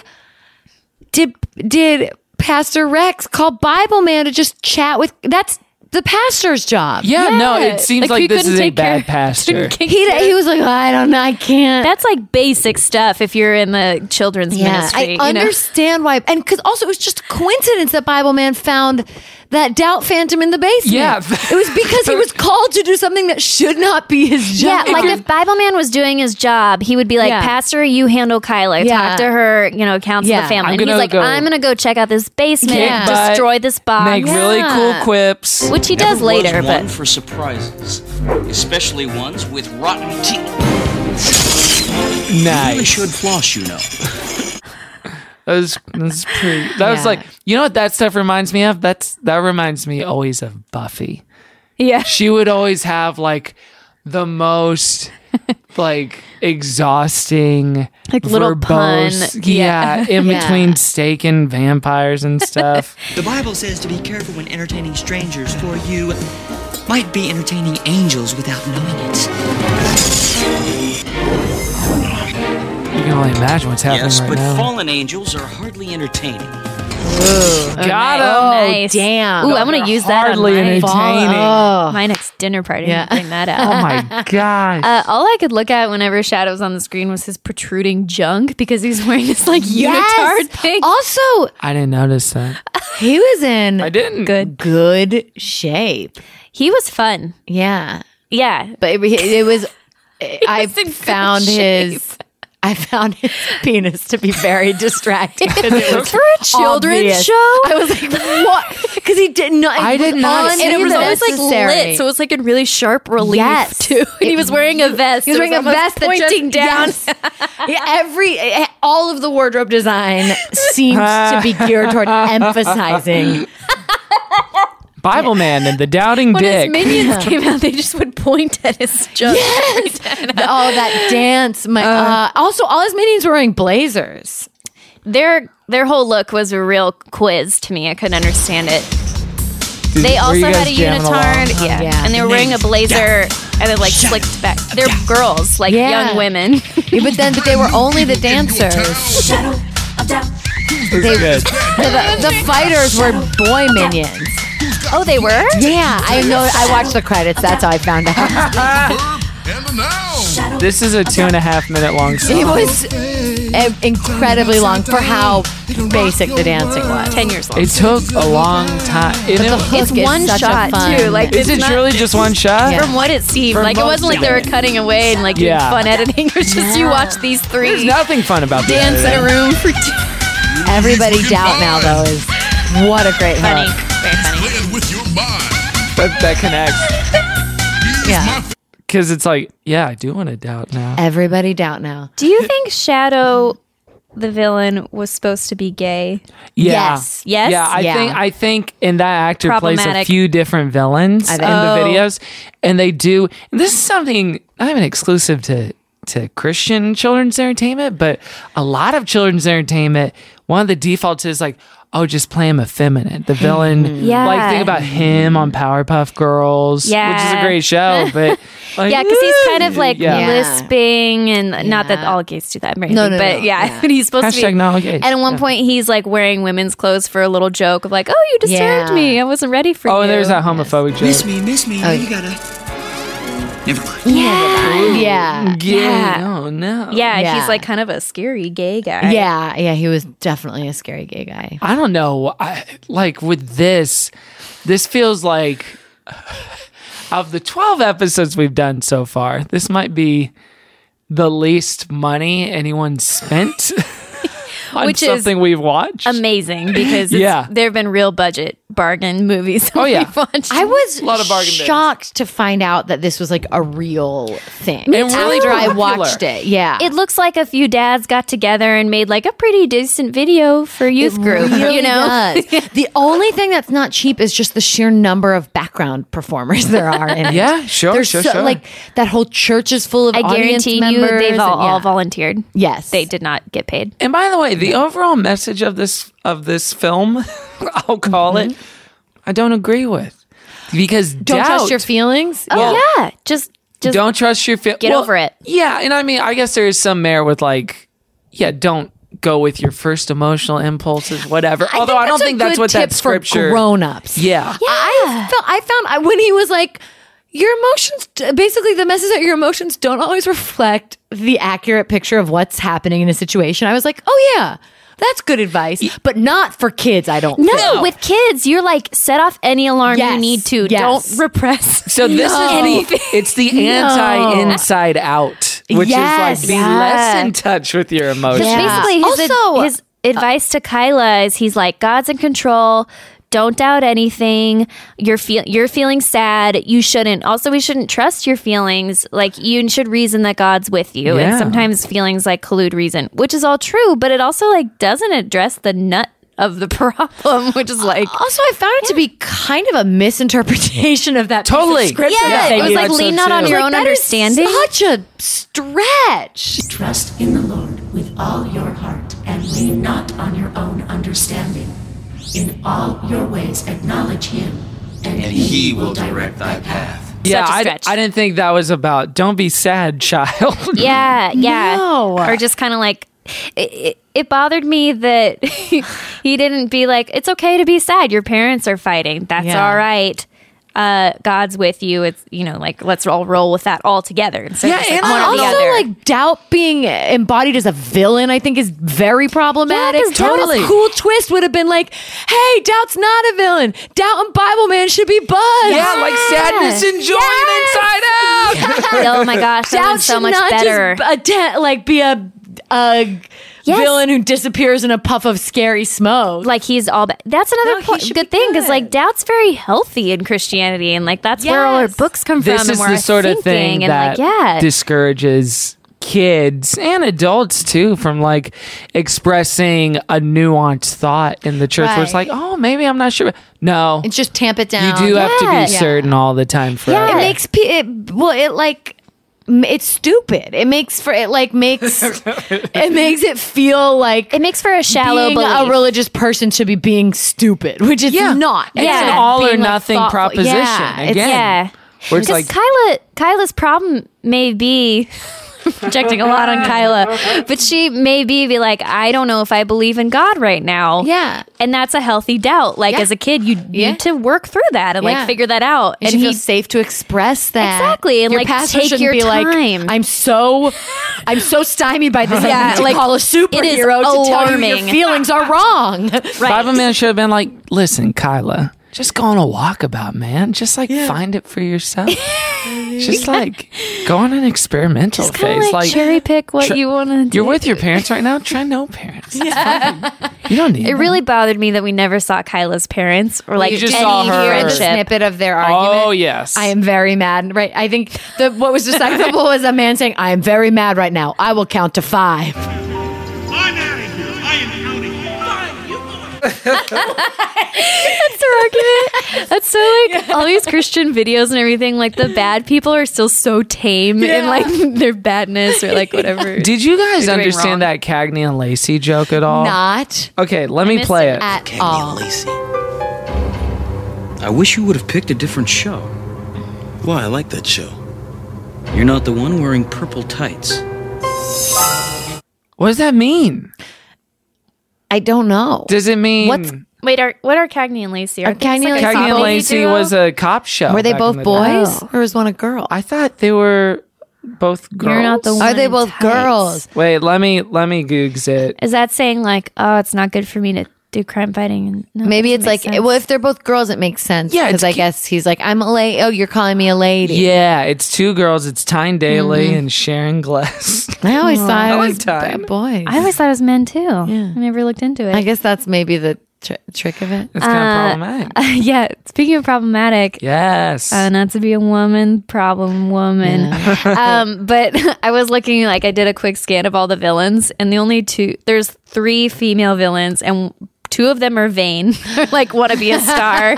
[SPEAKER 4] did did Pastor Rex call Bible Man to just chat with? That's the pastor's job.
[SPEAKER 2] Yeah, no, it seems like,
[SPEAKER 4] he
[SPEAKER 2] this
[SPEAKER 4] couldn't
[SPEAKER 2] is a
[SPEAKER 4] take care-
[SPEAKER 2] bad pastor.
[SPEAKER 4] He, he was like, "Oh, I don't know, I can't.
[SPEAKER 3] That's like basic stuff if you're in the children's ministry.
[SPEAKER 4] I
[SPEAKER 3] you know?
[SPEAKER 4] understand why, and because also it was just a coincidence that Bible Man found that doubt phantom in the basement.
[SPEAKER 3] Yeah.
[SPEAKER 4] it was because he was called to do something that should not be his job.
[SPEAKER 3] Yeah, like if Bible Man was doing his job, he would be like,
[SPEAKER 4] Yeah.
[SPEAKER 3] Pastor, you handle Kyla.
[SPEAKER 4] Yeah.
[SPEAKER 3] Talk to her, you know, counsel
[SPEAKER 4] Yeah.
[SPEAKER 3] the family.
[SPEAKER 2] I'm
[SPEAKER 3] And he's
[SPEAKER 2] gonna
[SPEAKER 3] like,
[SPEAKER 2] go-
[SPEAKER 3] I'm going to go check out this basement,
[SPEAKER 2] Kick butt,
[SPEAKER 3] destroy this box.
[SPEAKER 2] Make really cool quips.
[SPEAKER 3] Which he does
[SPEAKER 10] Never was
[SPEAKER 3] later,
[SPEAKER 10] one
[SPEAKER 3] but.
[SPEAKER 10] for surprises, especially ones with rotten teeth. You really
[SPEAKER 2] Nice.
[SPEAKER 10] should floss, you know.
[SPEAKER 2] That was, that was pretty. That was
[SPEAKER 10] Yeah.
[SPEAKER 2] like you know what that stuff reminds me of. That's that reminds me always of Buffy.
[SPEAKER 3] Yeah,
[SPEAKER 2] she would always have like the most like exhausting,
[SPEAKER 3] Like, little pun.
[SPEAKER 2] verbose-
[SPEAKER 3] Yeah.
[SPEAKER 2] Yeah, in
[SPEAKER 3] Yeah.
[SPEAKER 2] between steak and vampires and stuff.
[SPEAKER 10] The Bible says to be careful when entertaining strangers, for you might be entertaining angels without knowing it.
[SPEAKER 2] you can only imagine what's happening
[SPEAKER 10] Yes,
[SPEAKER 2] right
[SPEAKER 10] but
[SPEAKER 2] now.
[SPEAKER 10] fallen angels are hardly entertaining.
[SPEAKER 2] Got
[SPEAKER 3] Oh,
[SPEAKER 2] him.
[SPEAKER 3] nice.
[SPEAKER 4] damn.
[SPEAKER 3] Ooh, I'm going to use that on
[SPEAKER 2] hardly
[SPEAKER 3] my,
[SPEAKER 2] entertaining.
[SPEAKER 4] Oh.
[SPEAKER 3] my next dinner party. Yeah. Bring that out.
[SPEAKER 2] Oh my gosh.
[SPEAKER 3] Uh, all I could look at whenever Shadow was on the screen was his protruding junk because he's wearing this like unitard thing.
[SPEAKER 4] Also,
[SPEAKER 2] I didn't notice that.
[SPEAKER 4] he was in. I
[SPEAKER 2] didn't
[SPEAKER 4] good good shape.
[SPEAKER 3] He was fun.
[SPEAKER 4] Yeah,
[SPEAKER 3] yeah,
[SPEAKER 4] but it, it was. I found his. I found his penis to be very distracting because it was
[SPEAKER 3] For a children's
[SPEAKER 4] obvious.
[SPEAKER 3] show?
[SPEAKER 4] I was like, what? Because he did not.
[SPEAKER 3] I did
[SPEAKER 4] not
[SPEAKER 3] and
[SPEAKER 4] see
[SPEAKER 3] it was
[SPEAKER 4] that.
[SPEAKER 3] always like
[SPEAKER 4] Necessary.
[SPEAKER 3] lit, so it's like in really sharp relief
[SPEAKER 4] Yes.
[SPEAKER 3] too. And he was wearing a vest.
[SPEAKER 4] He was
[SPEAKER 3] It
[SPEAKER 4] wearing a
[SPEAKER 3] almost
[SPEAKER 4] vest that just-
[SPEAKER 3] pointing down.
[SPEAKER 4] yes. Yeah, every eh, all of the wardrobe design seems to be geared toward emphasizing.
[SPEAKER 2] Bible man and the doubting
[SPEAKER 3] When
[SPEAKER 2] dick.
[SPEAKER 3] his minions came out, they just would point at his junk.
[SPEAKER 4] Yes. oh, that dance! My uh, also, all his minions were wearing blazers.
[SPEAKER 3] Their their whole look was a real quiz to me. I couldn't understand it.
[SPEAKER 2] Did-
[SPEAKER 3] they
[SPEAKER 2] were
[SPEAKER 3] also
[SPEAKER 2] you
[SPEAKER 3] had
[SPEAKER 2] guys
[SPEAKER 3] a
[SPEAKER 2] jamming
[SPEAKER 3] unitard,
[SPEAKER 2] along?
[SPEAKER 3] Oh, yeah. and they were wearing a blazer, and then like slicked back. They're girls, like
[SPEAKER 4] Yeah.
[SPEAKER 3] young women.
[SPEAKER 4] Yeah, but then, but they were only the dancers.
[SPEAKER 2] It was good.
[SPEAKER 4] The, the fighters were boy minions.
[SPEAKER 3] Oh, they were.
[SPEAKER 4] Yeah, I know. I watched the credits. That's how I found out.
[SPEAKER 2] This is a two and a half minute long song.
[SPEAKER 4] it was uh, incredibly long for how basic the dancing was.
[SPEAKER 3] Ten years
[SPEAKER 2] It took a long time. And
[SPEAKER 4] the
[SPEAKER 2] it,
[SPEAKER 4] hook It's is one such a shot, fun- too, like,
[SPEAKER 2] is
[SPEAKER 3] it's
[SPEAKER 2] it
[SPEAKER 3] not-
[SPEAKER 2] really just one shot?
[SPEAKER 3] From what it seemed,
[SPEAKER 2] From
[SPEAKER 3] like it
[SPEAKER 2] most
[SPEAKER 3] wasn't like they were
[SPEAKER 2] people.
[SPEAKER 3] cutting away and like
[SPEAKER 2] Yeah.
[SPEAKER 3] doing fun editing. It was just you watch these
[SPEAKER 2] There's
[SPEAKER 3] three
[SPEAKER 2] nothing fun about this.
[SPEAKER 3] dance in a room for two.
[SPEAKER 4] Everybody doubt now though is what a great
[SPEAKER 3] Funny,
[SPEAKER 4] hook.
[SPEAKER 3] very funny.
[SPEAKER 2] That, that connects.
[SPEAKER 4] Yeah.
[SPEAKER 2] Because it's like, yeah, I do want to doubt now.
[SPEAKER 4] Everybody doubt now.
[SPEAKER 3] Do you think Shadow, the villain, was supposed to be gay?
[SPEAKER 2] Yeah.
[SPEAKER 3] Yes. Yes?
[SPEAKER 2] Yeah, I
[SPEAKER 3] Yeah.
[SPEAKER 2] think I think in that actor plays a
[SPEAKER 3] Problematic.
[SPEAKER 2] few different villains
[SPEAKER 3] I
[SPEAKER 2] in
[SPEAKER 3] bet.
[SPEAKER 2] the
[SPEAKER 3] Oh.
[SPEAKER 2] videos, and they do. And this is something not even exclusive to to Christian children's entertainment, but a lot of children's entertainment. One of the defaults is like. Oh, just play him effeminate. The villain,
[SPEAKER 3] Yeah.
[SPEAKER 2] Like think about him on Powerpuff Girls, which is a
[SPEAKER 3] Yeah.
[SPEAKER 2] great show, but like,
[SPEAKER 3] yeah, because he's kind of like
[SPEAKER 2] Yeah.
[SPEAKER 3] lisping, and not that all gays do that, or anything,
[SPEAKER 4] No, no,
[SPEAKER 3] but
[SPEAKER 4] no,
[SPEAKER 3] yeah,
[SPEAKER 4] yeah.
[SPEAKER 3] but he's supposed to
[SPEAKER 2] Hashtag
[SPEAKER 3] be.
[SPEAKER 2] not all gays.
[SPEAKER 3] And at one
[SPEAKER 2] Yeah.
[SPEAKER 3] point, he's like wearing women's clothes for a little joke of like, "Oh, you disturbed
[SPEAKER 2] Yeah.
[SPEAKER 3] me. I wasn't ready for you."
[SPEAKER 2] oh, and there's that homophobic
[SPEAKER 10] Miss
[SPEAKER 2] joke.
[SPEAKER 10] me, miss me.
[SPEAKER 3] Oh,
[SPEAKER 10] you gotta. Never mind.
[SPEAKER 3] Yeah.
[SPEAKER 4] Yeah.
[SPEAKER 2] Yeah. Oh no.
[SPEAKER 3] Yeah,
[SPEAKER 4] Yeah.
[SPEAKER 3] he's like kind of a scary gay guy.
[SPEAKER 4] Yeah, yeah, he was definitely a scary gay guy.
[SPEAKER 2] I don't know. I, like with this, this feels like of the 12 episodes we've done so far, this might be the least money anyone spent on
[SPEAKER 3] Which is
[SPEAKER 2] something we've watched.
[SPEAKER 3] amazing because it's,
[SPEAKER 2] Yeah.
[SPEAKER 3] there have been real budget bargain movies. that
[SPEAKER 2] Oh, yeah.
[SPEAKER 3] we've watched.
[SPEAKER 4] I was
[SPEAKER 2] A lot of bargain bins.
[SPEAKER 4] shocked to find out that this was like a real thing
[SPEAKER 2] Me And really
[SPEAKER 4] after I
[SPEAKER 2] popular.
[SPEAKER 4] watched it. Yeah,
[SPEAKER 3] It looks like a few dads got together and made like a pretty decent video for youth group.
[SPEAKER 4] really
[SPEAKER 3] you know,
[SPEAKER 4] does. the only thing that's not cheap is just the sheer number of background performers there are. In it.
[SPEAKER 2] Yeah, sure,
[SPEAKER 4] There's
[SPEAKER 2] sure,
[SPEAKER 4] so-
[SPEAKER 2] sure.
[SPEAKER 4] Like that whole church is full of.
[SPEAKER 3] I
[SPEAKER 4] audience
[SPEAKER 3] guarantee you,
[SPEAKER 4] members
[SPEAKER 3] they've
[SPEAKER 4] and-
[SPEAKER 3] all, all
[SPEAKER 4] yeah.
[SPEAKER 3] volunteered.
[SPEAKER 4] Yes,
[SPEAKER 3] they did not get paid.
[SPEAKER 2] and by the way, the overall message of this of this film, I'll call it, I don't agree with. Because
[SPEAKER 4] Mm-hmm. Don't
[SPEAKER 2] doubt,
[SPEAKER 4] trust your feelings.
[SPEAKER 3] Oh yeah, just Just
[SPEAKER 2] don't trust your feelings.
[SPEAKER 3] get over it.
[SPEAKER 2] Yeah, and I mean, I guess there is some merit with like, yeah, don't go with your first emotional impulses, whatever. Although I don't think that's what that scripture.
[SPEAKER 4] grown ups.
[SPEAKER 2] yeah.
[SPEAKER 15] I felt I found I, when he was like, your emotions. Basically, the message that your emotions don't always reflect
[SPEAKER 4] the accurate picture of what's happening in a situation. I was like, oh yeah, that's good advice, but not for kids. I don't.
[SPEAKER 3] No,
[SPEAKER 4] think.
[SPEAKER 3] with kids, you're like set off any alarm
[SPEAKER 4] Yes.
[SPEAKER 3] you need to.
[SPEAKER 4] Yes.
[SPEAKER 3] Don't repress.
[SPEAKER 2] So this is the
[SPEAKER 3] anything.
[SPEAKER 2] it's the
[SPEAKER 3] No.
[SPEAKER 2] anti inside out, which is
[SPEAKER 3] Yes.
[SPEAKER 2] like be
[SPEAKER 3] Yeah.
[SPEAKER 2] less in touch with your emotions.
[SPEAKER 3] Because basically, his, also, his advice to Kyla is he's like, God's in control. Don't doubt anything. You're feel you're feeling sad. You shouldn't. Also, we shouldn't trust your feelings. Like you should reason that God's with you.
[SPEAKER 2] Yeah.
[SPEAKER 3] And sometimes feelings like collude reason, which is all true. But it also like doesn't address the nut of the problem, which is like
[SPEAKER 4] Also, I found it to be kind of a misinterpretation of that
[SPEAKER 2] Totally.
[SPEAKER 4] Piece of scripture
[SPEAKER 3] Yeah,
[SPEAKER 4] that
[SPEAKER 3] it
[SPEAKER 4] they
[SPEAKER 3] was
[SPEAKER 4] used.
[SPEAKER 3] like, lean not
[SPEAKER 4] I
[SPEAKER 3] on
[SPEAKER 4] was
[SPEAKER 3] your own
[SPEAKER 4] that is
[SPEAKER 3] understanding.
[SPEAKER 4] Such a stretch.
[SPEAKER 16] Trust in the Lord with all your heart and lean not on your own understanding. In all your ways acknowledge him, and, he will direct thy path.
[SPEAKER 2] yeah,
[SPEAKER 3] such a
[SPEAKER 2] I,
[SPEAKER 3] stretch.
[SPEAKER 2] I didn't think that was about. Don't be sad, child.
[SPEAKER 3] Yeah, yeah. Or just kind of like it, it, it bothered me that he didn't be like, it's okay to be sad. Your parents are fighting. That's
[SPEAKER 4] Yeah.
[SPEAKER 3] all right. Uh, God's with you. It's you know like let's all roll with that all together. Instead yeah,
[SPEAKER 4] and
[SPEAKER 3] like, one or the
[SPEAKER 4] also
[SPEAKER 3] other.
[SPEAKER 4] like doubt being embodied as a villain, I think is very problematic.
[SPEAKER 3] 'cause doubt is-
[SPEAKER 4] Totally. cool twist would have been like, "Hey, doubt's not a villain. Doubt and Bible man should be buds."
[SPEAKER 2] Yeah, like sadness and joy and inside out.
[SPEAKER 3] oh my gosh, that
[SPEAKER 4] doubt
[SPEAKER 3] one's so
[SPEAKER 4] should
[SPEAKER 3] much
[SPEAKER 4] not
[SPEAKER 3] better.
[SPEAKER 4] Just atten- like be a a villain who disappears in a puff of scary smoke.
[SPEAKER 3] like he's all ba- that's another po- good thing because like doubt's very healthy in Christianity and like that's where all our books come
[SPEAKER 2] this is
[SPEAKER 3] from. and where
[SPEAKER 2] the
[SPEAKER 3] our
[SPEAKER 2] sort of
[SPEAKER 3] thinking
[SPEAKER 2] thing
[SPEAKER 3] and
[SPEAKER 2] that
[SPEAKER 3] like yeah,
[SPEAKER 2] discourages kids and adults too from like expressing a nuanced thought in the church where it's
[SPEAKER 4] Right.
[SPEAKER 2] like oh maybe i'm not sure no
[SPEAKER 4] It's just tamp it
[SPEAKER 2] you
[SPEAKER 4] down.
[SPEAKER 2] do have to be
[SPEAKER 4] Yeah.
[SPEAKER 2] certain all the time for
[SPEAKER 4] Yeah, it
[SPEAKER 2] everything.
[SPEAKER 4] makes pe- it well. It like m- it's stupid. It makes for it like makes it makes it feel like
[SPEAKER 3] it makes for a shallow
[SPEAKER 4] being a
[SPEAKER 3] belief.
[SPEAKER 4] religious person should be being stupid, which it's not.
[SPEAKER 3] It's an
[SPEAKER 4] not
[SPEAKER 3] all
[SPEAKER 2] or
[SPEAKER 4] being, like,
[SPEAKER 2] nothing
[SPEAKER 4] thoughtful.
[SPEAKER 2] proposition.
[SPEAKER 4] Yeah, it's-
[SPEAKER 2] Again.
[SPEAKER 3] Yeah.
[SPEAKER 2] Where it's
[SPEAKER 3] Because
[SPEAKER 2] like-
[SPEAKER 3] Kyla, Kyla's problem may be projecting a lot on Kyla, but she may be, be like, I don't know if I believe in God right now.
[SPEAKER 4] Yeah.
[SPEAKER 3] And that's a healthy doubt. Like
[SPEAKER 4] Yeah.
[SPEAKER 3] as a kid, you
[SPEAKER 4] Yeah.
[SPEAKER 3] need to work through that and
[SPEAKER 4] Yeah.
[SPEAKER 3] like figure that out.
[SPEAKER 4] It should feel safe to express that
[SPEAKER 3] Exactly, and,
[SPEAKER 4] Your
[SPEAKER 3] like,
[SPEAKER 4] pastor
[SPEAKER 3] take
[SPEAKER 4] shouldn't
[SPEAKER 3] your
[SPEAKER 4] be
[SPEAKER 3] time.
[SPEAKER 4] Like, I'm so, I'm so stymied by this.
[SPEAKER 3] Yeah,
[SPEAKER 4] I need to
[SPEAKER 3] like,
[SPEAKER 4] call a
[SPEAKER 3] it is
[SPEAKER 4] superhero to tell you your
[SPEAKER 3] alarming.
[SPEAKER 4] feelings are wrong.
[SPEAKER 2] Bible man should have been like, listen, Kyla, just go on a walkabout, man. Just like find it for yourself. just like go on an experimental
[SPEAKER 3] Kinda
[SPEAKER 2] phase.
[SPEAKER 3] like,
[SPEAKER 2] Like,
[SPEAKER 3] cherry pick what
[SPEAKER 2] tr-
[SPEAKER 3] you want to do.
[SPEAKER 2] You're with your parents right now. Try no parents. You don't need.
[SPEAKER 3] It
[SPEAKER 2] them.
[SPEAKER 3] really bothered me that we never saw Kyla's parents or like
[SPEAKER 2] You just
[SPEAKER 3] any
[SPEAKER 2] saw her.
[SPEAKER 4] The
[SPEAKER 3] friendship.
[SPEAKER 4] snippet of their argument.
[SPEAKER 2] Oh yes.
[SPEAKER 4] I am very mad. Right. I think the what was despicable was a man saying, I am very mad right now. I will count to five.
[SPEAKER 6] I'm out of here. I am out of here. Fine, you go
[SPEAKER 3] That's their argument. That's so like all these Christian videos and everything. Like the bad people are still so tame in like their badness or like whatever.
[SPEAKER 2] Did you guys
[SPEAKER 3] You're doing wrong.
[SPEAKER 2] understand that Cagney and Lacey joke at all?
[SPEAKER 4] Not
[SPEAKER 2] Okay, let me play it.
[SPEAKER 4] at all.
[SPEAKER 10] I wish you would have picked a different show. Well, I like that show. You're not the one wearing purple tights.
[SPEAKER 2] What does that mean?
[SPEAKER 4] I don't know.
[SPEAKER 2] Does it mean
[SPEAKER 4] What's-
[SPEAKER 3] Wait, are what are Cagney and Lacey? Are,
[SPEAKER 4] Are Cagney and
[SPEAKER 2] Hmm. Cagney and
[SPEAKER 3] Lacey
[SPEAKER 2] Lacey was a cop show?
[SPEAKER 4] Were they
[SPEAKER 2] back in
[SPEAKER 4] both
[SPEAKER 2] the day?
[SPEAKER 4] boys? Or was one a girl?
[SPEAKER 2] I thought they were both girls.
[SPEAKER 3] You're not the one.
[SPEAKER 4] Are they
[SPEAKER 3] in
[SPEAKER 4] both
[SPEAKER 3] tights.
[SPEAKER 4] girls?
[SPEAKER 2] Wait, let me let me googs it.
[SPEAKER 3] Is that saying like, oh, it's not good for me to do crime fighting? And no,
[SPEAKER 4] Maybe
[SPEAKER 3] that
[SPEAKER 4] it's like,
[SPEAKER 3] doesn't make
[SPEAKER 4] well,
[SPEAKER 3] sense.
[SPEAKER 4] if they're both girls, it makes sense.
[SPEAKER 2] Yeah,
[SPEAKER 4] Because
[SPEAKER 2] it's
[SPEAKER 4] I
[SPEAKER 2] ki-
[SPEAKER 4] guess he's like, I'm a lady. Oh, you're calling me a lady.
[SPEAKER 2] Yeah, it's two girls. It's Tyne Daly and Sharon Glass.
[SPEAKER 4] I always thought I
[SPEAKER 2] I like
[SPEAKER 4] was
[SPEAKER 2] time.
[SPEAKER 4] b- boys.
[SPEAKER 3] I always thought it was men too. I never looked into it.
[SPEAKER 4] I guess that's maybe the tr- trick of it.
[SPEAKER 2] That's kind of problematic.
[SPEAKER 3] yeah. Speaking of problematic,
[SPEAKER 2] Yes.
[SPEAKER 3] Uh, not to be a woman, problem woman. um, but I was looking, like, I did a quick scan of all the villains, and the only two, there's three female villains, and two of them are vain, like, want to be a star.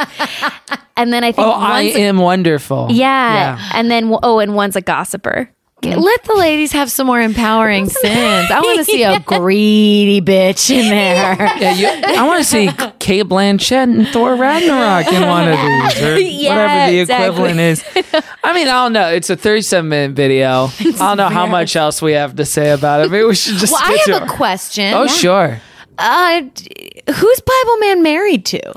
[SPEAKER 3] and then I think
[SPEAKER 2] oh,
[SPEAKER 3] one's
[SPEAKER 2] I
[SPEAKER 3] a-
[SPEAKER 2] am wonderful.
[SPEAKER 3] yeah, And then, oh, and one's a gossiper.
[SPEAKER 4] Let the ladies have some more empowering sins. I want to see a greedy bitch in there.
[SPEAKER 2] Yeah, you, I want to see Kate Blanchett and Thor Ragnarok in one of these, or
[SPEAKER 3] Yeah,
[SPEAKER 2] whatever the
[SPEAKER 3] exactly.
[SPEAKER 2] equivalent is. I mean, I don't know. It's a 37 minute video. I don't know how much else we have to say about it. Maybe we should just.
[SPEAKER 4] well, I
[SPEAKER 2] get
[SPEAKER 4] have
[SPEAKER 2] to
[SPEAKER 4] a
[SPEAKER 2] it.
[SPEAKER 4] question.
[SPEAKER 2] Oh, sure.
[SPEAKER 4] Uh, d- who's Bible Man married to?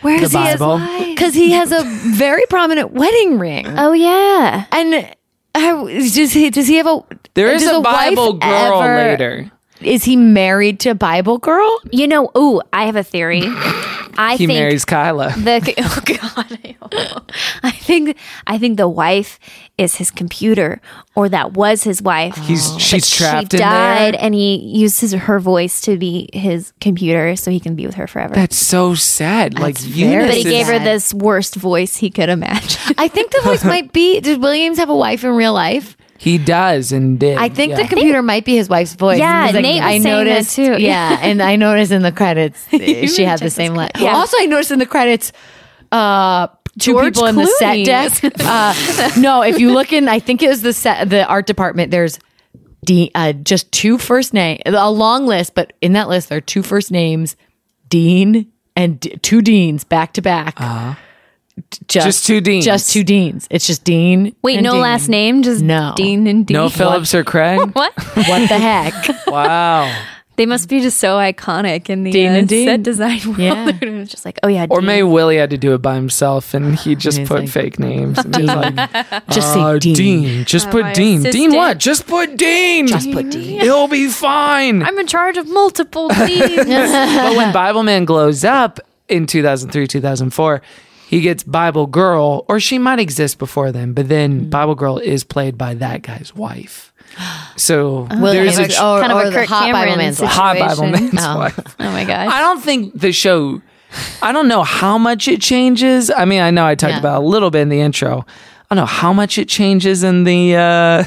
[SPEAKER 4] Where
[SPEAKER 2] The
[SPEAKER 4] is he?
[SPEAKER 2] Bible.
[SPEAKER 4] Because he has a very prominent wedding ring. Oh
[SPEAKER 3] yeah,
[SPEAKER 4] and how, does he? Does he have a?
[SPEAKER 2] There is
[SPEAKER 4] does
[SPEAKER 2] a
[SPEAKER 4] wife
[SPEAKER 2] Bible girl
[SPEAKER 4] ever-
[SPEAKER 2] later.
[SPEAKER 4] Is he married to a Bible girl?
[SPEAKER 3] You know, ooh, I have a theory. I
[SPEAKER 2] he
[SPEAKER 3] think
[SPEAKER 2] marries Kyla.
[SPEAKER 3] the oh god, I think I think the wife is his computer, or that was his wife.
[SPEAKER 2] He's-
[SPEAKER 3] But
[SPEAKER 2] she's trapped
[SPEAKER 3] She
[SPEAKER 2] in there?
[SPEAKER 3] died, and he uses her voice to be his computer, so he can be with her forever.
[SPEAKER 2] That's so sad. like
[SPEAKER 3] but
[SPEAKER 2] Eunice
[SPEAKER 3] he
[SPEAKER 2] is-
[SPEAKER 3] gave her this worst voice he could imagine.
[SPEAKER 4] I think the voice might be. Did Williams have a wife in real life?
[SPEAKER 2] He does and did.
[SPEAKER 4] I think
[SPEAKER 2] yeah.
[SPEAKER 4] the computer might be his wife's voice.
[SPEAKER 3] Yeah,
[SPEAKER 4] He's
[SPEAKER 3] Nate was
[SPEAKER 4] I
[SPEAKER 3] saying that
[SPEAKER 4] noticed
[SPEAKER 3] too.
[SPEAKER 4] Yeah, and I noticed in the credits uh, she had the same line. Also, I noticed in the credits. Uh, Two
[SPEAKER 17] George
[SPEAKER 4] people in the set
[SPEAKER 17] Clooney.
[SPEAKER 4] deck. Uh, no, if you look in, I think it was the set, the art department. There's D, uh, just two first name, a long list, but in that list there are two first names, Dean and D- two Deans back to back. D-
[SPEAKER 2] Uh-huh. Just two Deans.
[SPEAKER 4] Just two Deans. It's just Dean.
[SPEAKER 3] Wait,
[SPEAKER 4] and
[SPEAKER 3] no
[SPEAKER 4] Dean.
[SPEAKER 3] last name, just
[SPEAKER 4] no
[SPEAKER 3] Dean and Dean.
[SPEAKER 2] no Phillips or Craig.
[SPEAKER 3] What?
[SPEAKER 4] What the heck?
[SPEAKER 2] wow.
[SPEAKER 3] They must be just so iconic in the
[SPEAKER 4] Dean
[SPEAKER 3] uh,
[SPEAKER 4] and Dean.
[SPEAKER 3] set design world.
[SPEAKER 4] Yeah.
[SPEAKER 3] It's just like, oh yeah,
[SPEAKER 2] Or
[SPEAKER 3] Dean.
[SPEAKER 2] maybe Willie had to do it by himself and he just put fake names. And he's like,
[SPEAKER 4] Just say
[SPEAKER 2] "Uh,
[SPEAKER 4] Dean."
[SPEAKER 2] Just
[SPEAKER 3] Uh,
[SPEAKER 2] put
[SPEAKER 3] my
[SPEAKER 2] Dean. Dean
[SPEAKER 3] assistant.
[SPEAKER 2] what? Just put Dean. Just put Dean. It'll be fine.
[SPEAKER 3] I'm in charge of multiple Deans.
[SPEAKER 2] but when Bible Man glows up in 2003, 2004, he gets Bible Girl, or she might exist before then, but then
[SPEAKER 4] Mm.
[SPEAKER 2] Bible Girl is played by that guy's wife. So
[SPEAKER 4] Oh,
[SPEAKER 2] there's a
[SPEAKER 4] or,
[SPEAKER 3] kind of a
[SPEAKER 4] or the
[SPEAKER 3] Kirk
[SPEAKER 4] hot Bible
[SPEAKER 3] Cameron
[SPEAKER 4] man's wife.
[SPEAKER 2] hot Bible
[SPEAKER 3] situation.
[SPEAKER 2] Man's
[SPEAKER 4] Oh.
[SPEAKER 2] wife.
[SPEAKER 3] oh my gosh.
[SPEAKER 2] I don't think the show. I don't know how much it changes. I mean, I know I talked
[SPEAKER 4] Yeah.
[SPEAKER 2] about a little bit in the intro. I don't know how much it changes in the uh,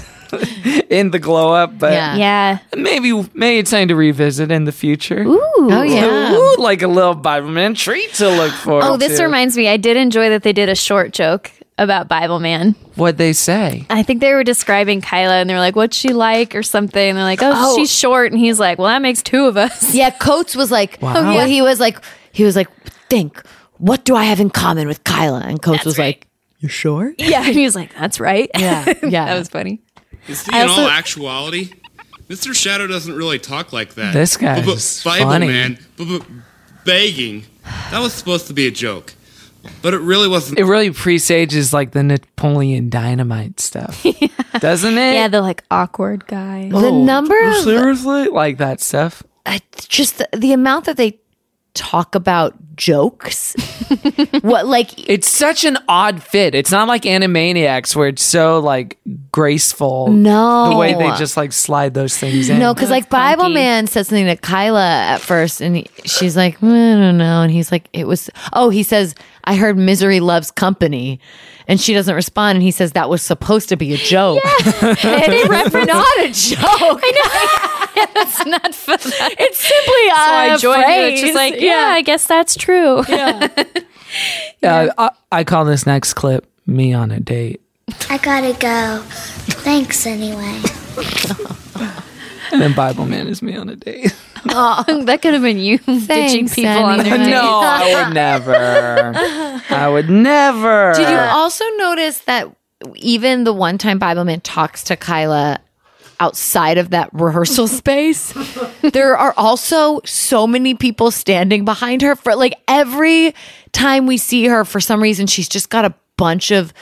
[SPEAKER 2] in the glow up, but
[SPEAKER 4] Yeah.
[SPEAKER 3] Yeah.
[SPEAKER 2] maybe maybe it's time to revisit in the future. Ooh,
[SPEAKER 4] Oh yeah.
[SPEAKER 2] like a little Biberman treat to look for.
[SPEAKER 3] Oh, this reminds me. I did enjoy that they did a short joke about Bible Man.
[SPEAKER 2] what they say.
[SPEAKER 3] I think they were describing Kyla, and they were like, "What's she like?" or something. And they're like, "Oh,
[SPEAKER 4] Oh.
[SPEAKER 3] she's short," and he's like, "Well, that makes two of us."
[SPEAKER 17] Yeah, Coates was like,
[SPEAKER 2] Wow. Oh, yeah.
[SPEAKER 17] well, he was like,
[SPEAKER 4] He was like, think, what do I have in common with Kyla? And Coach was like, You're sure?
[SPEAKER 3] Yeah, and he was like, "That's right."
[SPEAKER 4] Yeah. Yeah.
[SPEAKER 3] that was funny.
[SPEAKER 8] Is he
[SPEAKER 3] I
[SPEAKER 8] in
[SPEAKER 3] also-
[SPEAKER 8] all actuality? Mr. Shadow doesn't really talk like that.
[SPEAKER 2] This guy
[SPEAKER 8] B- b-
[SPEAKER 2] is
[SPEAKER 8] Bible
[SPEAKER 2] funny.
[SPEAKER 8] man, b- b- begging. That was supposed to be a joke, but it really wasn't.
[SPEAKER 2] It really presages like the Napoleon Dynamite stuff, doesn't it? Oh,
[SPEAKER 3] Yeah, the like awkward guy. Oh.
[SPEAKER 4] the number of
[SPEAKER 2] seriously like that stuff.
[SPEAKER 4] uh, just the, the amount that they talk about jokes. what like
[SPEAKER 2] It's such an odd fit. It's not like Animaniacs where it's so like graceful.
[SPEAKER 4] No.
[SPEAKER 2] The way they just like slide those things in. Uh,
[SPEAKER 4] No, because like Bible Man said something to Kyla at first, and he, she's like, "Mm, I don't know. And he's like, it was, oh, he says, I heard misery loves company. And she doesn't respond. And he says, that was supposed to be a joke. and it's not a joke.
[SPEAKER 3] That's not fun.
[SPEAKER 4] It's simply a
[SPEAKER 3] I joined you.
[SPEAKER 4] phrase.
[SPEAKER 3] It's just like, yeah, I guess that's true.
[SPEAKER 2] Uh, I, I call this next clip me on a date.
[SPEAKER 13] I gotta go. Thanks anyway.
[SPEAKER 2] And then Bible Man is me on a date.
[SPEAKER 3] that could have been you ditching
[SPEAKER 4] Thanks,
[SPEAKER 3] people on their
[SPEAKER 4] anyway.
[SPEAKER 3] date.
[SPEAKER 2] no, I would never. I would never.
[SPEAKER 4] Did you also notice that even the one time Bible Man talks to Kyla outside of that rehearsal space, there are also so many people standing behind her for like every time we see her, for some reason, she's just got a bunch of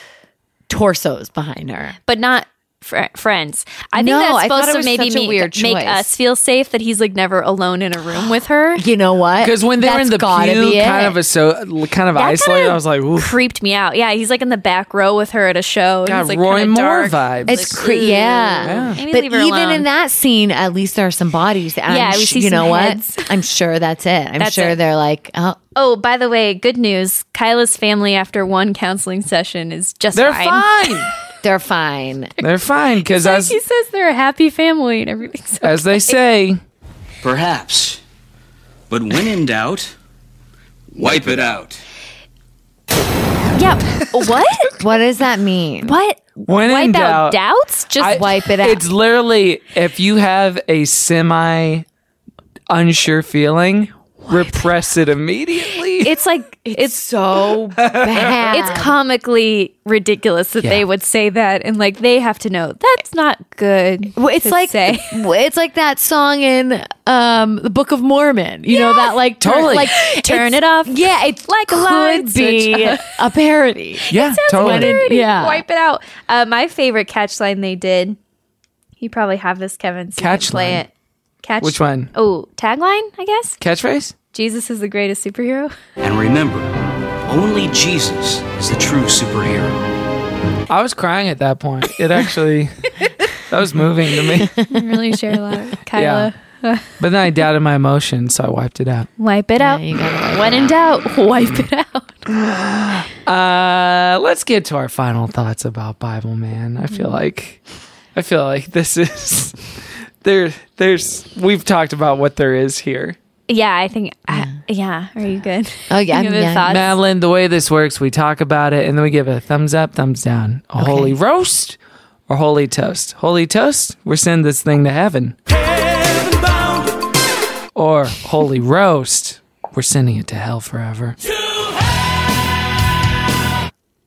[SPEAKER 4] torsos behind her.
[SPEAKER 3] but not fr- friends. I think
[SPEAKER 4] No,
[SPEAKER 3] that's
[SPEAKER 4] I thought
[SPEAKER 3] supposed
[SPEAKER 4] it
[SPEAKER 3] to
[SPEAKER 4] was
[SPEAKER 3] maybe
[SPEAKER 4] such a
[SPEAKER 3] make,
[SPEAKER 4] weird
[SPEAKER 3] make
[SPEAKER 4] choice.
[SPEAKER 3] us feel safe that he's like never alone in a room with her.
[SPEAKER 4] You know what?
[SPEAKER 2] Because when they're
[SPEAKER 4] That's
[SPEAKER 2] in the
[SPEAKER 4] gotta
[SPEAKER 2] pew,
[SPEAKER 4] be
[SPEAKER 2] kind
[SPEAKER 4] it.
[SPEAKER 2] of a so, kind of
[SPEAKER 3] That
[SPEAKER 2] isolated,
[SPEAKER 3] kinda
[SPEAKER 2] I was like, oof.
[SPEAKER 3] Creeped me out. Yeah, he's like in the back row with her at a show. and
[SPEAKER 2] God,
[SPEAKER 3] he's, like,
[SPEAKER 2] Roy
[SPEAKER 3] kinda
[SPEAKER 2] Moore
[SPEAKER 3] dark.
[SPEAKER 2] vibes.
[SPEAKER 4] It's
[SPEAKER 3] Like,
[SPEAKER 4] cre- yeah.
[SPEAKER 3] ooh. Maybe
[SPEAKER 4] But
[SPEAKER 3] leave her
[SPEAKER 4] even
[SPEAKER 3] alone.
[SPEAKER 4] in that scene, at least there are some bodies. And
[SPEAKER 3] Yeah,
[SPEAKER 4] I'm
[SPEAKER 3] we
[SPEAKER 4] sh-
[SPEAKER 3] see
[SPEAKER 4] you
[SPEAKER 3] some
[SPEAKER 4] know
[SPEAKER 3] heads.
[SPEAKER 4] what? I'm sure that's it. I'm
[SPEAKER 3] That's
[SPEAKER 4] sure
[SPEAKER 3] it.
[SPEAKER 4] they're like, oh,
[SPEAKER 3] Oh, by the way, good news. Kyla's family after one counseling session is just
[SPEAKER 2] They're
[SPEAKER 3] fine.
[SPEAKER 2] fine.
[SPEAKER 4] they're fine.
[SPEAKER 2] they're fine. Because
[SPEAKER 3] Like,
[SPEAKER 2] as,
[SPEAKER 3] he says they're a happy family and everything's okay.
[SPEAKER 2] as they say,
[SPEAKER 10] Perhaps. But when in doubt, wipe it out.
[SPEAKER 3] Yeah. what?
[SPEAKER 4] What does that mean?
[SPEAKER 3] What?
[SPEAKER 2] when in
[SPEAKER 3] Wipe
[SPEAKER 2] doubt,
[SPEAKER 3] out doubts? Just
[SPEAKER 2] I-
[SPEAKER 3] wipe it out.
[SPEAKER 2] It's literally if you have a semi unsure feeling, repress it immediately.
[SPEAKER 3] It's like it's,
[SPEAKER 4] so bad.
[SPEAKER 3] It's comically ridiculous that they
[SPEAKER 4] Yeah.
[SPEAKER 3] would say that, and like they have to know that's not good.
[SPEAKER 4] Well, it's
[SPEAKER 3] to
[SPEAKER 4] like
[SPEAKER 3] say.
[SPEAKER 4] it's like that song in um, the Book of Mormon. You know that like turn-
[SPEAKER 3] Totally.
[SPEAKER 4] like
[SPEAKER 3] Turn
[SPEAKER 4] it's-
[SPEAKER 3] it off.
[SPEAKER 4] Yeah, it
[SPEAKER 3] Like a light
[SPEAKER 4] could be
[SPEAKER 3] switch.
[SPEAKER 4] a parody.
[SPEAKER 2] yeah,
[SPEAKER 3] Sounds
[SPEAKER 2] totally.
[SPEAKER 3] dirty.
[SPEAKER 4] Yeah.
[SPEAKER 3] Wipe it out. Uh, my favorite catch line they did. You probably have this, Kevin. So you
[SPEAKER 2] Catch
[SPEAKER 3] can play
[SPEAKER 2] line?
[SPEAKER 3] it. Catch.
[SPEAKER 2] Which one?
[SPEAKER 3] Oh, tagline, I guess.
[SPEAKER 2] Catchphrase?
[SPEAKER 3] Jesus is the greatest superhero.
[SPEAKER 10] And remember, only Jesus is the true superhero.
[SPEAKER 2] I was crying at that point. It actually that was moving to me.
[SPEAKER 3] I really share a lot,
[SPEAKER 2] Yeah.
[SPEAKER 3] Kyla.
[SPEAKER 2] But then I doubted my emotions, so I wiped it out.
[SPEAKER 3] Wipe it out. when in doubt, wipe it out.
[SPEAKER 2] Uh, let's get to our final thoughts about Bible Man. I feel like I feel like this is there there's we've talked about what there is here.
[SPEAKER 3] Yeah, I think. Yeah. yeah. Are you good?
[SPEAKER 4] Oh, yeah,
[SPEAKER 3] You have
[SPEAKER 4] I'm-
[SPEAKER 3] a
[SPEAKER 4] yeah.
[SPEAKER 3] thought?
[SPEAKER 2] Madeline, the way this works, we talk about it and then we give it a thumbs up, thumbs down. A holy roast or holy toast. Holy toast, we're sending this thing to heaven. Or holy roast, we're sending it to hell forever.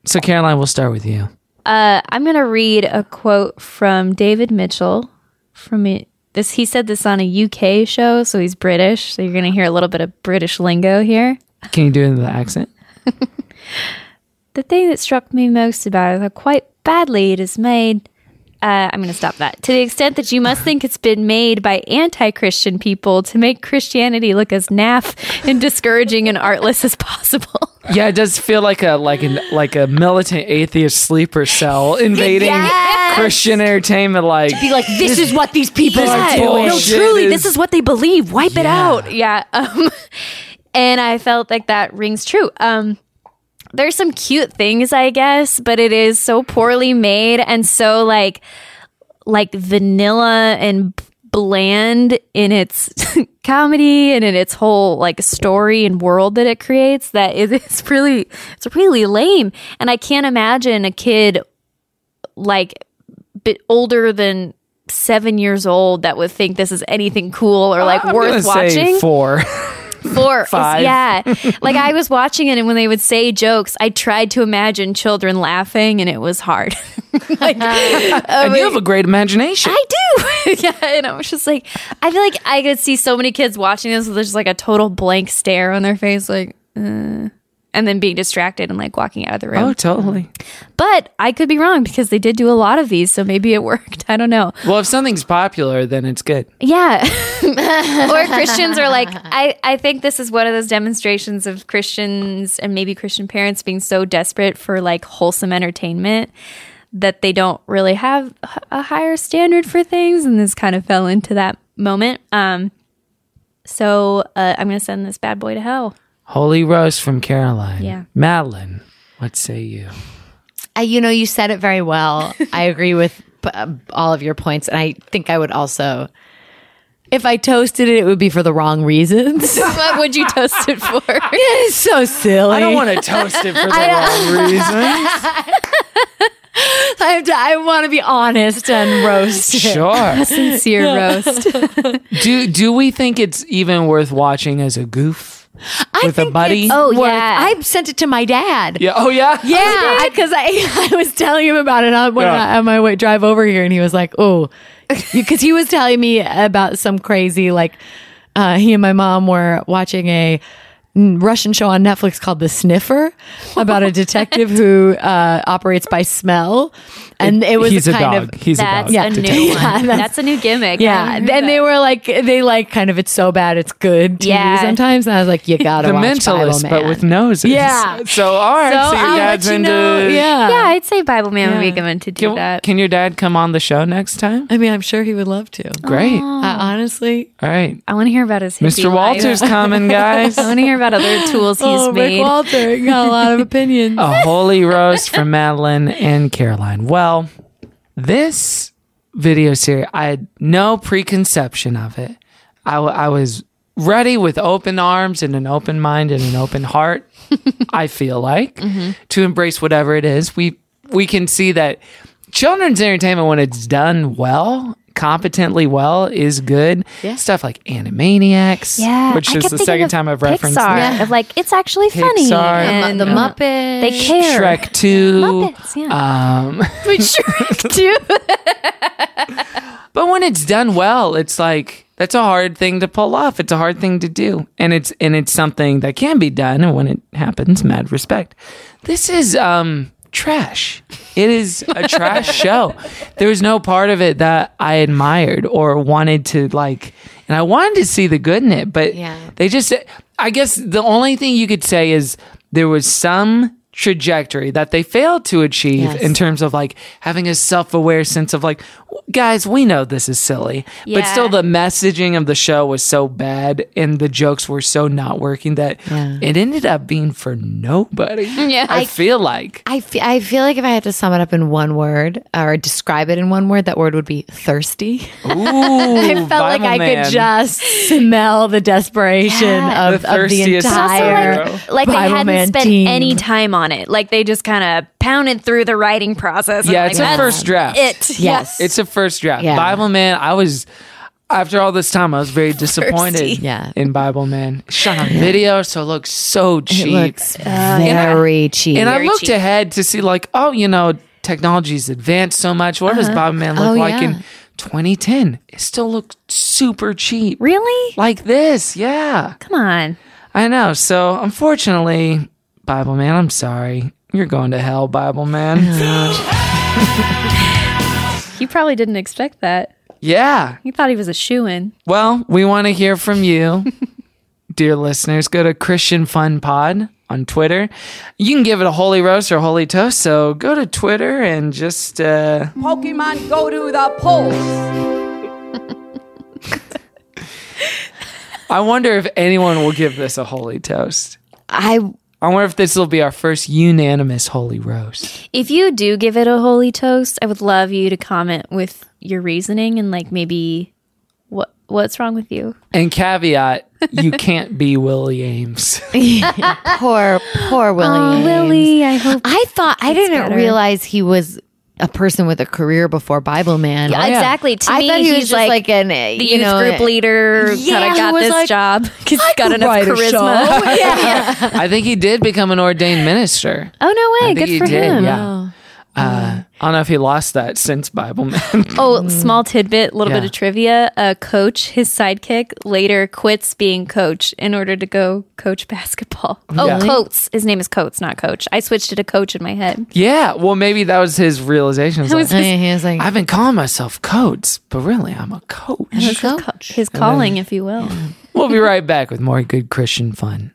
[SPEAKER 2] So Caroline, we'll start with you.
[SPEAKER 3] Uh, I'm gonna read a quote from David Mitchell. From it, this, he said this on a UK show, so he's British. So you're gonna hear a little bit of British lingo here.
[SPEAKER 2] Can you do it in the accent?
[SPEAKER 3] The thing that struck me most about it, how quite badly it is made. Uh, I'm going to stop that. To the extent that you must think it's been made by anti Christian people to make Christianity look as naff and discouraging and artless as possible.
[SPEAKER 2] Yeah, it does feel like a like an like a militant atheist sleeper cell invading
[SPEAKER 3] Yes!
[SPEAKER 2] Christian entertainment. Like,
[SPEAKER 18] Be like, this is what these people
[SPEAKER 2] This
[SPEAKER 18] are doing.
[SPEAKER 3] No,
[SPEAKER 2] bullshit
[SPEAKER 3] truly,
[SPEAKER 2] is-
[SPEAKER 3] this is what they believe. Wipe it out. Yeah. Um, and I felt like that rings true. Um, there's some cute things, I guess, but it is so poorly made and so like like vanilla and b- bland in its comedy and in its whole like story and world that it creates that it is really it's really lame and i can't imagine a kid like bit older than seven years old that would think this is anything cool or like
[SPEAKER 2] I'm gonna
[SPEAKER 3] worth
[SPEAKER 2] say
[SPEAKER 3] watching
[SPEAKER 2] Four.
[SPEAKER 3] four is-
[SPEAKER 2] Five.
[SPEAKER 3] yeah like i was watching it and when they would say jokes i tried to imagine children laughing and it was hard like,
[SPEAKER 2] and you have a great imagination.
[SPEAKER 3] I do. yeah, and I was just like, I feel like I could see so many kids watching this with just like a total blank stare on their face, like, uh, and then being distracted and like walking out of the room.
[SPEAKER 2] oh, totally.
[SPEAKER 3] But I could be wrong because they did do a lot of these, so maybe it worked. I don't know.
[SPEAKER 2] Well, if something's popular, then it's good.
[SPEAKER 3] Yeah. or Christians are like, I, I think this is one of those demonstrations of Christians and maybe Christian parents being so desperate for like wholesome entertainment that they don't really have h- a higher standard for things. And this kind of fell into that moment. Um, so uh, I'm going to send this bad boy to hell.
[SPEAKER 2] Holy roast from Caroline.
[SPEAKER 3] Yeah.
[SPEAKER 2] Madeline, what say you?
[SPEAKER 4] Uh, you know, you said it very well. I agree with p- uh, all of your points, and I think I would also, if I toasted it, it would be for the wrong reasons. it
[SPEAKER 3] what would you toast it for?
[SPEAKER 4] is so silly.
[SPEAKER 2] I don't want to toast it for the wrong reason.
[SPEAKER 4] I have to. I want to be honest and roast. it.
[SPEAKER 2] Sure.
[SPEAKER 3] Sincere roast.
[SPEAKER 2] Do do we think it's even worth watching as a goof
[SPEAKER 4] I
[SPEAKER 2] with a
[SPEAKER 4] think
[SPEAKER 2] buddy?
[SPEAKER 4] it's
[SPEAKER 3] Oh,
[SPEAKER 4] worth-
[SPEAKER 3] yeah.
[SPEAKER 4] I sent it to my dad.
[SPEAKER 2] Yeah. Oh yeah.
[SPEAKER 4] Yeah, because I, I was telling him about it on, when
[SPEAKER 2] Yeah.
[SPEAKER 4] I, on my way drive over here, and he was like, "Oh," because he was telling me about some crazy like uh, he and my mom were watching a Russian show on Netflix called The Sniffer about a detective who uh, operates by smell, and it, was
[SPEAKER 2] He's a
[SPEAKER 4] kind
[SPEAKER 2] dog.
[SPEAKER 4] of
[SPEAKER 2] He's
[SPEAKER 3] That's
[SPEAKER 2] a dog.
[SPEAKER 4] Yeah.
[SPEAKER 3] a new
[SPEAKER 4] detective.
[SPEAKER 3] one.
[SPEAKER 4] Yeah,
[SPEAKER 3] that's,
[SPEAKER 4] that's-
[SPEAKER 3] a new gimmick.
[SPEAKER 4] yeah, and they were like they like kind of it's so bad it's good. TV
[SPEAKER 3] Yeah.
[SPEAKER 4] sometimes and I was like, you gotta
[SPEAKER 2] the
[SPEAKER 4] watch Bible
[SPEAKER 2] mentalist, but
[SPEAKER 4] Man."
[SPEAKER 2] with noses.
[SPEAKER 4] Yeah.
[SPEAKER 2] So all right. So,
[SPEAKER 4] So
[SPEAKER 2] your
[SPEAKER 4] I'll
[SPEAKER 2] dad's
[SPEAKER 4] let you
[SPEAKER 2] into.
[SPEAKER 4] know- yeah,
[SPEAKER 3] yeah, I'd say Bible Man would be
[SPEAKER 4] Yeah.
[SPEAKER 3] going to do
[SPEAKER 2] Can,
[SPEAKER 3] that.
[SPEAKER 2] can your dad come on the show next time?
[SPEAKER 4] I mean, I'm sure he would love to.
[SPEAKER 2] Great.
[SPEAKER 4] I honestly,
[SPEAKER 2] All right.
[SPEAKER 3] I want to hear about his hippie
[SPEAKER 2] Mr.
[SPEAKER 3] life.
[SPEAKER 2] Walters coming, guys.
[SPEAKER 3] I want to hear about other tools he's
[SPEAKER 4] oh,
[SPEAKER 3] made.
[SPEAKER 4] Rick Walter got a lot of opinions.
[SPEAKER 2] a holy roast from Madeline and Caroline. Well, this video series, I had no preconception of it. I, w- I was ready with open arms and an open mind and an open heart. I feel like
[SPEAKER 4] Mm-hmm.
[SPEAKER 2] to embrace whatever it is. We we can see that children's entertainment when it's done well competently well is good.
[SPEAKER 4] Yeah.
[SPEAKER 2] Stuff like Animaniacs,
[SPEAKER 4] Yeah,
[SPEAKER 2] which
[SPEAKER 4] I
[SPEAKER 2] is
[SPEAKER 4] kept
[SPEAKER 2] the
[SPEAKER 4] thinking
[SPEAKER 2] second
[SPEAKER 4] of
[SPEAKER 2] time I've referenced
[SPEAKER 4] Pixar,
[SPEAKER 2] that.
[SPEAKER 4] of like it's actually funny
[SPEAKER 2] Pixar,
[SPEAKER 4] and uh, the
[SPEAKER 2] Yeah.
[SPEAKER 4] Muppets. They care.
[SPEAKER 2] Shrek 2.
[SPEAKER 4] Muppets, yeah.
[SPEAKER 2] Um,
[SPEAKER 4] But Shrek too.
[SPEAKER 2] but when it's done well, it's like that's a hard thing to pull off. It's a hard thing to do, and it's and it's something that can be done. And when it happens, mad respect. This is um trash. It is a trash show. There was no part of it that I admired or wanted to like, and I wanted to see the good in it, but
[SPEAKER 15] Yeah.
[SPEAKER 2] they just. I guess the only thing you could say is there was some trajectory that they failed to achieve
[SPEAKER 15] Yes.
[SPEAKER 2] in terms of like having a self-aware sense of like guys we know this is silly but
[SPEAKER 15] Yeah.
[SPEAKER 2] still the messaging of the show was so bad and the jokes were so not working that it ended up being for nobody
[SPEAKER 15] Yeah.
[SPEAKER 2] i,
[SPEAKER 15] I-
[SPEAKER 2] feel like
[SPEAKER 15] I fe- I feel like if I had to sum it up in one word or describe it in one word, that word would be thirsty.
[SPEAKER 4] I felt like I could just smell the desperation
[SPEAKER 15] Yeah.
[SPEAKER 4] of
[SPEAKER 15] The
[SPEAKER 4] of the
[SPEAKER 15] thirstiest
[SPEAKER 4] entire
[SPEAKER 15] superhero.
[SPEAKER 3] like they
[SPEAKER 4] Bible Man
[SPEAKER 3] hadn't spent
[SPEAKER 4] team.
[SPEAKER 3] any time on it. Like they just kind of pounded through the writing process. and
[SPEAKER 2] yeah
[SPEAKER 3] like,
[SPEAKER 2] it's a
[SPEAKER 3] that's
[SPEAKER 2] first draft
[SPEAKER 3] It
[SPEAKER 2] yes it's a first draft
[SPEAKER 3] Yeah.
[SPEAKER 2] bible man i was after all this time i was very disappointed
[SPEAKER 15] Thirsty. Yeah.
[SPEAKER 2] in bible man shot on video so it looks so cheap
[SPEAKER 15] looks
[SPEAKER 4] uh,
[SPEAKER 2] And I-
[SPEAKER 15] very cheap.
[SPEAKER 2] And I
[SPEAKER 15] Very
[SPEAKER 2] looked
[SPEAKER 15] cheap.
[SPEAKER 2] ahead to see, like, oh, you know, technology's advanced so much. What does
[SPEAKER 15] Uh-huh.
[SPEAKER 2] Bob Man look
[SPEAKER 15] Oh,
[SPEAKER 2] like
[SPEAKER 15] yeah.
[SPEAKER 2] in 2010? It still looked super cheap. Really? Like this, yeah.
[SPEAKER 3] Come on.
[SPEAKER 2] I know. So, unfortunately, Bible Man, I'm sorry. You're going to hell, Bible Man.
[SPEAKER 3] You probably didn't expect that.
[SPEAKER 2] yeah.
[SPEAKER 3] You thought he was a shoe in.
[SPEAKER 2] Well, we want to hear from you, dear listeners. Go to Christian Fun Pod on Twitter. You can give it a holy roast or holy toast. So go to Twitter and just uh,
[SPEAKER 19] Pokemon go to the polls.
[SPEAKER 2] I wonder if anyone will give this a holy toast.
[SPEAKER 3] I
[SPEAKER 2] I wonder if this will be our first unanimous holy roast.
[SPEAKER 3] If you do give it a holy toast, I would love you to comment with your reasoning and like maybe what what's wrong with you.
[SPEAKER 2] And caveat, you can't be Willie Ames.
[SPEAKER 15] poor, poor Willie.
[SPEAKER 3] Aw, Willie, I hope.
[SPEAKER 15] I thought I
[SPEAKER 3] gets
[SPEAKER 15] didn't
[SPEAKER 3] better.
[SPEAKER 15] realize he was a person with a career before Bible Man.
[SPEAKER 3] Yeah, exactly. To
[SPEAKER 15] Oh, I
[SPEAKER 3] me,
[SPEAKER 15] thought he was
[SPEAKER 3] he's
[SPEAKER 15] just like,
[SPEAKER 3] like
[SPEAKER 15] an eh,
[SPEAKER 3] The
[SPEAKER 15] you
[SPEAKER 3] youth
[SPEAKER 15] know,
[SPEAKER 3] group leader
[SPEAKER 15] Yeah,
[SPEAKER 3] kind of got
[SPEAKER 15] was
[SPEAKER 3] this
[SPEAKER 15] like,
[SPEAKER 3] job because he's got
[SPEAKER 15] could
[SPEAKER 3] enough
[SPEAKER 15] write a
[SPEAKER 3] charisma. yeah.
[SPEAKER 2] I think he did become an ordained minister.
[SPEAKER 3] Oh no
[SPEAKER 2] I
[SPEAKER 3] way!
[SPEAKER 2] think
[SPEAKER 3] Good
[SPEAKER 2] he
[SPEAKER 3] for
[SPEAKER 2] did,
[SPEAKER 3] him. Oh.
[SPEAKER 2] yeah. Uh, I don't know if he lost that since Bible Man.
[SPEAKER 3] Oh, small tidbit, a little
[SPEAKER 2] Yeah.
[SPEAKER 3] bit of trivia. Uh, coach, his sidekick, later quits being coach in order to go coach basketball.
[SPEAKER 2] Yeah.
[SPEAKER 3] Oh, Coates. His name is Coates, not coach. I switched it to coach in my head.
[SPEAKER 2] yeah, well, maybe that was his realization. It's
[SPEAKER 3] That
[SPEAKER 2] like,
[SPEAKER 3] was his- Yeah,
[SPEAKER 15] he was like,
[SPEAKER 2] I've been calling myself Coates, but really, I'm a coach.
[SPEAKER 3] That was His, co- his calling, if you will.
[SPEAKER 2] We'll be right back with more good Christian fun.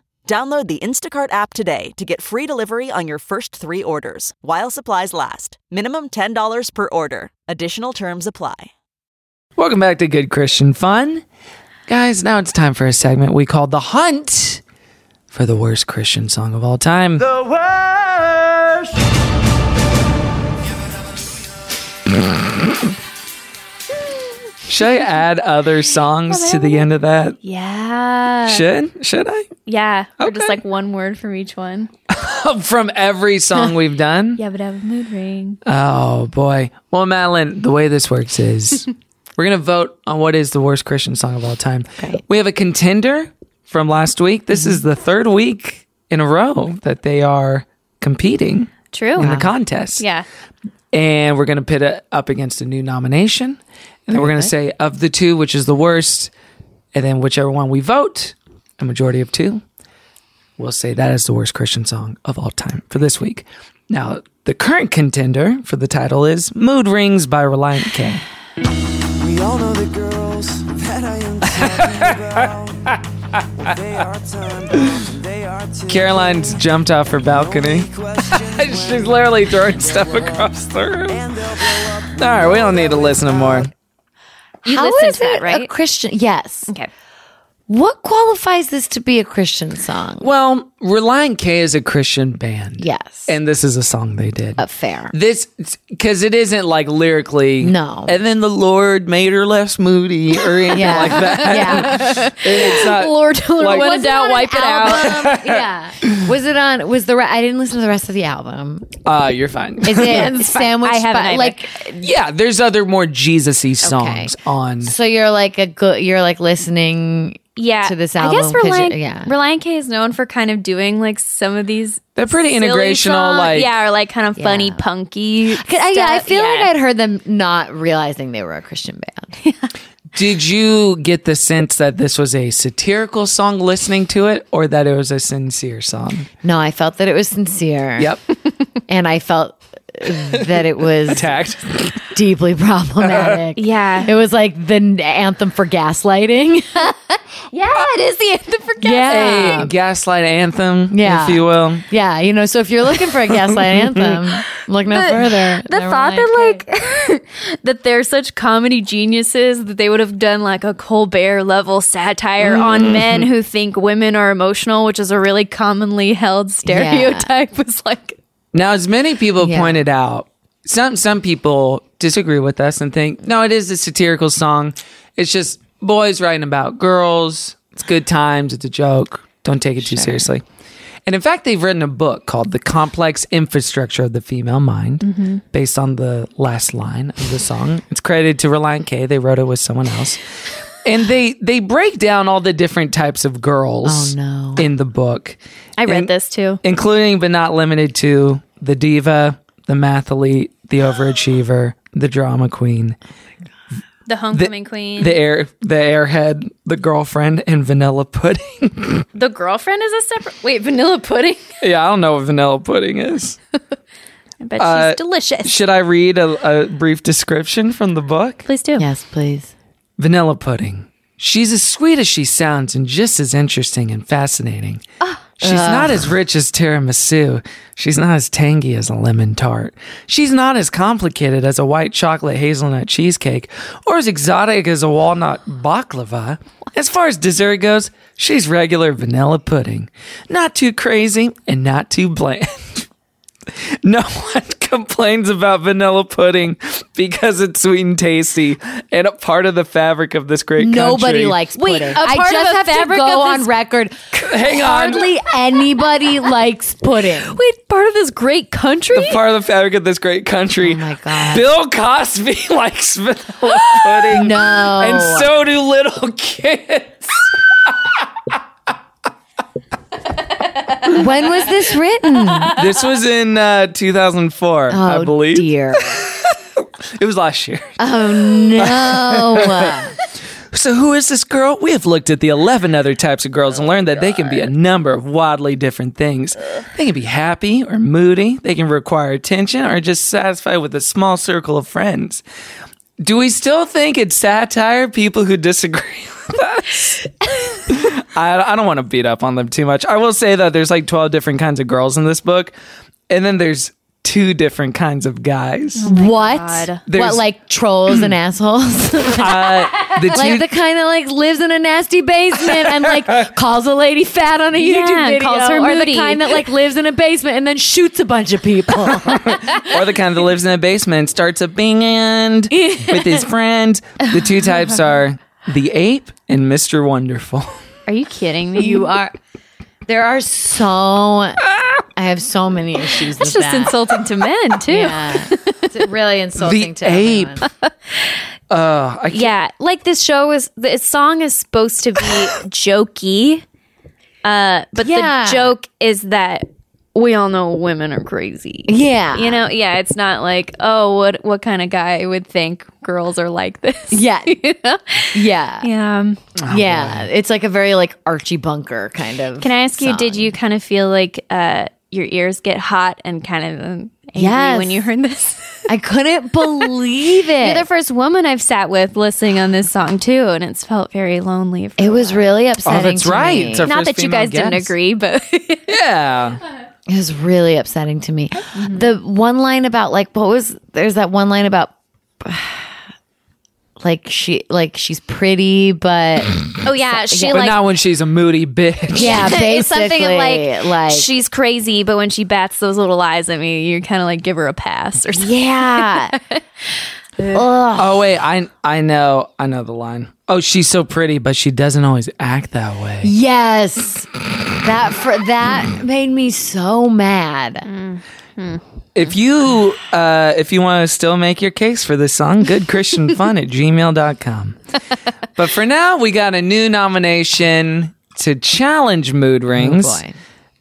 [SPEAKER 20] Download the Instacart app today to get free delivery on your first three orders while supplies last. Minimum $10 per order. Additional terms apply.
[SPEAKER 2] Welcome back to Good Christian Fun. Guys, now it's time for a segment we call The Hunt for the Worst Christian Song of All Time.
[SPEAKER 6] The worst.
[SPEAKER 2] Should I add other songs to the end of that? Uh,
[SPEAKER 3] Yeah.
[SPEAKER 2] Should? Should I?
[SPEAKER 3] Yeah. Or just like one word from each one.
[SPEAKER 2] From every song we've done?
[SPEAKER 3] Yeah, but I have a mood ring.
[SPEAKER 15] Uh,
[SPEAKER 2] Oh, boy. Well, Madeline, the way this works is we're going to vote on what is the worst Christian song of all time. We have a contender from last week. This
[SPEAKER 3] Mm-hmm.
[SPEAKER 2] is the third week in a row that they are competing
[SPEAKER 3] True.
[SPEAKER 2] in
[SPEAKER 3] Oh, Wow.
[SPEAKER 2] the contest.
[SPEAKER 3] Yeah.
[SPEAKER 2] and we're going to pit it up against a new nomination And we're going to say of the two, which is the worst, and then whichever one we vote, a majority of two, we'll say that is the worst Christian song of all time for this week. Now, the current contender for the title is Mood Rings by Reliant K.
[SPEAKER 21] We all know the girls that I am talking about. Well, they are time bombs and they are
[SPEAKER 2] Caroline's jumped off her balcony. She's literally throwing stuff across the room. All right, we don't need to listen to more.
[SPEAKER 3] You
[SPEAKER 4] How
[SPEAKER 3] listened
[SPEAKER 4] is
[SPEAKER 3] to that,
[SPEAKER 4] it
[SPEAKER 3] right?
[SPEAKER 4] A Christian? Yes.
[SPEAKER 3] Okay.
[SPEAKER 4] What qualifies this to be a Christian song?
[SPEAKER 2] Well, Reliant K is a Christian band.
[SPEAKER 4] Yes.
[SPEAKER 2] And this is a song they did.
[SPEAKER 4] A fair.
[SPEAKER 2] This, because it isn't like lyrically.
[SPEAKER 4] No.
[SPEAKER 2] And then the Lord made her less moody or anything
[SPEAKER 4] Yeah.
[SPEAKER 2] like that. Yeah. it's not,
[SPEAKER 3] Lord, Lord,
[SPEAKER 2] Like-
[SPEAKER 3] when
[SPEAKER 2] Was
[SPEAKER 3] in doubt, wipe it out.
[SPEAKER 4] yeah. Was it on? Was the? Re- I didn't listen to the rest of the album.
[SPEAKER 2] Uh, you're fine.
[SPEAKER 4] Is it sandwiched?
[SPEAKER 3] I haven't
[SPEAKER 4] by,
[SPEAKER 3] either.
[SPEAKER 4] like
[SPEAKER 2] yeah, there's other more Jesus-y songs on.
[SPEAKER 4] so you're like a good. You're like listening.
[SPEAKER 3] yeah,
[SPEAKER 4] To this
[SPEAKER 3] I guess
[SPEAKER 4] album, 'cause you're-
[SPEAKER 3] Reliant,
[SPEAKER 4] yeah.
[SPEAKER 3] Reliant K is known for kind of doing like some of these.
[SPEAKER 2] They're pretty
[SPEAKER 3] silly
[SPEAKER 2] integrational,
[SPEAKER 3] song-
[SPEAKER 2] like-
[SPEAKER 3] yeah, or like kind of funny, punky.
[SPEAKER 4] I, yeah, I
[SPEAKER 3] stuff.
[SPEAKER 4] feel
[SPEAKER 3] Yeah.
[SPEAKER 4] like I'd heard them not realizing they were a Christian band.
[SPEAKER 2] Did you get the sense that this was a satirical song listening to it, or that it was a sincere song?
[SPEAKER 4] No, I felt that it was sincere.
[SPEAKER 2] Yep.
[SPEAKER 4] and I felt that it was
[SPEAKER 2] Attacked.
[SPEAKER 4] deeply problematic.
[SPEAKER 3] Yeah.
[SPEAKER 4] It was like the n- anthem for gaslighting.
[SPEAKER 3] yeah, it is the anthem for Catholic.
[SPEAKER 2] A gaslight anthem,
[SPEAKER 4] Yeah.
[SPEAKER 2] if you will.
[SPEAKER 4] yeah, you know, so if you're looking for a gaslight anthem, look no further.
[SPEAKER 3] The
[SPEAKER 4] They're
[SPEAKER 3] thought
[SPEAKER 4] like,
[SPEAKER 3] that like that they're such comedy geniuses that they would have done like a Colbert level satire
[SPEAKER 4] Mm-hmm.
[SPEAKER 3] on men who think women are emotional, which is a really commonly held stereotype, was like
[SPEAKER 2] Now, as many people
[SPEAKER 3] Yeah.
[SPEAKER 2] pointed out, some some people disagree with us and think, no, it is a satirical song. It's just boys writing about girls. It's good times. It's a joke. Don't take it too seriously. And in fact, they've written a book called "The Complex Infrastructure of the Female Mind," based on the last line of the song. It's credited to Reliant K. They wrote it with someone else, and they they break down all the different types of girls in the book
[SPEAKER 3] I read
[SPEAKER 2] And-
[SPEAKER 3] this too.
[SPEAKER 2] including but not limited to the diva, the mathlete, the overachiever, the drama queen,
[SPEAKER 3] The homecoming queen.
[SPEAKER 2] the air, the airhead, the girlfriend, and vanilla pudding.
[SPEAKER 3] The girlfriend is a separate. Wait, vanilla pudding?
[SPEAKER 2] yeah, I don't know what vanilla pudding is.
[SPEAKER 3] I bet
[SPEAKER 2] Uh,
[SPEAKER 3] she's delicious.
[SPEAKER 2] Should I read a, a brief description from the book?
[SPEAKER 3] Please do.
[SPEAKER 4] Yes, please.
[SPEAKER 2] Vanilla pudding. She's as sweet as she sounds and just as interesting and fascinating. She's
[SPEAKER 4] Uh.
[SPEAKER 2] not as rich as tiramisu. She's not as tangy as a lemon tart. She's not as complicated as a white chocolate hazelnut cheesecake or as exotic as a walnut baklava. As far as dessert goes, she's regular vanilla pudding. Not too crazy and not too bland. No one complains about vanilla pudding because it's sweet and tasty and a part of the fabric of this great country.
[SPEAKER 4] Nobody likes
[SPEAKER 3] Wait,
[SPEAKER 4] pudding.
[SPEAKER 3] a
[SPEAKER 4] I
[SPEAKER 3] part of
[SPEAKER 4] just
[SPEAKER 3] the
[SPEAKER 4] have to
[SPEAKER 3] fabric
[SPEAKER 4] go
[SPEAKER 3] of
[SPEAKER 4] on
[SPEAKER 3] this-
[SPEAKER 4] record.
[SPEAKER 2] Hang on.
[SPEAKER 4] Hardly anybody likes pudding.
[SPEAKER 3] Wait, part of this great country?
[SPEAKER 2] the part of the fabric of this great country. Oh
[SPEAKER 4] my God.
[SPEAKER 2] Bill Cosby likes vanilla pudding.
[SPEAKER 4] No.
[SPEAKER 2] And so do little kids.
[SPEAKER 4] when was this written?
[SPEAKER 2] This was in uh, 2004, I believe.
[SPEAKER 4] dear.
[SPEAKER 2] It was last year.
[SPEAKER 4] Oh no.
[SPEAKER 2] So, who is this girl? We have looked at the 11 other types of girls and learned that they can be a number of wildly different things. They can be happy or moody, they can require attention, or just satisfied with a small circle of friends. Do we still think it's satire, people who disagree with us? I, I don't want to beat up on them too much. I will say that there's like 12 different kinds of girls in this book, and then there's two different kinds of guys.
[SPEAKER 4] what?
[SPEAKER 2] There's-
[SPEAKER 4] What like trolls and assholes?
[SPEAKER 2] Uh, the two,
[SPEAKER 4] like the kind that like lives in a nasty basement and like calls a lady fat on a
[SPEAKER 3] Yeah,
[SPEAKER 4] YouTube video,
[SPEAKER 3] calls her
[SPEAKER 4] or
[SPEAKER 3] moody.
[SPEAKER 4] the kind that like lives in a basement and then shoots a bunch of people.
[SPEAKER 2] or the kind that lives in a basement and starts a band with his friend. The two types are the ape and Mr. Wonderful.
[SPEAKER 3] Are you kidding me?
[SPEAKER 4] you are. There are so. I have so many issues.
[SPEAKER 3] That's
[SPEAKER 4] with
[SPEAKER 3] just
[SPEAKER 4] that.
[SPEAKER 3] insulting to men too. Yeah.
[SPEAKER 4] Yeah, it's really insulting
[SPEAKER 2] the
[SPEAKER 4] to
[SPEAKER 2] ape.
[SPEAKER 4] everyone.
[SPEAKER 2] Uh, I can't-
[SPEAKER 3] like this show is the song is supposed to be jokey, uh, but
[SPEAKER 4] Yeah.
[SPEAKER 3] the joke is that we all know women are crazy.
[SPEAKER 4] Yeah.
[SPEAKER 3] You know, yeah, it's not like, oh, what what kind of guy would think girls are like this?
[SPEAKER 4] Yeah.
[SPEAKER 3] You know?
[SPEAKER 4] Yeah.
[SPEAKER 3] Yeah.
[SPEAKER 4] Oh, yeah. Boy. It's like a very like Archie Bunker kind of.
[SPEAKER 3] Can I ask you,
[SPEAKER 4] song.
[SPEAKER 3] did you kind of feel like uh your ears get hot and kind of um, angry
[SPEAKER 4] Yes.
[SPEAKER 3] when you heard this?
[SPEAKER 4] I couldn't believe it.
[SPEAKER 3] You're the first woman I've sat with listening on this song too, and it's felt very lonely. For
[SPEAKER 4] it was really upsetting.
[SPEAKER 2] Oh, that's
[SPEAKER 4] to
[SPEAKER 2] right.
[SPEAKER 4] me.
[SPEAKER 2] It's our
[SPEAKER 3] not
[SPEAKER 2] first
[SPEAKER 3] that you
[SPEAKER 2] female
[SPEAKER 3] guys didn't
[SPEAKER 2] guest.
[SPEAKER 3] agree, but
[SPEAKER 2] Yeah.
[SPEAKER 4] It was really upsetting to me. The one line about like what was there's that one line about like she like she's pretty but
[SPEAKER 3] oh yeah, she
[SPEAKER 2] but
[SPEAKER 3] like
[SPEAKER 2] not when she's a moody bitch.
[SPEAKER 4] yeah basically
[SPEAKER 3] it's something of like,
[SPEAKER 4] like
[SPEAKER 3] she's crazy, but when she bats those little eyes at me, you kind of like give her a pass or something.
[SPEAKER 4] yeah
[SPEAKER 2] Oh wait, I I know I know the line. Oh, she's so pretty, but she doesn't always act that way.
[SPEAKER 4] yes that for that made me so mad
[SPEAKER 2] If you uh, if you want to still make your case for this song, goodchristianfun at gmail.com. But for now, we got a new nomination to challenge mood rings.
[SPEAKER 4] boy.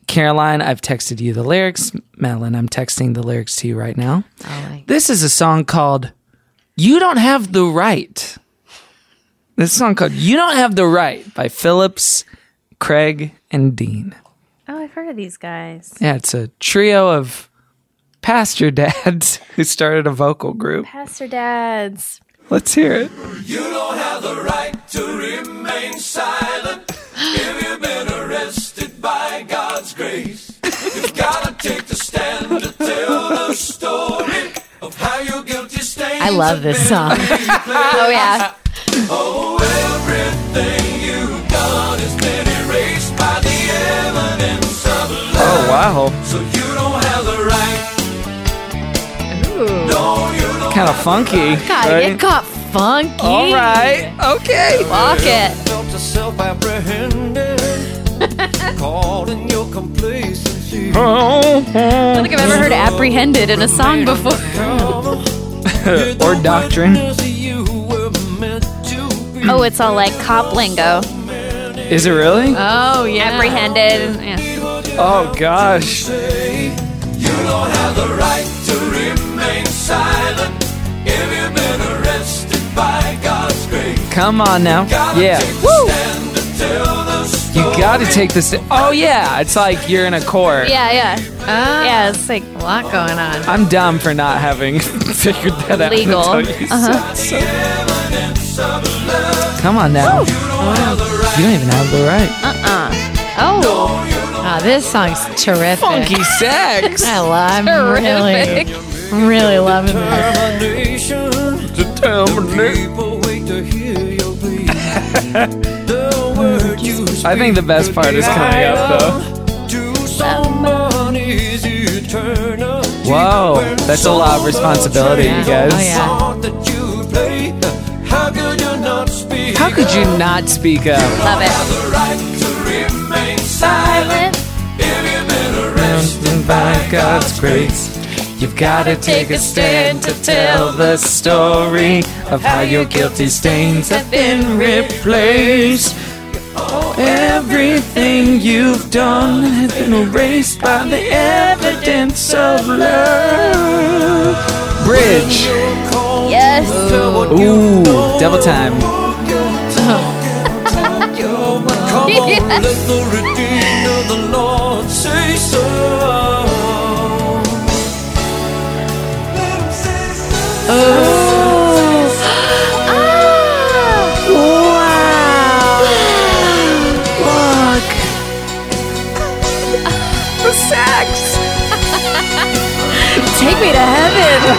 [SPEAKER 2] Caroline, I've texted you the lyrics. Madeline, I'm texting the lyrics to you right now.
[SPEAKER 4] my-
[SPEAKER 2] This is a song called You Don't Have the Right. This song called You Don't Have the Right by Phillips, Craig, and Dean.
[SPEAKER 3] Oh, I've heard of these guys.
[SPEAKER 2] Yeah, it's a trio of pastor dads who started a vocal group.
[SPEAKER 3] Pastor dads.
[SPEAKER 2] Let's hear it.
[SPEAKER 4] i love this song
[SPEAKER 3] Oh yeah.
[SPEAKER 2] Oh, wow. Kind of funky.
[SPEAKER 4] god
[SPEAKER 2] right?
[SPEAKER 4] it got funky
[SPEAKER 2] All right. Okay.
[SPEAKER 3] Walk it.
[SPEAKER 22] felt yourself apprehended, caught in your complacency.
[SPEAKER 3] I don't think I've ever heard apprehended in a song before.
[SPEAKER 2] or doctrine.
[SPEAKER 3] Oh, it's all like cop lingo.
[SPEAKER 2] Is it really?
[SPEAKER 3] Oh yeah. Apprehended. Yeah.
[SPEAKER 2] Oh gosh. Come on now. Yeah. Woo! You gotta take this. Oh, yeah. It's like you're in a court.
[SPEAKER 3] Yeah, yeah.
[SPEAKER 4] Ah.
[SPEAKER 3] yeah, it's like
[SPEAKER 4] a lot going on
[SPEAKER 2] I'm dumb for not having figured that out.
[SPEAKER 3] Legal. Uh-huh.
[SPEAKER 2] until you said so. Come on now. You don't even have the right.
[SPEAKER 4] oh Ah, this song's terrific
[SPEAKER 2] Funky sex.
[SPEAKER 4] i love i'm really
[SPEAKER 3] terrific.
[SPEAKER 4] really loving this
[SPEAKER 2] I think the best part is coming up, though. Whoa, that's a lot of responsibility, you guys.
[SPEAKER 4] oh yeah
[SPEAKER 2] How could you not speak up?
[SPEAKER 3] Love it.
[SPEAKER 2] by God's grace, you've got to take a stand to tell the story of how your guilty stains have been replaced. Everything you've done has been erased by the evidence of love. Bridge.
[SPEAKER 3] Yes.
[SPEAKER 2] Ooh, double time. Oh. Ah.
[SPEAKER 3] Take me to heaven.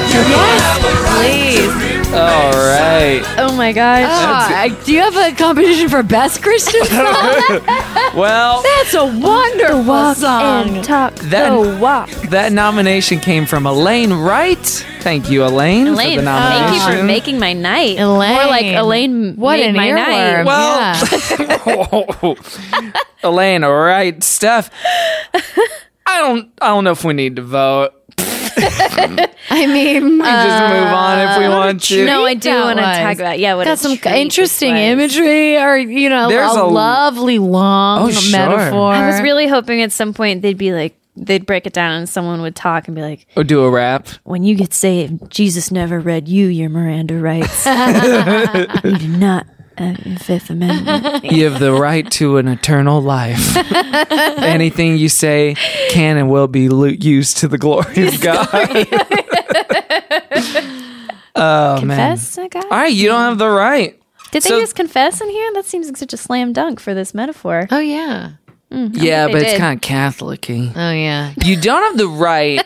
[SPEAKER 3] yes, please.
[SPEAKER 2] All right.
[SPEAKER 3] Oh my gosh.
[SPEAKER 4] Ah, do you have a competition for best Christian song?
[SPEAKER 2] Well,
[SPEAKER 4] That's a wonderful song.
[SPEAKER 3] talk
[SPEAKER 2] That- the That nomination came from Elaine Wright. Thank you, Elaine. for
[SPEAKER 3] Elaine,
[SPEAKER 2] the
[SPEAKER 3] thank you for
[SPEAKER 2] nomination.
[SPEAKER 3] making my night.
[SPEAKER 4] Elaine.
[SPEAKER 3] More like Elaine
[SPEAKER 4] What
[SPEAKER 3] made
[SPEAKER 4] an
[SPEAKER 3] my
[SPEAKER 4] earworm.
[SPEAKER 3] night.
[SPEAKER 2] Well, Elaine, all right, Steph. I don't. I don't know if we need to vote.
[SPEAKER 4] I mean,
[SPEAKER 2] We can
[SPEAKER 3] Uh,
[SPEAKER 2] just move on if we want to.
[SPEAKER 3] No, I do
[SPEAKER 4] That
[SPEAKER 3] want to
[SPEAKER 4] was-
[SPEAKER 3] talk about yeah. What
[SPEAKER 4] got
[SPEAKER 3] a
[SPEAKER 4] some
[SPEAKER 3] treat
[SPEAKER 4] interesting
[SPEAKER 3] this was.
[SPEAKER 4] imagery, or you know,
[SPEAKER 2] There's
[SPEAKER 4] a,
[SPEAKER 2] a-
[SPEAKER 4] lovely long
[SPEAKER 2] Oh, sure.
[SPEAKER 4] metaphor.
[SPEAKER 3] I was really hoping at some point they'd be like, they'd break it down and someone would talk and be like,
[SPEAKER 2] Or do a rap.
[SPEAKER 3] when you get saved, Jesus never read you your Miranda rights. you do not have the Fifth Amendment.
[SPEAKER 2] You have the right to an eternal life. Anything you say can and will be lo- used to the glory of God. oh
[SPEAKER 3] Confess,
[SPEAKER 2] man!
[SPEAKER 3] I guess.
[SPEAKER 2] All right, you don't have the right.
[SPEAKER 3] Did they
[SPEAKER 2] So-
[SPEAKER 3] use confess in here? That seems like such a slam dunk for this metaphor.
[SPEAKER 4] Oh yeah.
[SPEAKER 2] yeah, but it's kind of Catholic-y.
[SPEAKER 4] Oh yeah.
[SPEAKER 2] You don't have the right.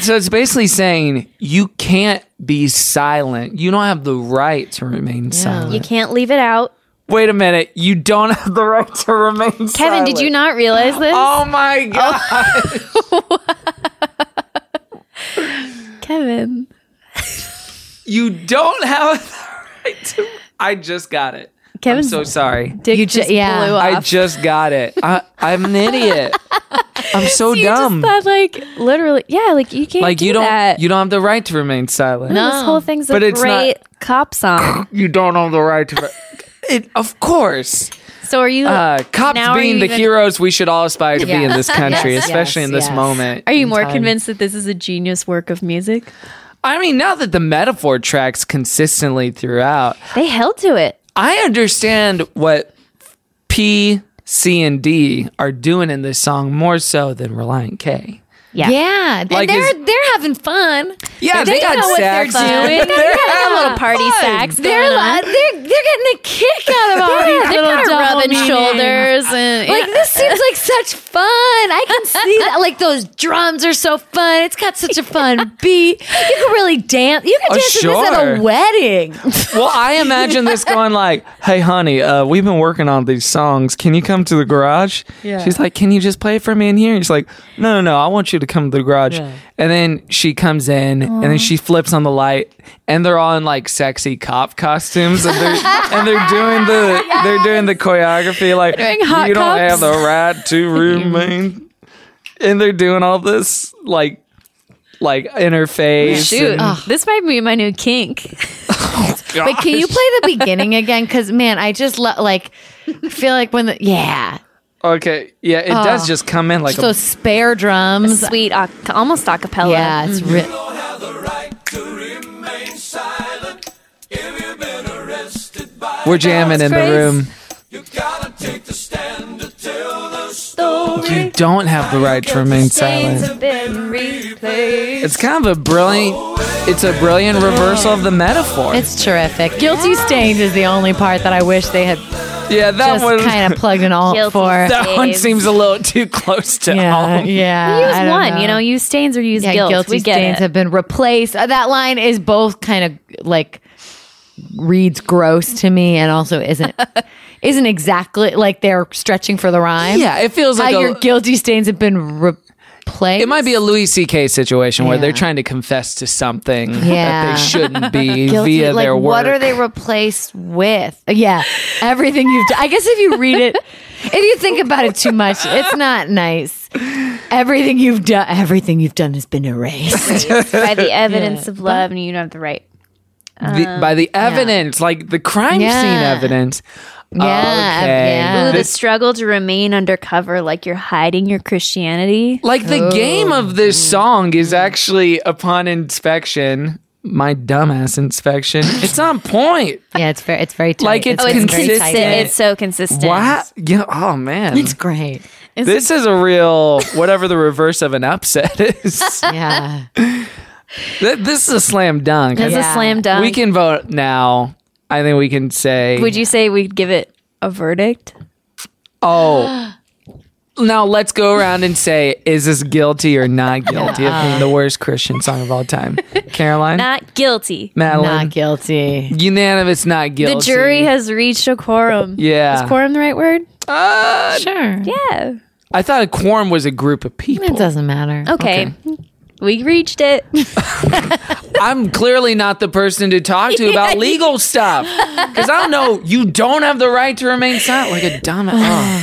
[SPEAKER 2] so it's basically saying you can't be silent. You don't have the right to remain silent.
[SPEAKER 3] You can't leave it out.
[SPEAKER 2] Wait a minute. You don't have the right to remain silent.
[SPEAKER 3] Kevin, did you not realize this?
[SPEAKER 2] Oh my god.
[SPEAKER 3] Kevin.
[SPEAKER 2] You don't have the right to. I just got it.
[SPEAKER 3] Kevin's-
[SPEAKER 2] I'm so sorry.
[SPEAKER 3] Dick
[SPEAKER 4] You ju-
[SPEAKER 3] just
[SPEAKER 4] yeah.
[SPEAKER 3] blew
[SPEAKER 2] I
[SPEAKER 3] off.
[SPEAKER 2] just got it. I, I'm an idiot. I'm so
[SPEAKER 3] you
[SPEAKER 2] dumb.
[SPEAKER 3] just thought like literally, yeah, like you can't
[SPEAKER 2] like
[SPEAKER 3] do
[SPEAKER 2] you don't.
[SPEAKER 3] that.
[SPEAKER 2] You don't have the right to remain silent.
[SPEAKER 3] This whole thing's a
[SPEAKER 2] But it's not-
[SPEAKER 3] great cop song.
[SPEAKER 2] You don't have the right to. It, of course.
[SPEAKER 3] So are you
[SPEAKER 2] Uh, cops
[SPEAKER 3] now are
[SPEAKER 2] being
[SPEAKER 3] you
[SPEAKER 2] the
[SPEAKER 3] even-
[SPEAKER 2] heroes we should all aspire to be in this country,
[SPEAKER 3] Yes,
[SPEAKER 2] especially in this
[SPEAKER 4] yes, yes.
[SPEAKER 2] moment.
[SPEAKER 3] Are you
[SPEAKER 2] in
[SPEAKER 3] more
[SPEAKER 2] time.
[SPEAKER 3] convinced that this is a genius work of music?
[SPEAKER 2] I mean, now that the metaphor tracks consistently throughout,
[SPEAKER 3] They held to it.
[SPEAKER 2] I understand what P, C, and D are doing in this song more so than Reliant K.
[SPEAKER 4] Yeah. Yeah. And
[SPEAKER 2] Like,
[SPEAKER 4] they're
[SPEAKER 2] is-
[SPEAKER 4] they're having fun.
[SPEAKER 2] Yeah, they, got
[SPEAKER 4] know what they're
[SPEAKER 2] sax.
[SPEAKER 4] doing. They got-
[SPEAKER 2] They're
[SPEAKER 4] they got a
[SPEAKER 2] having
[SPEAKER 3] little party
[SPEAKER 2] fun.
[SPEAKER 3] sax.
[SPEAKER 4] They're
[SPEAKER 3] going on.
[SPEAKER 4] li- they're they're getting a kick out of all
[SPEAKER 3] Yeah,
[SPEAKER 4] these
[SPEAKER 3] they're
[SPEAKER 4] little
[SPEAKER 3] kinda
[SPEAKER 4] double
[SPEAKER 3] rubbing
[SPEAKER 4] meanings.
[SPEAKER 3] shoulders and
[SPEAKER 4] Like this seems like such fun. I can see that. Like those drums are so fun. It's got such a fun beat. You can really dance. You can
[SPEAKER 2] Oh,
[SPEAKER 4] dance to this at
[SPEAKER 2] sure.
[SPEAKER 4] a wedding.
[SPEAKER 2] Well, I imagine this going like, "Hey, honey, uh, we've been working on these songs. Can you come to the garage?"
[SPEAKER 4] Yeah.
[SPEAKER 2] She's like, "Can you just play it for me in here?" He's like, "No, no, no. I want you to come to the garage."
[SPEAKER 4] Yeah.
[SPEAKER 2] And then she comes in, and then she flips on the light, and they're all in like sexy cop costumes, and they're and they're doing the they're doing the choreography like
[SPEAKER 3] Doing hot
[SPEAKER 2] you don't have
[SPEAKER 3] cups."
[SPEAKER 2] the right to remain, and they're doing all this like like interface.
[SPEAKER 3] Shoot, Oh.
[SPEAKER 2] and-
[SPEAKER 3] this might be my new kink.
[SPEAKER 2] Oh,
[SPEAKER 4] But can you play the beginning again? Because man, I just lo- like feel like when the yeah
[SPEAKER 2] Okay, yeah, it does
[SPEAKER 4] Oh.
[SPEAKER 2] just come in like
[SPEAKER 4] just
[SPEAKER 2] a
[SPEAKER 4] those spare drums.
[SPEAKER 3] Sweet, a- almost a cappella.
[SPEAKER 4] Yeah, it's ri-
[SPEAKER 2] We're jamming in the room. Oh, You don't have the right to remain silent. It's kind of a brilliant. It's a brilliant reversal of the metaphor.
[SPEAKER 4] it's terrific. Guilty stained is the only part that I wish they had
[SPEAKER 2] yeah, that
[SPEAKER 4] just
[SPEAKER 2] one.
[SPEAKER 4] kind of plugged an alt
[SPEAKER 3] Guilty
[SPEAKER 4] for.
[SPEAKER 2] that one
[SPEAKER 3] Saves.
[SPEAKER 2] seems a little too close to
[SPEAKER 4] Yeah,
[SPEAKER 2] home.
[SPEAKER 4] yeah.
[SPEAKER 3] Use
[SPEAKER 4] I don't
[SPEAKER 3] one, you know,
[SPEAKER 4] know.
[SPEAKER 3] use stains or use
[SPEAKER 4] yeah,
[SPEAKER 3] guilt.
[SPEAKER 4] guilty
[SPEAKER 3] we get
[SPEAKER 4] stains
[SPEAKER 3] it.
[SPEAKER 4] have been replaced. Uh, that line is both kind of like reads gross to me, and also isn't isn't exactly like they're stretching for the rhyme.
[SPEAKER 2] Yeah, it feels like
[SPEAKER 4] How
[SPEAKER 2] a-
[SPEAKER 4] your guilty stains have been replaced.
[SPEAKER 2] It might be a Louis C.K. situation where
[SPEAKER 4] Yeah.
[SPEAKER 2] they're trying to confess to something that
[SPEAKER 4] Yeah.
[SPEAKER 2] they shouldn't be
[SPEAKER 4] guilty.
[SPEAKER 2] via
[SPEAKER 4] like,
[SPEAKER 2] their work.
[SPEAKER 4] What are they replaced with? Yeah, everything you've done. I guess if you read it, if you think about it too much, it's not nice. Everything you've done, everything you've done has been erased.
[SPEAKER 3] by the evidence of love, and you don't have the right.
[SPEAKER 2] the, by the evidence, like the crime scene
[SPEAKER 4] Yeah.
[SPEAKER 2] evidence.
[SPEAKER 4] Yeah,
[SPEAKER 2] okay.
[SPEAKER 4] yeah.
[SPEAKER 3] Ooh, the
[SPEAKER 2] This-
[SPEAKER 3] struggle to remain undercover, like you're hiding your Christianity.
[SPEAKER 2] Like the game of this song is actually upon inspection, my dumbass inspection. It's on point.
[SPEAKER 4] yeah, it's very, it's very tight.
[SPEAKER 2] Like, it's
[SPEAKER 4] very
[SPEAKER 2] It's
[SPEAKER 4] tight.
[SPEAKER 2] consistent.
[SPEAKER 3] It's so consistent.
[SPEAKER 2] Wow. Yeah. Oh man.
[SPEAKER 4] It's great.
[SPEAKER 2] this is a real whatever the reverse of an upset is.
[SPEAKER 4] Yeah.
[SPEAKER 2] Th- this is a slam dunk.
[SPEAKER 3] It's a
[SPEAKER 4] Yeah.
[SPEAKER 3] slam dunk.
[SPEAKER 2] We can vote now. I think we can say.
[SPEAKER 3] Would you say we'd give it a verdict?
[SPEAKER 2] Oh. Now let's go around and say, is this guilty or not guilty of being the worst Christian song of all time? Caroline,
[SPEAKER 3] Not guilty.
[SPEAKER 2] Madeline,
[SPEAKER 4] Not guilty.
[SPEAKER 2] unanimous, not guilty.
[SPEAKER 3] The jury has reached a quorum.
[SPEAKER 2] Yeah.
[SPEAKER 3] Is quorum the right word?
[SPEAKER 2] Uh,
[SPEAKER 4] Sure.
[SPEAKER 3] Yeah.
[SPEAKER 2] I thought a quorum was a group of people.
[SPEAKER 4] It doesn't matter.
[SPEAKER 3] Okay. We reached it.
[SPEAKER 2] I'm clearly not the person to talk to about legal stuff because I know you don't have the right to remain silent like a dumb. Oh,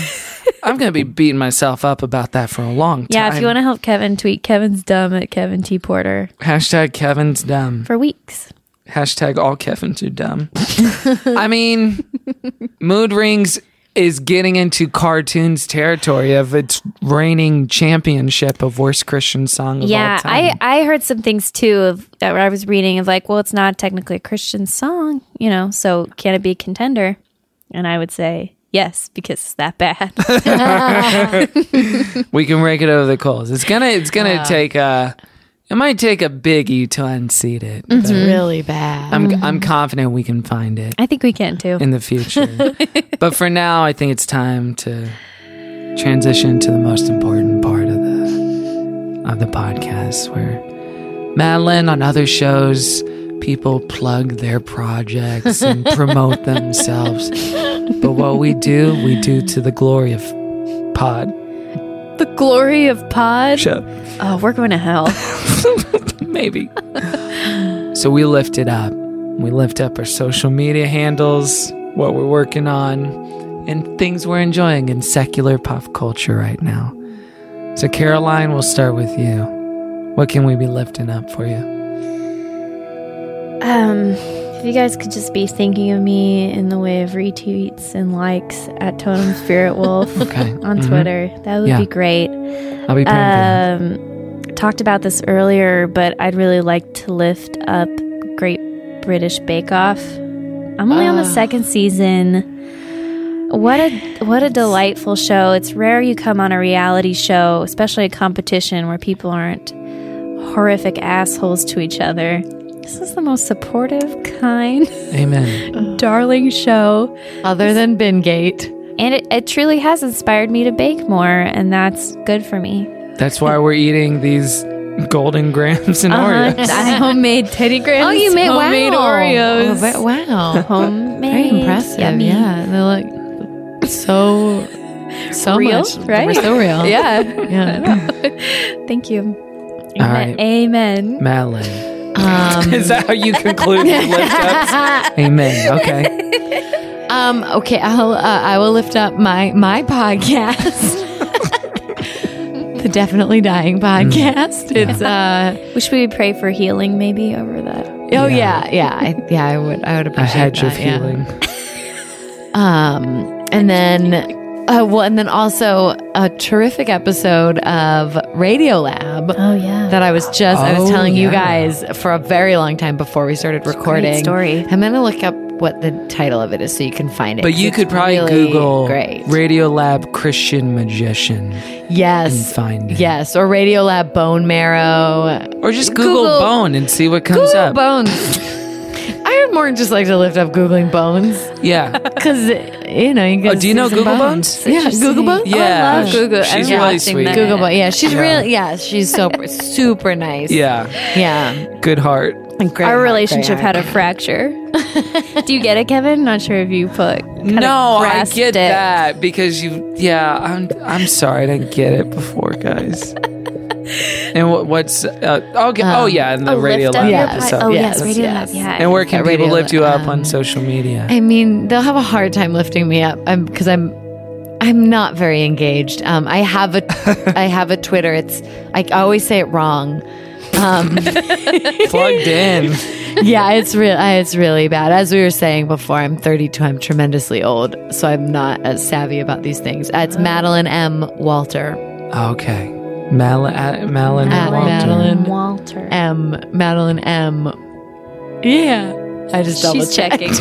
[SPEAKER 2] I'm gonna be beating myself up about that for a long time.
[SPEAKER 3] Yeah, if you want to help Kevin tweet Kevin's dumb at Kevin T Porter
[SPEAKER 2] Hashtag Kevin's dumb.
[SPEAKER 3] for weeks.
[SPEAKER 2] Hashtag all Kevins are dumb. I mean, mood rings is getting into cartoons territory of its reigning championship of worst Christian song of
[SPEAKER 3] yeah,
[SPEAKER 2] all time.
[SPEAKER 3] I, I heard some things too of that I was reading of like, well, it's not technically a Christian song, you know, so can it be a contender? And I would say yes, because it's that bad.
[SPEAKER 2] we can rake it over the coals. It's gonna it's gonna
[SPEAKER 3] Yeah.
[SPEAKER 2] take a it might take a biggie to unseat it.
[SPEAKER 3] It's
[SPEAKER 4] Mm-hmm.
[SPEAKER 2] but
[SPEAKER 3] really
[SPEAKER 4] bad.
[SPEAKER 2] I'm I'm confident we can find it
[SPEAKER 3] I think we can too.
[SPEAKER 2] in the future. but for now, I think it's time to transition to the most important part of the of the podcast, where Madeline on other shows people plug their projects and promote themselves. But what we do, we do to the glory of Pod.
[SPEAKER 3] the glory of pod.
[SPEAKER 2] Shut up.
[SPEAKER 3] Oh, we're going to hell.
[SPEAKER 2] Maybe. So we lift it up. We lift up our social media handles, what we're working on, and things we're enjoying in secular pop culture right now. So, Caroline, we'll start with you. What can we be lifting up for you?
[SPEAKER 3] Um, if you guys could just be thinking of me in the way of retweets and likes at Totem Spirit Wolf
[SPEAKER 2] Okay.
[SPEAKER 3] on
[SPEAKER 2] Mhm.
[SPEAKER 3] Twitter, that would
[SPEAKER 2] Yeah.
[SPEAKER 3] be great.
[SPEAKER 2] I'll be praying for that.
[SPEAKER 3] um, talked about this earlier, but I'd really like to lift up Great British Bake Off. I'm only on the
[SPEAKER 23] Ah.
[SPEAKER 3] second season. What a what a delightful show. It's rare you come on a reality show, especially a competition where people aren't horrific assholes to each other. This is the most supportive, kind,
[SPEAKER 2] Amen.
[SPEAKER 3] darling show. Other than Bingate. And it, it truly has inspired me to bake more, and that's good for me.
[SPEAKER 2] That's why we're eating these golden grams and
[SPEAKER 3] Uh-huh.
[SPEAKER 2] Oreos.
[SPEAKER 3] I homemade Teddy Grahams.
[SPEAKER 4] Oh, you made homemade Oreos. wow,
[SPEAKER 3] homemade,
[SPEAKER 4] very impressive.
[SPEAKER 3] yummy.
[SPEAKER 4] Yeah, they look so so
[SPEAKER 3] Real,
[SPEAKER 4] much
[SPEAKER 3] right?
[SPEAKER 4] They were so real.
[SPEAKER 3] Yeah.
[SPEAKER 4] yeah.
[SPEAKER 3] Thank you.
[SPEAKER 2] All
[SPEAKER 3] Amen.
[SPEAKER 2] right.
[SPEAKER 3] Amen.
[SPEAKER 2] Madeline.
[SPEAKER 4] Um,
[SPEAKER 2] Is that how you conclude your lift ups? Amen. Okay.
[SPEAKER 4] Um, okay, I'll uh, I will lift up my my podcast, the Definitely Dying podcast. It's uh,
[SPEAKER 3] Wish we would pray for healing maybe over that.
[SPEAKER 4] oh yeah, yeah, I, yeah. I would I would
[SPEAKER 2] A
[SPEAKER 4] appreciate
[SPEAKER 2] hedge
[SPEAKER 4] that,
[SPEAKER 2] of
[SPEAKER 4] yeah.
[SPEAKER 2] healing.
[SPEAKER 4] Um, and then, uh, well, and then also a terrific episode of Radiolab.
[SPEAKER 3] Oh yeah,
[SPEAKER 4] that I was just I was
[SPEAKER 15] Oh,
[SPEAKER 4] telling
[SPEAKER 15] yeah.
[SPEAKER 4] you guys for a very long time before we started recording.
[SPEAKER 15] story.
[SPEAKER 4] I'm gonna look up what the title of it is so you can find it.
[SPEAKER 2] But you
[SPEAKER 4] It's
[SPEAKER 2] could probably
[SPEAKER 4] really
[SPEAKER 2] Google
[SPEAKER 4] great.
[SPEAKER 2] Radio Lab Christian Magician.
[SPEAKER 4] Yes.
[SPEAKER 2] And find it.
[SPEAKER 4] Yes, or Radiolab bone marrow,
[SPEAKER 2] Or just Google, bone and see what comes
[SPEAKER 4] Google
[SPEAKER 2] up.
[SPEAKER 4] bones. I would more just like to lift up googling bones
[SPEAKER 2] Yeah.
[SPEAKER 4] because you know you
[SPEAKER 2] Oh,
[SPEAKER 4] can.
[SPEAKER 2] do you know Google Bones?
[SPEAKER 4] Yeah, Google bones.
[SPEAKER 2] Yeah.
[SPEAKER 4] oh, I love
[SPEAKER 2] Sh-
[SPEAKER 4] Google.
[SPEAKER 2] she's
[SPEAKER 4] I'm
[SPEAKER 2] really
[SPEAKER 4] watching
[SPEAKER 2] sweet.
[SPEAKER 4] that. Google bones. Yeah, she's
[SPEAKER 2] Yeah.
[SPEAKER 4] really yeah. She's so super nice.
[SPEAKER 2] Yeah.
[SPEAKER 4] yeah.
[SPEAKER 2] Good heart.
[SPEAKER 3] Our relationship had a fracture. Do you get it, Kevin? Not sure if you put. kinda
[SPEAKER 2] No, I
[SPEAKER 3] grasped
[SPEAKER 2] get
[SPEAKER 3] it.
[SPEAKER 2] that because you. Yeah, I'm. I'm sorry, I didn't get it before, guys. and what, what's? Uh, okay. oh yeah, and the
[SPEAKER 3] Oh,
[SPEAKER 2] Radio
[SPEAKER 3] lift up
[SPEAKER 2] Lab
[SPEAKER 3] your pod-
[SPEAKER 2] episode.
[SPEAKER 3] Oh yes, Radio Lab. Yeah.
[SPEAKER 2] And where can
[SPEAKER 4] Yeah,
[SPEAKER 2] people
[SPEAKER 4] Radio
[SPEAKER 2] lift you up
[SPEAKER 4] Lab, Um.
[SPEAKER 2] on social media?
[SPEAKER 4] I mean, they'll have a hard time lifting me up because I'm, I'm not very engaged. Um, I have a, I have a Twitter. It's I always say it wrong. Um,
[SPEAKER 2] Plugged in.
[SPEAKER 4] yeah, it's real. uh, It's really bad. As we were saying before, I'm 32. I'm tremendously old, so I'm not as savvy about these things. Uh, it's Madeline M. Walter.
[SPEAKER 2] Okay. Mal- at Malin
[SPEAKER 4] At
[SPEAKER 2] Walter.
[SPEAKER 4] Madeline
[SPEAKER 3] Walter
[SPEAKER 4] M. Madeline M. Yeah, I just double
[SPEAKER 3] She's
[SPEAKER 4] checked.
[SPEAKER 3] checking.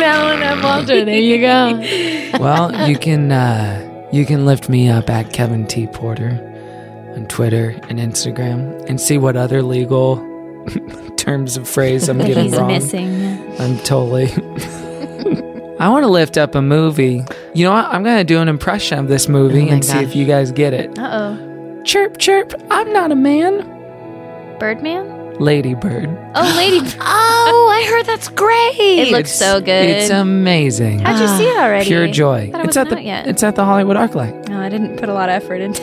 [SPEAKER 4] Madeline M. Walter. There you go.
[SPEAKER 2] Well, you can uh, you can lift me up at Kevin T Porter on Twitter and Instagram, and see what other legal terms of phrase I'm getting
[SPEAKER 3] He's
[SPEAKER 2] wrong.
[SPEAKER 3] missing.
[SPEAKER 2] I'm totally. I want to lift up a movie. You know what? I'm gonna do an impression of this movie and see if you guys get it.
[SPEAKER 3] Uh oh.
[SPEAKER 2] Chirp, chirp. I'm not a man.
[SPEAKER 3] Birdman.
[SPEAKER 2] Lady Bird.
[SPEAKER 3] Oh, lady.
[SPEAKER 4] oh, I heard that's great.
[SPEAKER 3] It looks so good.
[SPEAKER 2] It's amazing.
[SPEAKER 3] How'd you see it already?
[SPEAKER 2] Pure joy.
[SPEAKER 3] Thought it
[SPEAKER 2] It's at
[SPEAKER 3] wasn't
[SPEAKER 2] the
[SPEAKER 3] out yet.
[SPEAKER 2] it's at the Hollywood ArcLight.
[SPEAKER 3] No, I didn't put a lot of effort into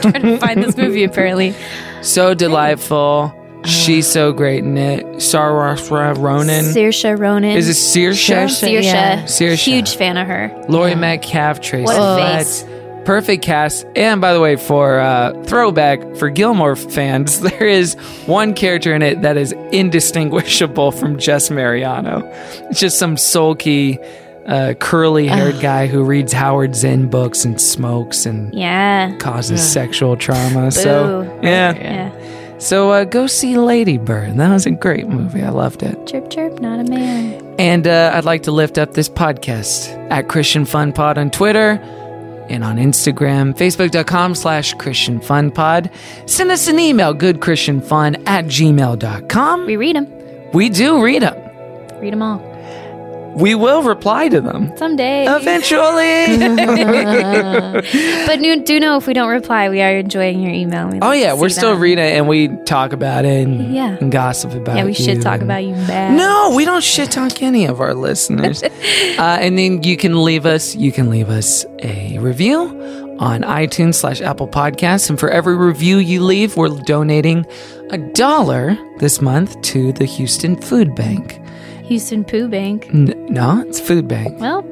[SPEAKER 3] trying to find this movie. Apparently,
[SPEAKER 2] So delightful. She's so great in it. Sarwashra Ronan.
[SPEAKER 3] Saoirse Ronan.
[SPEAKER 2] Is it Saoirse?
[SPEAKER 3] Saoirse.
[SPEAKER 2] Yeah. Saoirse.
[SPEAKER 3] Huge fan of her.
[SPEAKER 2] Lori Metcalf, Tracy
[SPEAKER 3] What a
[SPEAKER 2] Letts.
[SPEAKER 3] face.
[SPEAKER 2] Perfect cast. And by the way, for uh, throwback for Gilmore fans, there is one character in it that is indistinguishable from Jess Mariano. It's just some sulky uh, curly haired guy who reads Howard Zinn books and smokes and
[SPEAKER 24] Yeah.
[SPEAKER 2] causes
[SPEAKER 24] Yeah.
[SPEAKER 2] sexual trauma. So,
[SPEAKER 24] Boo.
[SPEAKER 2] yeah.
[SPEAKER 24] Yeah.
[SPEAKER 2] So, uh, go see Ladybird. That was a great movie. I loved it.
[SPEAKER 24] Chirp, chirp, not a man.
[SPEAKER 2] And uh, I'd like to lift up this podcast at Christian Fun Pod on Twitter and on Instagram, facebook.com slash Christian Fun Pod. Send us an email, goodchristianfun at gmail.com.
[SPEAKER 3] We read them.
[SPEAKER 2] We do read them.
[SPEAKER 3] Read them all.
[SPEAKER 2] We will reply to them.
[SPEAKER 3] Someday.
[SPEAKER 2] Eventually.
[SPEAKER 3] but do, do know if we don't reply, we are enjoying your email. We
[SPEAKER 2] Oh,
[SPEAKER 3] like
[SPEAKER 2] yeah,
[SPEAKER 3] to
[SPEAKER 2] we're
[SPEAKER 3] see
[SPEAKER 2] still
[SPEAKER 3] that.
[SPEAKER 2] reading it and we talk about it and,
[SPEAKER 3] Yeah.
[SPEAKER 2] and gossip about it.
[SPEAKER 3] Yeah, we should talk about you bad.
[SPEAKER 2] No, we don't shit talk any of our listeners. uh, and then you can leave us, you can leave us a review on iTunes slash Apple Podcasts. And for every review you leave, we're donating a dollar this month to the Houston Food Bank.
[SPEAKER 3] Houston Poo Bank.
[SPEAKER 2] N- no, it's Food Bank.
[SPEAKER 3] Well,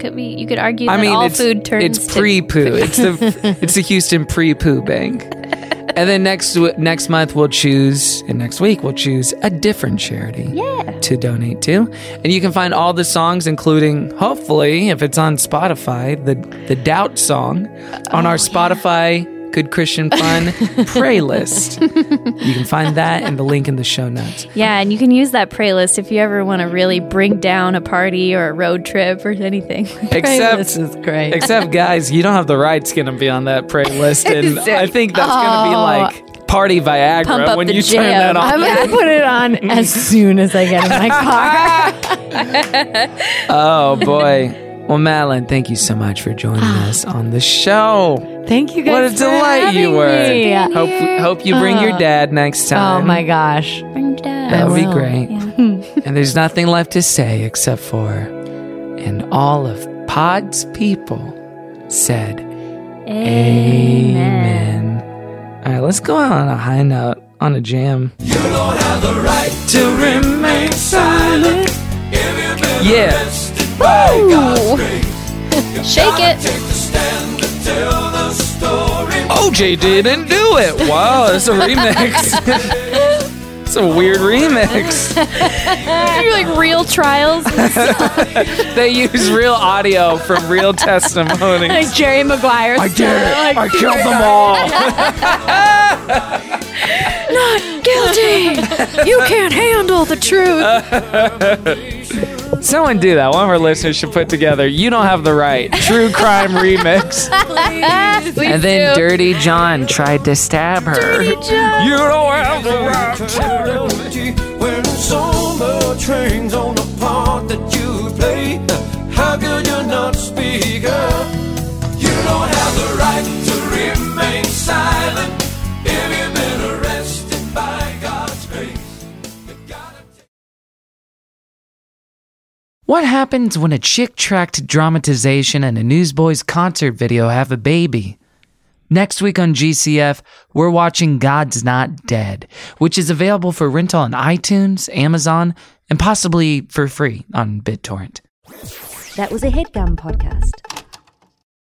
[SPEAKER 3] could be. You could argue
[SPEAKER 2] I
[SPEAKER 3] that
[SPEAKER 2] mean,
[SPEAKER 3] all
[SPEAKER 2] it's,
[SPEAKER 3] food turns.
[SPEAKER 2] it's
[SPEAKER 3] to-
[SPEAKER 2] pre-poo. it's the it's the Houston pre-poo bank. And then next w- next month we'll choose, and next week we'll choose a different charity to donate to. And you can find all the songs, including hopefully, if it's on Spotify, the the doubt song on
[SPEAKER 3] Oh,
[SPEAKER 2] our Spotify Good Christian Fun pray list. You can find that and the link in the show notes.
[SPEAKER 3] Yeah, and you can use that pray list if you ever want to really bring down a party or a road trip or anything.
[SPEAKER 2] Except, Except, guys, you don't have the rights going to be on that pray list, and I think that's going to be
[SPEAKER 4] Oh.
[SPEAKER 2] like party
[SPEAKER 4] Pump
[SPEAKER 2] Viagra
[SPEAKER 4] up
[SPEAKER 2] when
[SPEAKER 4] the
[SPEAKER 2] you turn
[SPEAKER 4] jam.
[SPEAKER 2] that
[SPEAKER 4] I'm
[SPEAKER 2] on.
[SPEAKER 4] gonna put it on as soon as I get in my car.
[SPEAKER 2] oh boy. Well, Madeline, thank you so much for joining us on the show.
[SPEAKER 4] Thank you guys.
[SPEAKER 2] What a
[SPEAKER 4] Ah. for
[SPEAKER 2] delight you
[SPEAKER 4] having
[SPEAKER 2] were!
[SPEAKER 4] me.
[SPEAKER 2] Hope hope you bring your
[SPEAKER 4] Oh.
[SPEAKER 2] dad next time.
[SPEAKER 4] Oh my gosh.
[SPEAKER 2] that would be great. and there's nothing left to say except for, and all of Pod's people said, Amen. All right, let's go out on a high note, on a jam.
[SPEAKER 7] don't have the right to remain silent.
[SPEAKER 2] Yeah.
[SPEAKER 7] Woo!
[SPEAKER 3] Shake it.
[SPEAKER 2] OJ didn't do it. Wow, that's a remix. It's a weird remix.
[SPEAKER 3] You're like real trials.
[SPEAKER 2] they use real audio from real testimony.
[SPEAKER 4] Like Jerry Maguire.
[SPEAKER 2] I did it.
[SPEAKER 4] style,
[SPEAKER 2] I killed them all.
[SPEAKER 4] Not guilty. You can't handle the
[SPEAKER 2] Um,
[SPEAKER 4] truth.
[SPEAKER 2] Someone do that. One of our listeners should put together. You don't have the right. True crime remix. and then Dirty John tried to stab her. You don't have the
[SPEAKER 7] right.
[SPEAKER 25] When so much hangs on the part that you play, how could you not speak up? You don't have the right to remain silent if you've been arrested by God's grace.
[SPEAKER 2] What happens when a chick tracked dramatization and a Newsboys concert video have a baby? Next week on GCF, we're watching God's Not Dead, which is available for rental on iTunes, Amazon, and possibly for free on BitTorrent.
[SPEAKER 23] That was a headgum podcast.